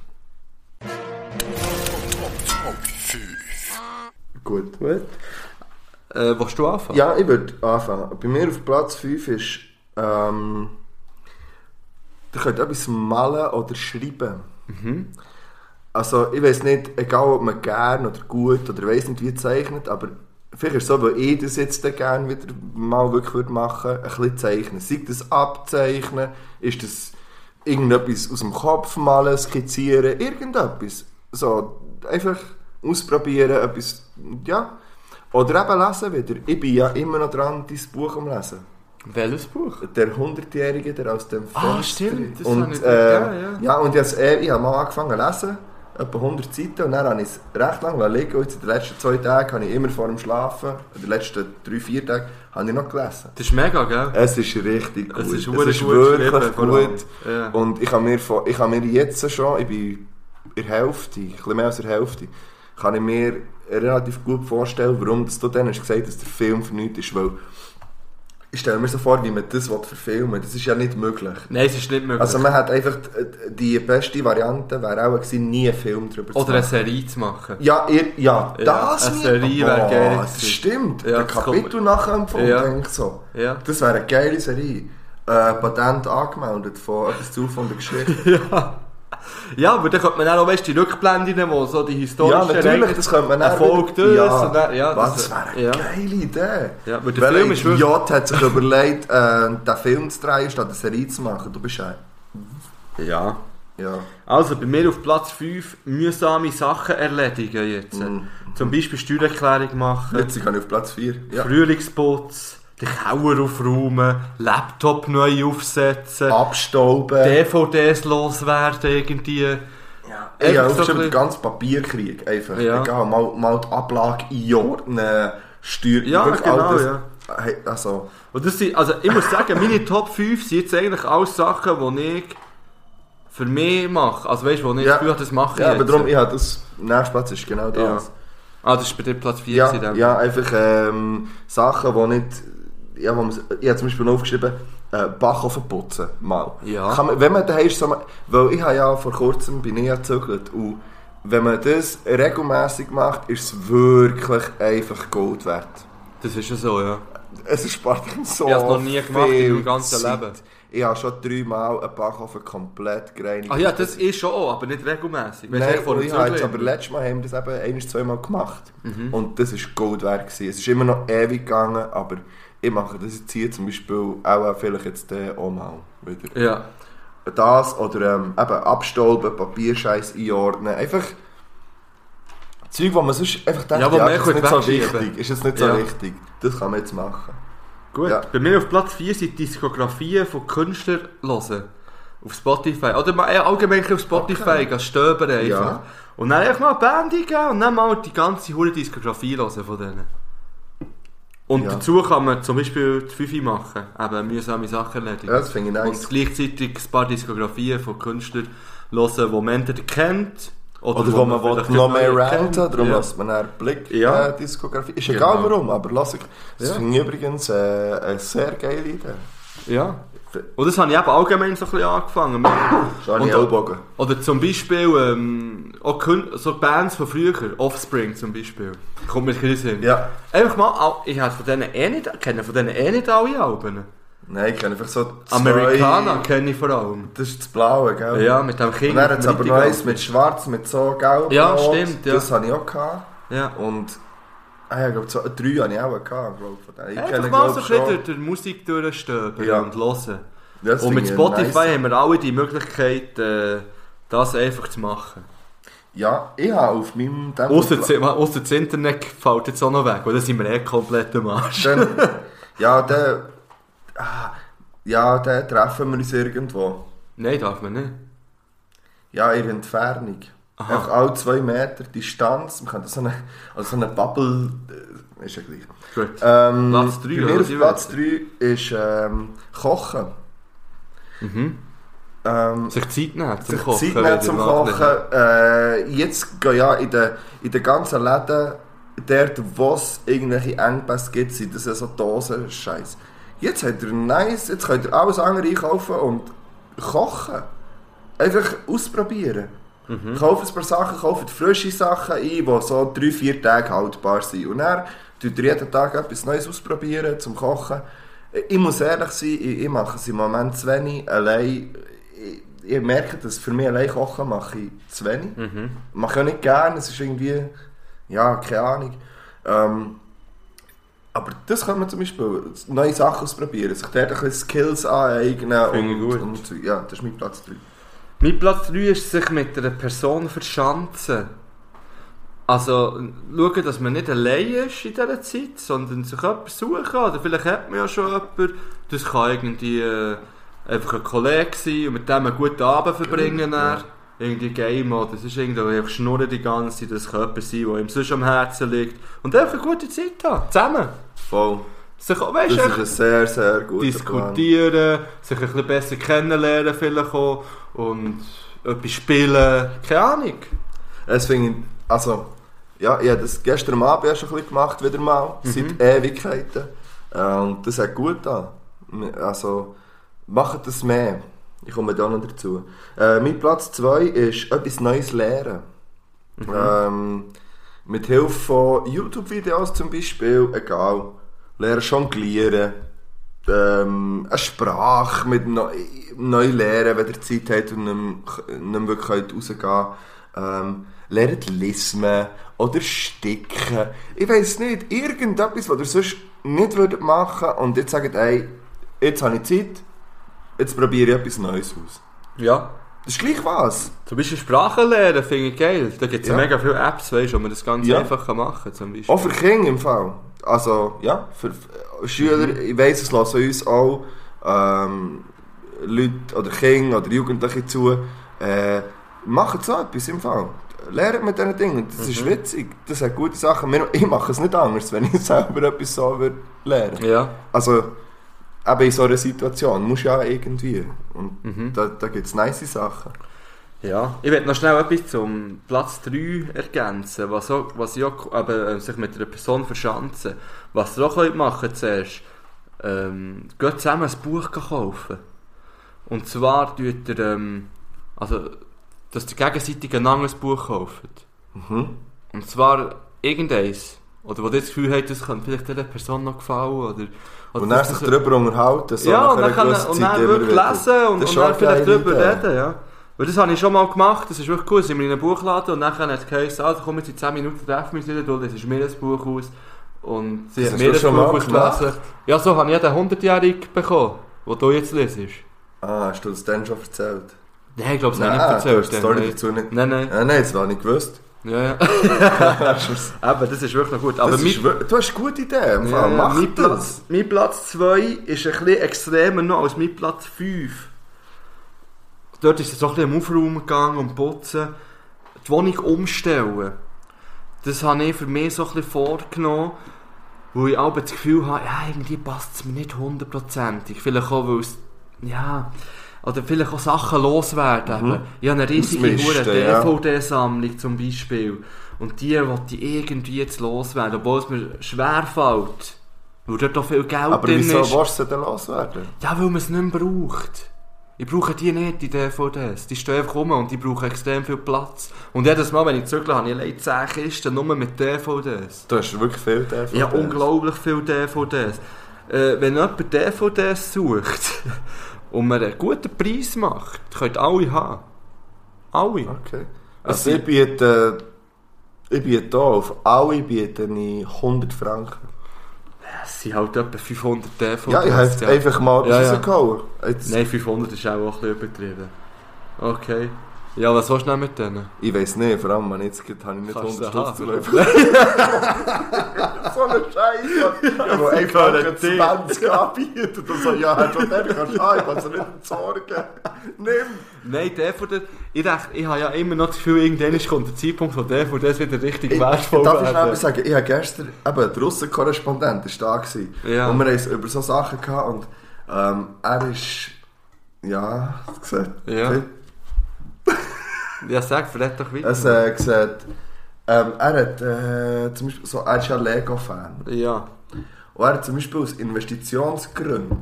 Speaker 3: Gut.
Speaker 2: Äh, willst du anfangen?
Speaker 3: Ja, ich würde anfangen. Bei mir auf Platz 5 ist, ähm, ihr könnt etwas malen oder schreiben. Also, ich weiß nicht, egal ob man gern oder gut oder weiß nicht wie zeichnet, aber vielleicht ist es so, weil ich das jetzt dann gerne wieder mal wirklich würde machen ein bisschen zeichnen. Sei das abzeichnen, ist das irgendetwas aus dem Kopf malen, skizzieren, irgendetwas. So, einfach ausprobieren, etwas, ja. Oder eben lesen wieder. Ich bin ja immer noch dran, dein Buch am Lesen.
Speaker 2: Welches Buch?
Speaker 3: Der 100-Jährige, der aus dem Fenster...
Speaker 2: Ah, stimmt, das
Speaker 3: und,
Speaker 2: habe ich-
Speaker 3: äh, ja,
Speaker 2: ja, ja.
Speaker 3: und ich, hab's eh- ich habe mal angefangen zu lesen, etwa 100 Seiten, und dann habe ich es recht lange liegen und jetzt in den letzten zwei Tagen habe ich immer vor dem Schlafen, in den letzten drei, vier Tagen, habe ich noch gelesen.
Speaker 2: Das ist mega, gell?
Speaker 3: Es ist richtig Äh, gut.
Speaker 2: Es ist verdammt gut
Speaker 3: wirklich
Speaker 2: geschrieben, vor allem.
Speaker 3: gut.
Speaker 2: Ja.
Speaker 3: Und ich habe mir, von- ich habe mir jetzt schon, ich bin in der Hälfte, ein bisschen mehr als in der Hälfte, kann ich mir relativ gut vorstellen, warum dass du dann hast gesagt dass der Film für nichts ist. Weil ich stelle mir so vor, wie man das will verfilmen will. Das ist ja nicht möglich.
Speaker 2: Nein, es ist nicht möglich.
Speaker 3: Also man hat einfach, die- die beste Variante wäre auch gewesen, nie einen Film darüber
Speaker 2: Oder
Speaker 3: zu
Speaker 2: eine
Speaker 3: machen.
Speaker 2: Serie zu machen.
Speaker 3: Ja, ihr, ja,
Speaker 2: Ja,
Speaker 3: das
Speaker 2: eine
Speaker 3: mir-
Speaker 2: Serie wäre
Speaker 3: Boah,
Speaker 2: geil
Speaker 3: das
Speaker 2: gewesen.
Speaker 3: Stimmt,
Speaker 2: Ja,
Speaker 3: ein
Speaker 2: das
Speaker 3: Kapitel
Speaker 2: kommt-
Speaker 3: nachempfunden,
Speaker 2: Ja.
Speaker 3: denke ich so.
Speaker 2: Ja.
Speaker 3: Das wäre eine geile Serie. Äh, Patent angemeldet von etwas zu von der Geschichte.
Speaker 2: Ja, aber dann könnte man auch, weißt du, die Rückblenden, wo so die historischen...
Speaker 3: ja, natürlich, das könnte man dann
Speaker 2: Erfolg
Speaker 3: wieder-
Speaker 2: durch
Speaker 3: Ja,
Speaker 2: und dann- ja,
Speaker 3: was, das
Speaker 2: das-
Speaker 3: wäre eine
Speaker 2: ja.
Speaker 3: geile Idee.
Speaker 2: Ja, aber der
Speaker 3: Weil
Speaker 2: Film ist wirklich-
Speaker 3: J hat sich überlegt, äh, den Film zu drehen, statt eine Serie zu machen. Du bist ein...
Speaker 2: Ja.
Speaker 3: Ja.
Speaker 2: Also bei mir auf Platz 5 mühsame Sachen erledigen jetzt.
Speaker 3: Mhm.
Speaker 2: Zum Beispiel Steuererklärung machen,
Speaker 3: Jetzt kann ich auf Platz 4. Ja.
Speaker 2: Frühlingsputz, den Keller aufräumen, Laptop neu aufsetzen,
Speaker 3: Ah, Abstauben.
Speaker 2: DVDs loswerden irgendwie.
Speaker 3: Ja,
Speaker 2: Einfach
Speaker 3: ich habe
Speaker 2: so
Speaker 3: aufgeschrieben,
Speaker 2: ein
Speaker 3: den ganzen Papierkrieg. Einfach.
Speaker 2: Ja.
Speaker 3: Egal, mal, mal die Ablage einordnen, Steuern.
Speaker 2: Ja,
Speaker 3: wirklich
Speaker 2: genau,
Speaker 3: all das.
Speaker 2: ja.
Speaker 3: dus- Hey, Also,
Speaker 2: Und das sind, also ich muss sagen, meine Top 5 sind jetzt eigentlich alles Sachen, die ich für mich mache. Also weißt du, wo ich
Speaker 3: Ja.
Speaker 2: das Gefühl habe, das mache
Speaker 3: ja,
Speaker 2: ich
Speaker 3: aber
Speaker 2: jetzt.
Speaker 3: darum, ja, das nächste Platz ist genau
Speaker 2: ja.
Speaker 3: das.
Speaker 2: Ah, das ist bei dir Platz 4
Speaker 3: Ja,
Speaker 2: gewesen,
Speaker 3: ja,
Speaker 2: dann.
Speaker 3: einfach ähm, Sachen, die nicht. Ja, wo man's- ich habe zum Beispiel noch aufgeschrieben, äh, Backofen putzen. Mal.
Speaker 2: Ja.
Speaker 3: Kann man, wenn man daheim ist, so mal, weil ich habe ja vor kurzem bin ich ja gezögert. Und wenn man das regelmäßig macht, ist es wirklich einfach Gold wert.
Speaker 2: Das ist ja so, ja.
Speaker 3: Es erspart ihm so
Speaker 2: Ich hab's noch nie gemacht in meinem ganzen
Speaker 3: viel Zeit.
Speaker 2: Leben.
Speaker 3: Ich habe schon dreimal einen Backofen komplett gereinigt.
Speaker 2: Ach Ah, ja, das ist schon auch, aber nicht regelmäßig. Weisst du,
Speaker 3: Nein,
Speaker 2: vor dem
Speaker 3: ich habe jetzt,
Speaker 2: Zügeln.
Speaker 3: aber letztes Mal haben wir das eben ein- bis zweimal gemacht.
Speaker 2: Mhm.
Speaker 3: Und das war Gold wert. Gewesen. Es ist immer noch ewig gegangen, aber ich mache das jetzt hier zum Beispiel auch vielleicht jetzt äh, auch mal wieder.
Speaker 2: Ja.
Speaker 3: ehm, Das oder ähm, eben abstauben, Papierscheiß einordnen. Einfach das Zeug, wo man sonst einfach denkt,
Speaker 2: Ja,
Speaker 3: ja,
Speaker 2: wo man
Speaker 3: ist jetzt
Speaker 2: kann
Speaker 3: nicht so
Speaker 2: wegschieben.
Speaker 3: wichtig. Ist jetzt nicht so
Speaker 2: Ja.
Speaker 3: wichtig. Das kann man jetzt machen.
Speaker 2: Gut,
Speaker 3: Ja.
Speaker 2: bei mir auf Platz 4 sind Diskografien von Künstlern hören. Auf Spotify. Oder mal eher allgemein auf Spotify gehen, stöbern einfach.
Speaker 3: Ja.
Speaker 2: Und dann einfach mal Band eingeben und dann mal die ganze hure Diskografie hören von denen. Und
Speaker 3: Ja.
Speaker 2: dazu kann man zum Beispiel die Fifi machen. Eben mühsame Sachen erledigen.
Speaker 3: Ja, das finde ich nice.
Speaker 2: Und gleichzeitig ein paar Diskografien von Künstlern hören, die man entweder kennt oder,
Speaker 3: Oder
Speaker 2: die
Speaker 3: wo man will,
Speaker 2: vielleicht
Speaker 3: noch
Speaker 2: nicht
Speaker 3: mehr
Speaker 2: neu
Speaker 3: ranten,
Speaker 2: kennt.
Speaker 3: darum
Speaker 2: Ja.
Speaker 3: lässt man einen Blick
Speaker 2: Ja.
Speaker 3: äh, Diskografie. Ist
Speaker 2: Genau.
Speaker 3: egal warum, aber lass ich. Das
Speaker 2: Ja.
Speaker 3: finde ich übrigens äh, eine sehr geile Idee.
Speaker 2: Ja. Und das habe ich eben allgemein so ein bisschen angefangen. Und
Speaker 3: Schade
Speaker 2: auch-
Speaker 3: Ellbogen.
Speaker 2: Oder zum Beispiel ähm, auch Kün- so Bands von früher, Offspring zum Beispiel. Kommt mir ein bisschen
Speaker 3: Ja.
Speaker 2: Einfach mal, au- ich habe von denen eh nicht, kenne von denen eh nicht alle Alben.
Speaker 3: Nein, ich kenne einfach so zwei-
Speaker 2: Amerikaner kenne ich vor allem.
Speaker 3: Das ist das Blaue, gell?
Speaker 2: Ja, mit dem
Speaker 3: Und
Speaker 2: Kind.
Speaker 3: dann hat es aber noch eins mit
Speaker 2: mit
Speaker 3: Schwarz, mit so gelb.
Speaker 2: Ja,
Speaker 3: Rot.
Speaker 2: stimmt, ja.
Speaker 3: Das habe ich auch gehabt.
Speaker 2: ja.
Speaker 3: Und ah, ja, ich glaube, zwei, drei habe ich auch gehabt, glaube ich. von denen. Ich
Speaker 2: Einfach
Speaker 3: kenne,
Speaker 2: mal
Speaker 3: glaub,
Speaker 2: so ein bisschen
Speaker 3: schon-
Speaker 2: durch die Musik durchstöbern
Speaker 3: Ja.
Speaker 2: und hören.
Speaker 3: Das
Speaker 2: und
Speaker 3: finde
Speaker 2: mit
Speaker 3: ich
Speaker 2: Spotify
Speaker 3: nice.
Speaker 2: haben wir alle die Möglichkeit, äh, das einfach zu machen.
Speaker 3: Ja, ich habe auf meinem... dem-
Speaker 2: Ausser das, ausser das Internet fällt jetzt auch noch weg, oder? Dann sind wir eh komplett am Arsch.
Speaker 3: Dann, ja, dann... ah, Ja, dann treffen wir uns irgendwo.
Speaker 2: Nein, darf man nicht.
Speaker 3: Ja, in der Entfernung. Einfach alle zwei Meter Distanz. Man kann so eine, also so eine Bubble... äh, Ist ja gleich.
Speaker 2: Gut.
Speaker 3: Ähm,
Speaker 2: Platz drei,
Speaker 3: bei mir
Speaker 2: oder?
Speaker 3: auf Platz 3 ist ähm, Kochen.
Speaker 2: Mhm.
Speaker 3: Ähm,
Speaker 2: Sich Zeit nehmen zum
Speaker 3: sich
Speaker 2: Kochen.
Speaker 3: Zeit
Speaker 2: wieder
Speaker 3: nehmen zum
Speaker 2: mal ein
Speaker 3: Kochen.
Speaker 2: bisschen.
Speaker 3: Äh, jetzt gehen ja in den in den ganzen Läden, dort wo es irgendwelche Engpässe gibt, sind das ja so Dosen, Scheiß. Jetzt habt ihr nice, jetzt könnt ihr alles andere einkaufen und kochen. Einfach ausprobieren.
Speaker 2: Mhm.
Speaker 3: Kauft ein paar Sachen, kauft frische Sachen ein, die so drei, vier Tage haltbar sind. Und dann tut ihr jeden Tag etwas Neues ausprobieren zum Kochen. Äh, Ich muss ehrlich sein, ich, ich mache es im Moment zu wenig. Allein, ich, ich merke, dass für mich allein kochen mache ich zu wenig.
Speaker 2: Mhm.
Speaker 3: Mache ich auch nicht gerne, es ist irgendwie, ja, keine Ahnung. Ähm, aber das kann man zum Beispiel, neue Sachen ausprobieren, sich dort ein bisschen Skills aneignen.
Speaker 2: Finde ich
Speaker 3: und,
Speaker 2: gut.
Speaker 3: Und, so. ja, das ist mein Platz 3.
Speaker 2: Mein Platz 3 ist, sich mit einer Person verschanzen. Also, schauen, dass man nicht allein ist in dieser Zeit, sondern sich jemanden suchen. Oder vielleicht hat man ja schon jemanden. Das kann irgendwie äh, einfach ein Kollege sein und mit dem einen guten Abend verbringen. Ja. Irgendwie Game oder das ist irgendwie einfach schnurren die ganze Zeit. Das kann jemand sein, der ihm sonst am Herzen liegt. Und einfach eine gute Zeit haben. Zusammen.
Speaker 3: Voll.
Speaker 2: Sich, auch- weißt,
Speaker 3: Das
Speaker 2: du,
Speaker 3: ist
Speaker 2: einfach-
Speaker 3: ein sehr, sehr guter
Speaker 2: diskutieren, sich ein bisschen besser kennenlernen vielleicht auch und etwas spielen, keine Ahnung.
Speaker 3: Plan. Das finde ich, also, ja, ich habe das gestern Abend ja schon ein bisschen gemacht, wieder mal, seit Ewigkeiten. Äh, Und das hat gut an. Also, macht das mehr. Ich komme da noch dazu. Äh, mein Platz 2 ist etwas Neues lernen. Ähm, mit Hilfe von YouTube-Videos zum Beispiel, egal. Lehre jonglieren. Ähm, eine Sprache mit neu, neu lernen, wenn ihr Zeit habt und nicht, mehr- nicht mehr wirklich könnt rausgehen Ähm, lernt Lismen oder Sticken. Ich weiß nicht, irgendetwas, was ihr sonst nicht würdet machen und jetzt sagt, ey, jetzt habe ich Zeit, jetzt probiere ich etwas Neues aus.
Speaker 2: Ja.
Speaker 3: Das ist gleich was.
Speaker 2: Zum Beispiel Sprachen lernen finde ich geil. Da gibt es ja.
Speaker 3: Ja.
Speaker 2: mega viele Apps, weißt, wo man das ganz
Speaker 3: Ja.
Speaker 2: einfach kann machen kann. Zum Beispiel.
Speaker 3: Auch für Kinder im Fall. Also, ja, eh, für für Schüler,
Speaker 2: Mhm.
Speaker 3: ich weiss, es lassen uns auch ähm, Leute oder Kinder oder Jugendliche zu. Äh, machen so etwas im Fall. Lernt mit diesen Dingen. Das ist
Speaker 2: Mhm.
Speaker 3: witzig. Das hat gute Sachen. Mir- Ich mache es nicht anders, wenn ich selber etwas so würde lernen
Speaker 2: Ja.
Speaker 3: Also, eben in so einer Situation muss ja irgendwie. Und
Speaker 2: Mhm.
Speaker 3: da, da gibt es nice Sachen.
Speaker 2: Ja, ich werde noch schnell etwas zum Platz 3 ergänzen, was, auch, was ich auch, eben, äh, sich mit einer Person verschanzen. Was ihr auch könnt machen zuerst, ähm, geht zusammen ein Buch kaufen. Und zwar tut ihr, ähm, also, dass ihr gegenseitig ein anderes Buch kauft.
Speaker 3: Mhm.
Speaker 2: Und zwar irgendeins. Oder wo ihr das Gefühl habt, das könnte vielleicht dieser Person noch gefallen. Oder, oder
Speaker 3: Und dann
Speaker 2: dass
Speaker 3: sich
Speaker 2: das-
Speaker 3: darüber unterhalten. So
Speaker 2: ja,
Speaker 3: nach
Speaker 2: und
Speaker 3: einer
Speaker 2: dann, kann,
Speaker 3: gewissen
Speaker 2: und
Speaker 3: Zeit
Speaker 2: dann
Speaker 3: immer
Speaker 2: wirklich
Speaker 3: wieder.
Speaker 2: lesen und,
Speaker 3: Das ist
Speaker 2: und
Speaker 3: schon
Speaker 2: dann
Speaker 3: eine
Speaker 2: vielleicht
Speaker 3: geile
Speaker 2: drüber
Speaker 3: Idee.
Speaker 2: reden, ja. Weil das habe ich schon mal gemacht, das ist wirklich cool. Sind wir in einem Buchladen und nachher hat es geheißen, ah, komm, jetzt in 10 Minuten treffen wir uns wieder, du lesest mir das Buch aus. Und sie
Speaker 3: Das
Speaker 2: hat
Speaker 3: hast
Speaker 2: mir
Speaker 3: du
Speaker 2: das
Speaker 3: schon
Speaker 2: Buch
Speaker 3: mal gemacht?
Speaker 2: ausgelesen. Ja, so habe ich den 100-Jährigen bekommen, den du jetzt lesest.
Speaker 3: Ah, hast du das dann schon erzählt?
Speaker 2: Nein, ich glaube, das habe
Speaker 3: Nein,
Speaker 2: ich
Speaker 3: du
Speaker 2: nicht
Speaker 3: hast die
Speaker 2: erzählt.
Speaker 3: Story
Speaker 2: nein.
Speaker 3: dazu nicht.
Speaker 2: Nein, nein.
Speaker 3: Ah, nein, das war nicht gewusst.
Speaker 2: Ja, Ah, ja. dus Eben, das ist wirklich noch gut. Aber
Speaker 3: Das
Speaker 2: mein,
Speaker 3: ist wir- du hast gute Ideen. im
Speaker 2: ja,
Speaker 3: Fall. Mach
Speaker 2: mein, Platz,
Speaker 3: das.
Speaker 2: mein Platz 2 ist ein bisschen extremer noch als mein Platz 5. Dort ist es so ein bisschen um Aufraum gegangen und Putzen. Die Wohnung umstellen. Das habe ich für mich so ein bisschen vorgenommen, weil ich auch das Gefühl habe, ja, irgendwie passt es mir nicht hundertprozentig. Vielleicht auch, weil es, ja... Oder vielleicht auch Sachen loswerden. eben. Ich habe eine riesige
Speaker 3: Mhm. Das Misten,
Speaker 2: Hure-
Speaker 3: ja.
Speaker 2: DVD-Sammlung zum Beispiel. Und die wollte ich irgendwie jetzt loswerden, obwohl es mir schwerfällt. Weil dort auch viel Geld
Speaker 3: Aber
Speaker 2: drin
Speaker 3: wieso
Speaker 2: ist.
Speaker 3: willst du sie denn loswerden?
Speaker 2: Ja, weil man es nicht mehr braucht. Ich brauche die nicht, die DVDs. Die stehen einfach rum und die brauchen extrem viel Platz. Und jedes Mal, wenn ich zügle, habe ich allein 10 Kisten nur mit DVDs.
Speaker 3: Du hast wirklich viel davon.
Speaker 2: Ich habe unglaublich viele DVDs. Äh, wenn jemand DVDs sucht und mir einen guten Preis macht, könnt ihr alle haben. Alle.
Speaker 3: Okay. Also ich biete... Ich biete hier auf alle biete ich 100 Franken.
Speaker 2: Es sind halt etwa 500 DVDs.
Speaker 3: ja, ich habe
Speaker 2: Oh, ja.
Speaker 3: einfach mal
Speaker 2: Ja,
Speaker 3: etwas
Speaker 2: ja.
Speaker 3: rausgehauen. Jetzt,
Speaker 2: Nein, 500 ist auch ein bisschen übertrieben. Okay. Ja, was nou willst du denn mit denen?
Speaker 3: Ich weiß nicht, vor allem, wenn jetzt geht, habe ich nicht
Speaker 2: Kannst
Speaker 3: 100
Speaker 2: du
Speaker 3: Stutz zu
Speaker 2: haben.
Speaker 3: laufen. so eine Scheiße. Ja, wo einfach
Speaker 2: können
Speaker 3: ein
Speaker 2: dich.
Speaker 3: 20 anbietet und so, ja, hat doch der, kannst du haben, ich kann es nicht entsorgen. Nimm.
Speaker 2: Nein, DVD. Ich dachte, ich habe ja immer noch das Gefühl, irgendwann kommt der Zeitpunkt, wo DVDs wieder richtig wertvoll
Speaker 3: darf ich schnell
Speaker 2: werden.
Speaker 3: was sagen, ich habe gestern, eben, der Russenkorrespondent war da gewesen,
Speaker 2: Ja.
Speaker 3: und wir haben es über so Sachen gehabt und ähm, er ist, ja, es sieht,
Speaker 2: Ja. Ja, sag, verlet doch weiter.
Speaker 3: es äh, sieht, ähm, er hat äh, zum Beispiel, so, er ist ja Lego-Fan
Speaker 2: ja,
Speaker 3: und er hat zum Beispiel aus Investitionsgründen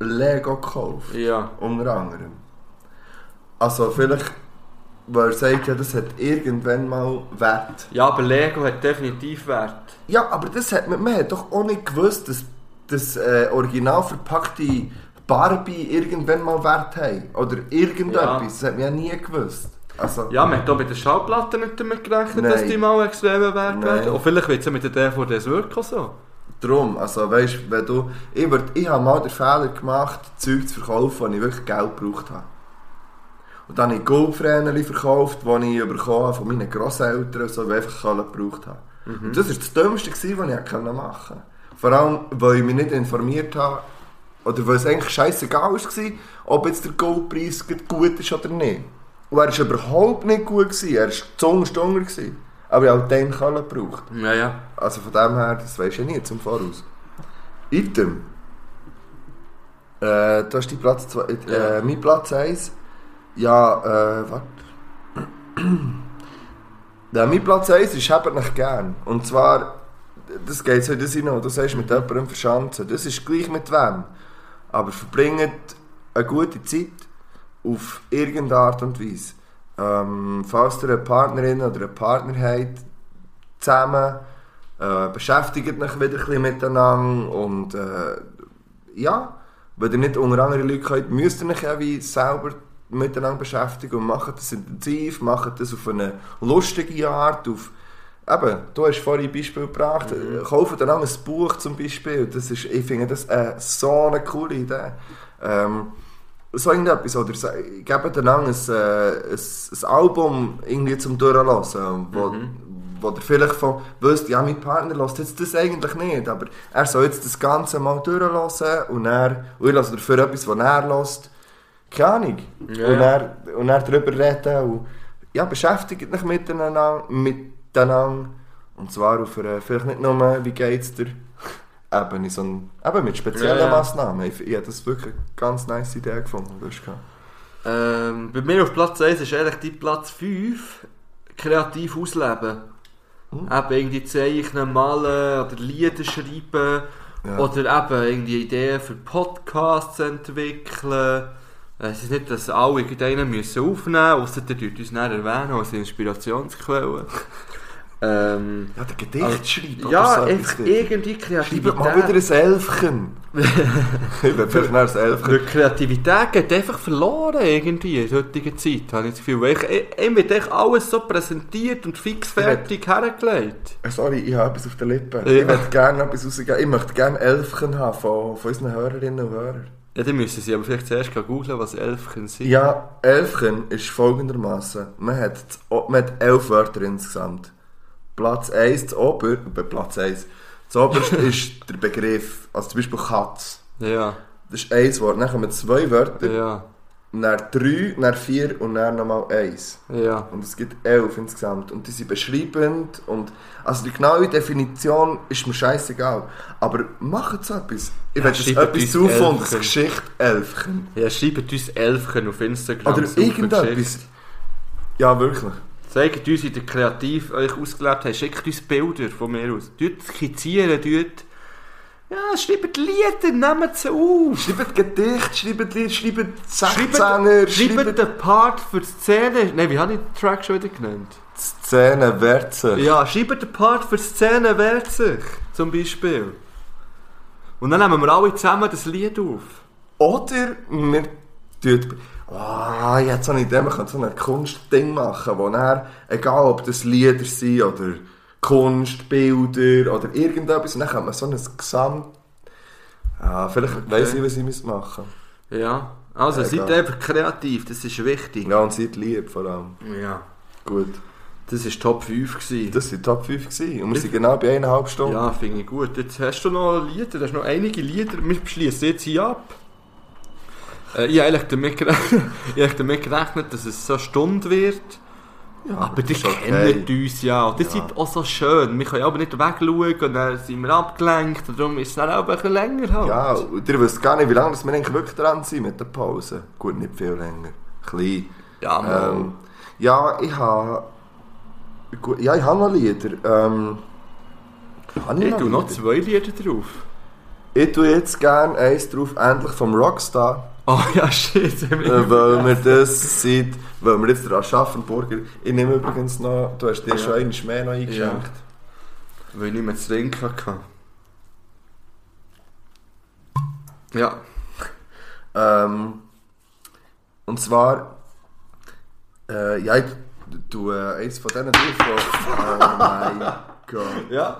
Speaker 3: Lego gekauft.
Speaker 2: ja.
Speaker 3: Unter anderem. Also vielleicht, weil er sagt, ja, das hat irgendwann mal Wert.
Speaker 2: Ja, aber Lego hat definitiv Wert.
Speaker 3: Ja, aber das hat man, man hat doch auch nicht gewusst, dass das äh, original verpackte Barbie irgendwann mal Wert hat. Oder
Speaker 2: Ja.
Speaker 3: irgendetwas. Das hat man ja nie gewusst. Also,
Speaker 2: Ja, man hat auch bei den Schallplatten nicht damit gerechnet,
Speaker 3: Nein.
Speaker 2: dass die mal extremen Wert
Speaker 3: Nein.
Speaker 2: werden. Und vielleicht wird es ja mit den DVDs wirklich auch so.
Speaker 3: drum, also weißt wenn du. Ich, würd, ich habe mal den Fehler gemacht, Zeug zu verkaufen, wo ich wirklich Geld gebraucht habe. Und dann habe ich Goldfräneli verkauft, die ich bekommen habe von meinen Grosseltern, so, die ich einfach alle gebraucht habe. Und das war das Dümmste, gewesen, was ich hätte machen konnte. Vor allem, weil ich mich nicht informiert habe, oder weil es eigentlich scheißegal war, ob jetzt der Goldpreis gerade gut ist oder nicht. Und er war überhaupt nicht gut, gewesen. er war Zungenstunger. gewesen. Aber ich habe halt den Kallen gebraucht.
Speaker 2: Ja, ja.
Speaker 3: Also von dem her, das weisst du ja nie zum Voraus. Item. Äh, du hast deinen Platz 2. Äh,
Speaker 2: Ja.
Speaker 3: Mein Platz 1. Ja, äh, warte. ja, mein Platz 1 ist «Habt nicht gern». Und zwar, das geht so in das hinein, du sagst mit jemandem verschanzen. Das ist gleich mit wem. Aber verbringt eine gute Zeit auf irgendeine Art und Weise. Ähm, falls ihr eine Partnerin oder einen Partner habt, zusammen, äh, beschäftigt euch wieder ein bisschen miteinander und äh, ja, wenn ihr nicht unter anderen Leuten könnt, müsst ihr euch ja wie selber miteinander beschäftigen und macht das intensiv, macht das auf eine lustige Art, auf Eben, du hast vorhin ein Beispiel gebracht, mhm. kaufen dann ein Buch zum Beispiel, das ist, ich finde das äh, so eine coole Idee. Ähm, so irgendetwas, oder so, geben dann ein, äh, ein, ein Album irgendwie zum Durchlassen, wo, wo ihr vielleicht von wisst, ja, mein Partner lässt jetzt das eigentlich nicht, aber er soll jetzt das Ganze mal durchlassen und er, und ich lasse dafür etwas, was er lässt, keine Ahnung,
Speaker 2: Ja.
Speaker 3: und, er, und er darüber reden und ja, beschäftigt euch miteinander, miteinander und zwar auf einer, vielleicht nicht nur, wie geht's dir, Ebene, sondern eben mit speziellen
Speaker 2: Ja, ja.
Speaker 3: Massnahmen. Ich, ich habe das wirklich eine ganz nice Idee gefunden. die Du hast gehabt.
Speaker 2: Ähm, bei mir auf Platz 1 ist eigentlich die Platz 5 kreativ ausleben. Eben irgendwie Zeichnen, Malen oder Lieder schreiben
Speaker 3: Ja.
Speaker 2: oder eben irgendwie Ideen für Podcasts entwickeln. Es ist nicht, dass alle irgendeinen müssen aufnehmen müssen, ausser ihr dürft uns dann erwähnen als Inspirationsquelle. ähm,
Speaker 3: Ja, der Gedicht
Speaker 2: Also,
Speaker 3: schreiben.
Speaker 2: ja,
Speaker 3: oder so
Speaker 2: einfach
Speaker 3: etwas.
Speaker 2: irgendwie
Speaker 3: Schreibt mal wieder
Speaker 2: Kreativität.
Speaker 3: ein Elfchen. ich will vielleicht noch ein Elfchen.
Speaker 2: Weil die Kreativität geht einfach verloren irgendwie in heutiger Zeit, habe ich das Gefühl. Weil ich, ich, ich wird echt alles so präsentiert und fix fertig hergelegt.
Speaker 3: Äh, Sorry, ich habe etwas auf den Lippen.
Speaker 2: Ja.
Speaker 3: Ich möchte gerne etwas rausgeben. Ich möchte gerne Elfchen haben von, von unseren Hörerinnen und Hörern.
Speaker 2: Ja, dann müssen sie aber vielleicht zuerst googeln, was Elfchen sind.
Speaker 3: Ja, Elfchen ist folgendermaßen. Man hat, das O- man hat elf Wörter insgesamt. Platz 1, das Ober... Bei Platz 1. Das oberste ist der Begriff. Also zum Beispiel Katz.
Speaker 2: Ja,
Speaker 3: Das ist ein Wort. Dann kommen zwei Wörter,
Speaker 2: ja,
Speaker 3: dann drei, dann vier und dann nochmal eins.
Speaker 2: ja.
Speaker 3: Und es gibt elf insgesamt. Und die sind beschreibend. Und also die genaue Definition ist mir scheißegal. Aber macht so etwas. Ich
Speaker 2: Ja,
Speaker 3: will jetzt
Speaker 2: schreibt
Speaker 3: etwas
Speaker 2: uns
Speaker 3: zufunden.
Speaker 2: Elfchen.
Speaker 3: Geschichte Elfchen.
Speaker 2: Ja, schreibt uns Elfchen auf Instagram.
Speaker 3: Oder
Speaker 2: super
Speaker 3: irgendetwas.
Speaker 2: geschickt.
Speaker 3: Ja, wirklich.
Speaker 2: Zeigt uns, wie ihr kreativ euch ausgelebt habt. Schickt uns Bilder von mir aus. Dort skizzieren, dort... Ja, schreibt Lieder, nehmt sie auf.
Speaker 3: Schreibt Gedicht, schreibt Lied, schreibt
Speaker 2: Schreibt,
Speaker 3: 16er,
Speaker 2: schreibt
Speaker 3: schreibt
Speaker 2: den Part für die Szene. Nein, wie habe ich den Track schon wieder genannt?
Speaker 3: Szenen, Werze.
Speaker 2: Ja, schreibt den Part für die Szene, wehrt sich. Zum Beispiel. Und dann nehmen wir alle zusammen das Lied auf.
Speaker 3: Oder wir tut. Ah, jetzt habe ich dem, man könnte so ein Kunstding machen, wo er, egal ob das Lieder sind oder Kunst, Bilder oder irgendetwas, und dann könnte man so ein Gesamt. Ah, vielleicht weiss ich, was ich muss machen
Speaker 2: Ja. Also,
Speaker 3: Ja,
Speaker 2: seid
Speaker 3: egal.
Speaker 2: einfach kreativ, das ist wichtig.
Speaker 3: Ja, und seid lieb vor allem.
Speaker 2: Ja.
Speaker 3: Gut.
Speaker 2: Das war Top 5. Gewesen.
Speaker 3: Das waren die Top 5 gewesen. Und wir sind genau bei eineinhalb Stunden.
Speaker 2: Ja, finde ich gut. Jetzt hast du noch Lieder, du hast noch einige Lieder. Wir beschließen jetzt hier ab. Äh, ich habe eigentlich damit gerechnet, ich habe damit gerechnet, dass es so eine Stunde wird.
Speaker 3: Ja,
Speaker 2: aber die
Speaker 3: das ist okay.
Speaker 2: kennt uns ja. Und das
Speaker 3: Ja.
Speaker 2: ist auch so schön. Wir können aber nicht wegschauen und dann sind wir abgelenkt. Und darum ist es dann auch ein bisschen länger. Halt.
Speaker 3: Ja, und ihr wisst gar nicht, wie lange wir eigentlich wirklich dran sind mit der Pause. Gut, nicht viel länger. Klein.
Speaker 2: Ja, Mann.
Speaker 3: Ähm, ja, ich habe. Gut, Ja, ich habe noch Lieder. Ähm, habe
Speaker 2: ich tue noch
Speaker 3: Lieder?
Speaker 2: zwei Lieder drauf.
Speaker 3: Ich tue jetzt gerne eins drauf, endlich vom Rockstar.
Speaker 2: Ah ja, shit.
Speaker 3: Äh, weil wir das seit. Weil wir jetzt den Aschaffenburger. Ich nehme übrigens noch. Du hast dir
Speaker 2: Ja.
Speaker 3: schon einen mehr noch eingeschenkt.
Speaker 2: Weil ich nicht mehr zu trinken hatte. Ja.
Speaker 3: Ähm, und zwar. Äh, ja, ich tue äh, eins von denen drauf. wo- Oh mein Gott.
Speaker 2: Ja,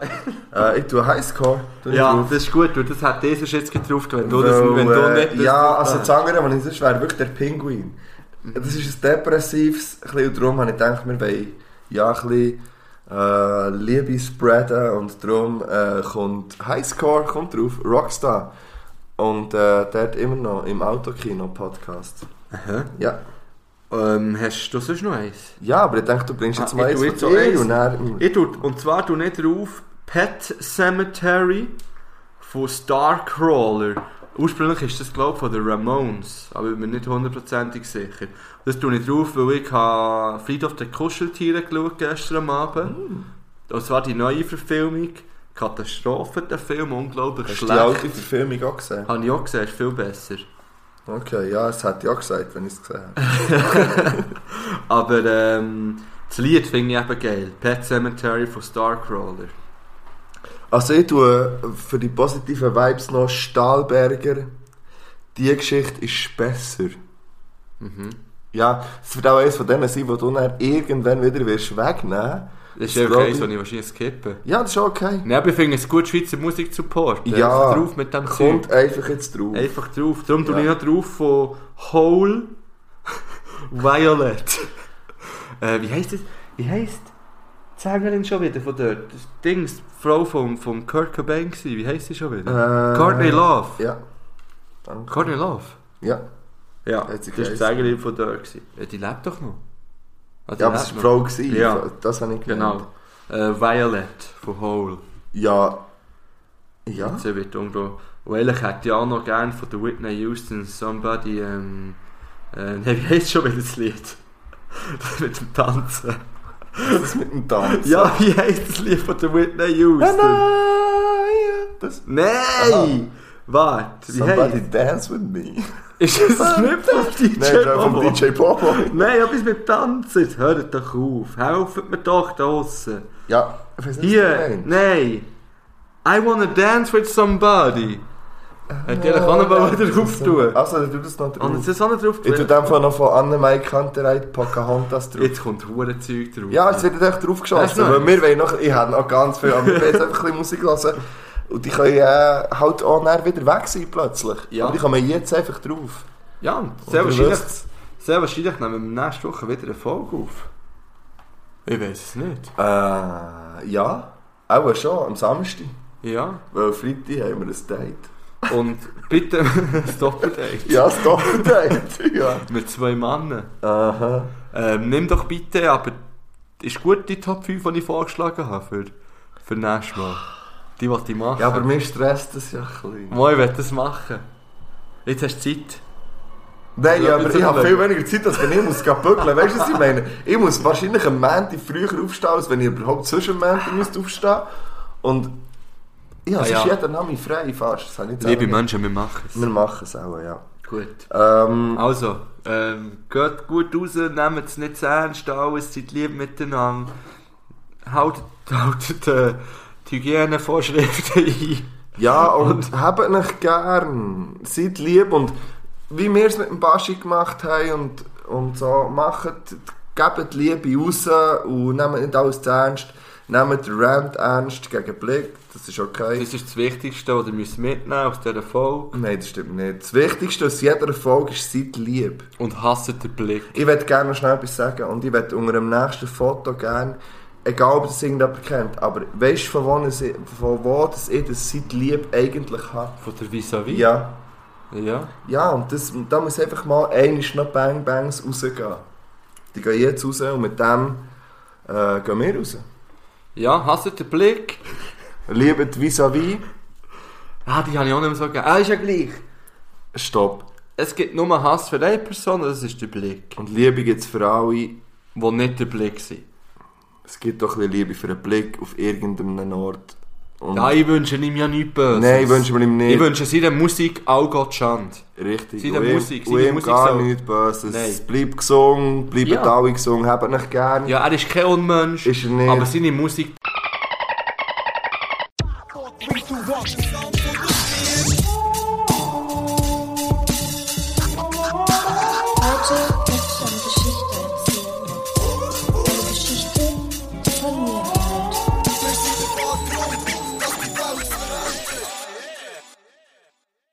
Speaker 3: Äh, ich tue Highscore. tue ich
Speaker 2: ja
Speaker 3: drauf.
Speaker 2: das ist gut, weil das hat dieser jetzt getroffen, wenn du, das, wenn du
Speaker 3: Weil, äh,
Speaker 2: nicht... das
Speaker 3: ja,
Speaker 2: drauf
Speaker 3: also
Speaker 2: hast.
Speaker 3: das andere, was ich sonst wäre, wirklich der Pinguin. Das ist ein depressives, ein bisschen, und darum habe ich gedacht, wir wollen ja ein bisschen äh, Liebe spreaden und darum äh, kommt Highscore, kommt drauf, Rockstar. Und äh, dort immer noch im Autokino-Podcast.
Speaker 2: Aha.
Speaker 3: Ja.
Speaker 2: Ähm, hast du sonst noch eins?
Speaker 3: ja, aber ich denke, du bringst jetzt
Speaker 2: Ah,
Speaker 3: mal
Speaker 2: ich
Speaker 3: eins
Speaker 2: tue
Speaker 3: von
Speaker 2: jetzt auch
Speaker 3: dir
Speaker 2: eins.
Speaker 3: und dann...
Speaker 2: Ich tue, und zwar tue ich drauf Pet Cemetery von Starcrawler. Ursprünglich ist das, glaube ich, von den Ramones, aber ich bin mir nicht hundertprozentig sicher. Das tue ich drauf, weil ich habe Friedhof der Kuscheltiere geschaut gestern am Abend. Und zwar die neue Verfilmung. Katastrophe, der Film, unglaublich
Speaker 3: Hast du die alte
Speaker 2: schlecht.
Speaker 3: Verfilmung auch gesehen?
Speaker 2: Habe ich auch gesehen, ist viel besser.
Speaker 3: Okay, ja, das hätte ich auch gesagt, wenn ich es gesehen hätte.
Speaker 2: Aber ähm, das Lied finde ich eben geil. Pet Cemetery von Starcrawler.
Speaker 3: Also ich tue für die positiven Vibes noch Stahlberger. Die Geschichte ist besser.
Speaker 2: Mhm.
Speaker 3: Ja, es wird auch eines von denen sein, die du dann irgendwann wieder wirst wegnehmen
Speaker 2: Das ist
Speaker 3: Das
Speaker 2: einfach
Speaker 3: glaub
Speaker 2: eins,
Speaker 3: ich.
Speaker 2: was ich wahrscheinlich skippe.
Speaker 3: Ja, das ist okay.
Speaker 2: Nein, aber ich finde es gut, Schweizer Musik zu supporten.
Speaker 3: Ja.
Speaker 2: Einfach drauf mit dem Zeug.
Speaker 3: Kommt einfach jetzt drauf.
Speaker 2: Einfach drauf. Darum tue
Speaker 3: Ja.
Speaker 2: ich noch drauf von Hole Violet. äh, wie heisst das? Wie heisst die Sängerin schon wieder von dort? Das Dings, die Frau vom, vom Kurt Cobain war. Wie heisst sie schon wieder?
Speaker 3: Äh,
Speaker 2: Courtney Love.
Speaker 3: Ja. Danke.
Speaker 2: Courtney Love.
Speaker 3: Ja.
Speaker 2: Ja,
Speaker 3: Hat sie
Speaker 2: das war die
Speaker 3: geheißen.
Speaker 2: Sängerin von dort. gewesen. Ja, die lebt doch noch. Ah, die
Speaker 3: Ja, aber
Speaker 2: lebt
Speaker 3: es war
Speaker 2: noch.
Speaker 3: Frau. Gewesen. Also,
Speaker 2: Ja.
Speaker 3: Das habe ich gemeint.
Speaker 2: Genau. Äh, Violet von Hole.
Speaker 3: Ja. Ja.
Speaker 2: Jetzt wird irgendwo. Und ehrlich hätte ich auch noch gerne von der Whitney Houston Somebody. Ähm, äh, nee, wie heisst schon wieder das Lied? Das mit dem Tanzen.
Speaker 3: Das ist mit dem Tanz.
Speaker 2: Ja, wie heisst das Lied von der Whitney Houston?
Speaker 3: Das
Speaker 2: Nein! Warte, wie
Speaker 3: Somebody Ah.
Speaker 2: heisst
Speaker 3: dance with me.
Speaker 2: Ist das nicht vom DJ
Speaker 3: Nein, das war
Speaker 2: Bobo?
Speaker 3: vom DJ Bobo.
Speaker 2: Nein, aber es mit Tanzen. Hört doch auf. Helft mir doch da draussen.
Speaker 3: Ja, ich weiß nicht, was du
Speaker 2: Hier,
Speaker 3: meinst.
Speaker 2: nein. I wanna dance with somebody. Hätte ich
Speaker 3: Oh,
Speaker 2: auch noch mal wieder drauf tun.
Speaker 3: Also, dann tu das noch
Speaker 2: Und es
Speaker 3: drauf.
Speaker 2: ist auch nicht drauf.
Speaker 3: Ich tue dem Fall noch von Anne-Mai Kantereit Pocahontas drauf.
Speaker 2: Jetzt kommt hure Zeug drauf.
Speaker 3: Ja, es wird echt drauf
Speaker 2: Hast du
Speaker 3: geschossen,
Speaker 2: noch
Speaker 3: weil wir wollen noch... Ich habe noch ganz viel, aber ich will jetzt einfach ein bisschen Musik hören. Und die können äh, halt auch dann wieder weg sein plötzlich.
Speaker 2: Ja.
Speaker 3: Aber die kommen jetzt einfach drauf.
Speaker 2: Ja, und sehr
Speaker 3: Und ihr
Speaker 2: wahrscheinlich,
Speaker 3: wisst's.
Speaker 2: sehr wahrscheinlich nehmen wir nächste Woche wieder eine Folge auf. Ich weiß es nicht.
Speaker 3: Äh, ja. Auch schon, am Samstag.
Speaker 2: Ja.
Speaker 3: Weil Freitag haben wir ein Date.
Speaker 2: Und bitte ein Doppeldate.
Speaker 3: Ja, ein Doppeldate. ja.
Speaker 2: Mit zwei Männern.
Speaker 3: Aha.
Speaker 2: Ähm, nimm doch bitte, aber ist gut die Top 5, die ich vorgeschlagen habe für, für nächstes Mal. Die wollte ich machen.
Speaker 3: Ja, aber mir stresst das ja ein bisschen.
Speaker 2: Moi, ich will das machen. Jetzt hast du Zeit.
Speaker 3: Nein,
Speaker 2: Ja,
Speaker 3: ja, aber
Speaker 2: bitte
Speaker 3: ich habe viel
Speaker 2: überlegen.
Speaker 3: weniger Zeit, als wenn ich muss gehen bügeln. Weißt du, was ich meine? Ich muss wahrscheinlich am Montag früher aufstehen, als wenn ich überhaupt zwischen dem Montag müsste aufstehen Und ja, es
Speaker 2: Ah,
Speaker 3: ist
Speaker 2: ja.
Speaker 3: jeder Name frei, fast. Das habe ich jetzt
Speaker 2: Liebe
Speaker 3: auch nicht.
Speaker 2: Menschen, wir machen es.
Speaker 3: Wir machen es auch, ja.
Speaker 2: Gut.
Speaker 3: Ähm,
Speaker 2: Also, ähm, geht gut raus, nehmt es nicht zu ernst, alles, seid lieb miteinander. Haltet, haltet äh, die Hygienevorschriften ein.
Speaker 3: ja, und, habt euch gern. Seid lieb und wie wir es mit dem Baschi gemacht haben und, und so, macht, gebt Liebe raus und nehmt nicht alles zu ernst. Nehmt den Rant ernst gegen Blick, das ist okay.
Speaker 2: Das ist das Wichtigste, was ihr müsst mitnehmen aus dieser Folge.
Speaker 3: Nein, das stimmt nicht. Das Wichtigste aus jeder Folge ist, seid lieb.
Speaker 2: Und hasset den Blick.
Speaker 3: Ich würde gerne noch schnell etwas sagen und ich würde unter dem nächsten Foto gerne, egal ob das irgendjemand kennt, aber weißt du, von wo, es, von wo das ich das seid lieb eigentlich habe?
Speaker 2: Von der Vis-a-vis.
Speaker 3: Ja.
Speaker 2: ja.
Speaker 3: Ja, und das, da muss einfach mal einisch noch Bang Bangs rausgehen. Die gehen jetzt raus und mit dem äh, gehen wir raus.
Speaker 2: Ja, hasset den Blick.
Speaker 3: Liebet vis-à-vis.
Speaker 2: Ah, die habe ich auch nicht mehr so gegeben. Ah, ist ja gleich.
Speaker 3: Stopp.
Speaker 2: Es gibt nur Hass für eine Person, und das ist der Blick.
Speaker 3: Und Liebe gibt es für alle.
Speaker 2: Wo nicht der Blick sind.
Speaker 3: Es gibt doch ein bisschen Liebe für einen Blick auf irgendeinen Ort. Und
Speaker 2: Ja, ich wünsche ihm ja nichts Böses.
Speaker 3: Oh Nein, wünschen wir ihm nicht.
Speaker 2: Ich wünsche seiner Musik auch Gott Schande.
Speaker 3: Richtig.
Speaker 2: Sei der
Speaker 3: Und ihm-
Speaker 2: Musik, sei
Speaker 3: und
Speaker 2: der
Speaker 3: ihm
Speaker 2: Musik
Speaker 3: gar
Speaker 2: so.
Speaker 3: nichts Böses.
Speaker 2: Nein.
Speaker 3: Bleibt gesungen, bleibt
Speaker 2: Ja.
Speaker 3: alle gesungen, habt euch gern.
Speaker 2: Ja, er ist kein Unmensch,
Speaker 3: Ist er nicht.
Speaker 2: aber seine Musik...
Speaker 1: Heute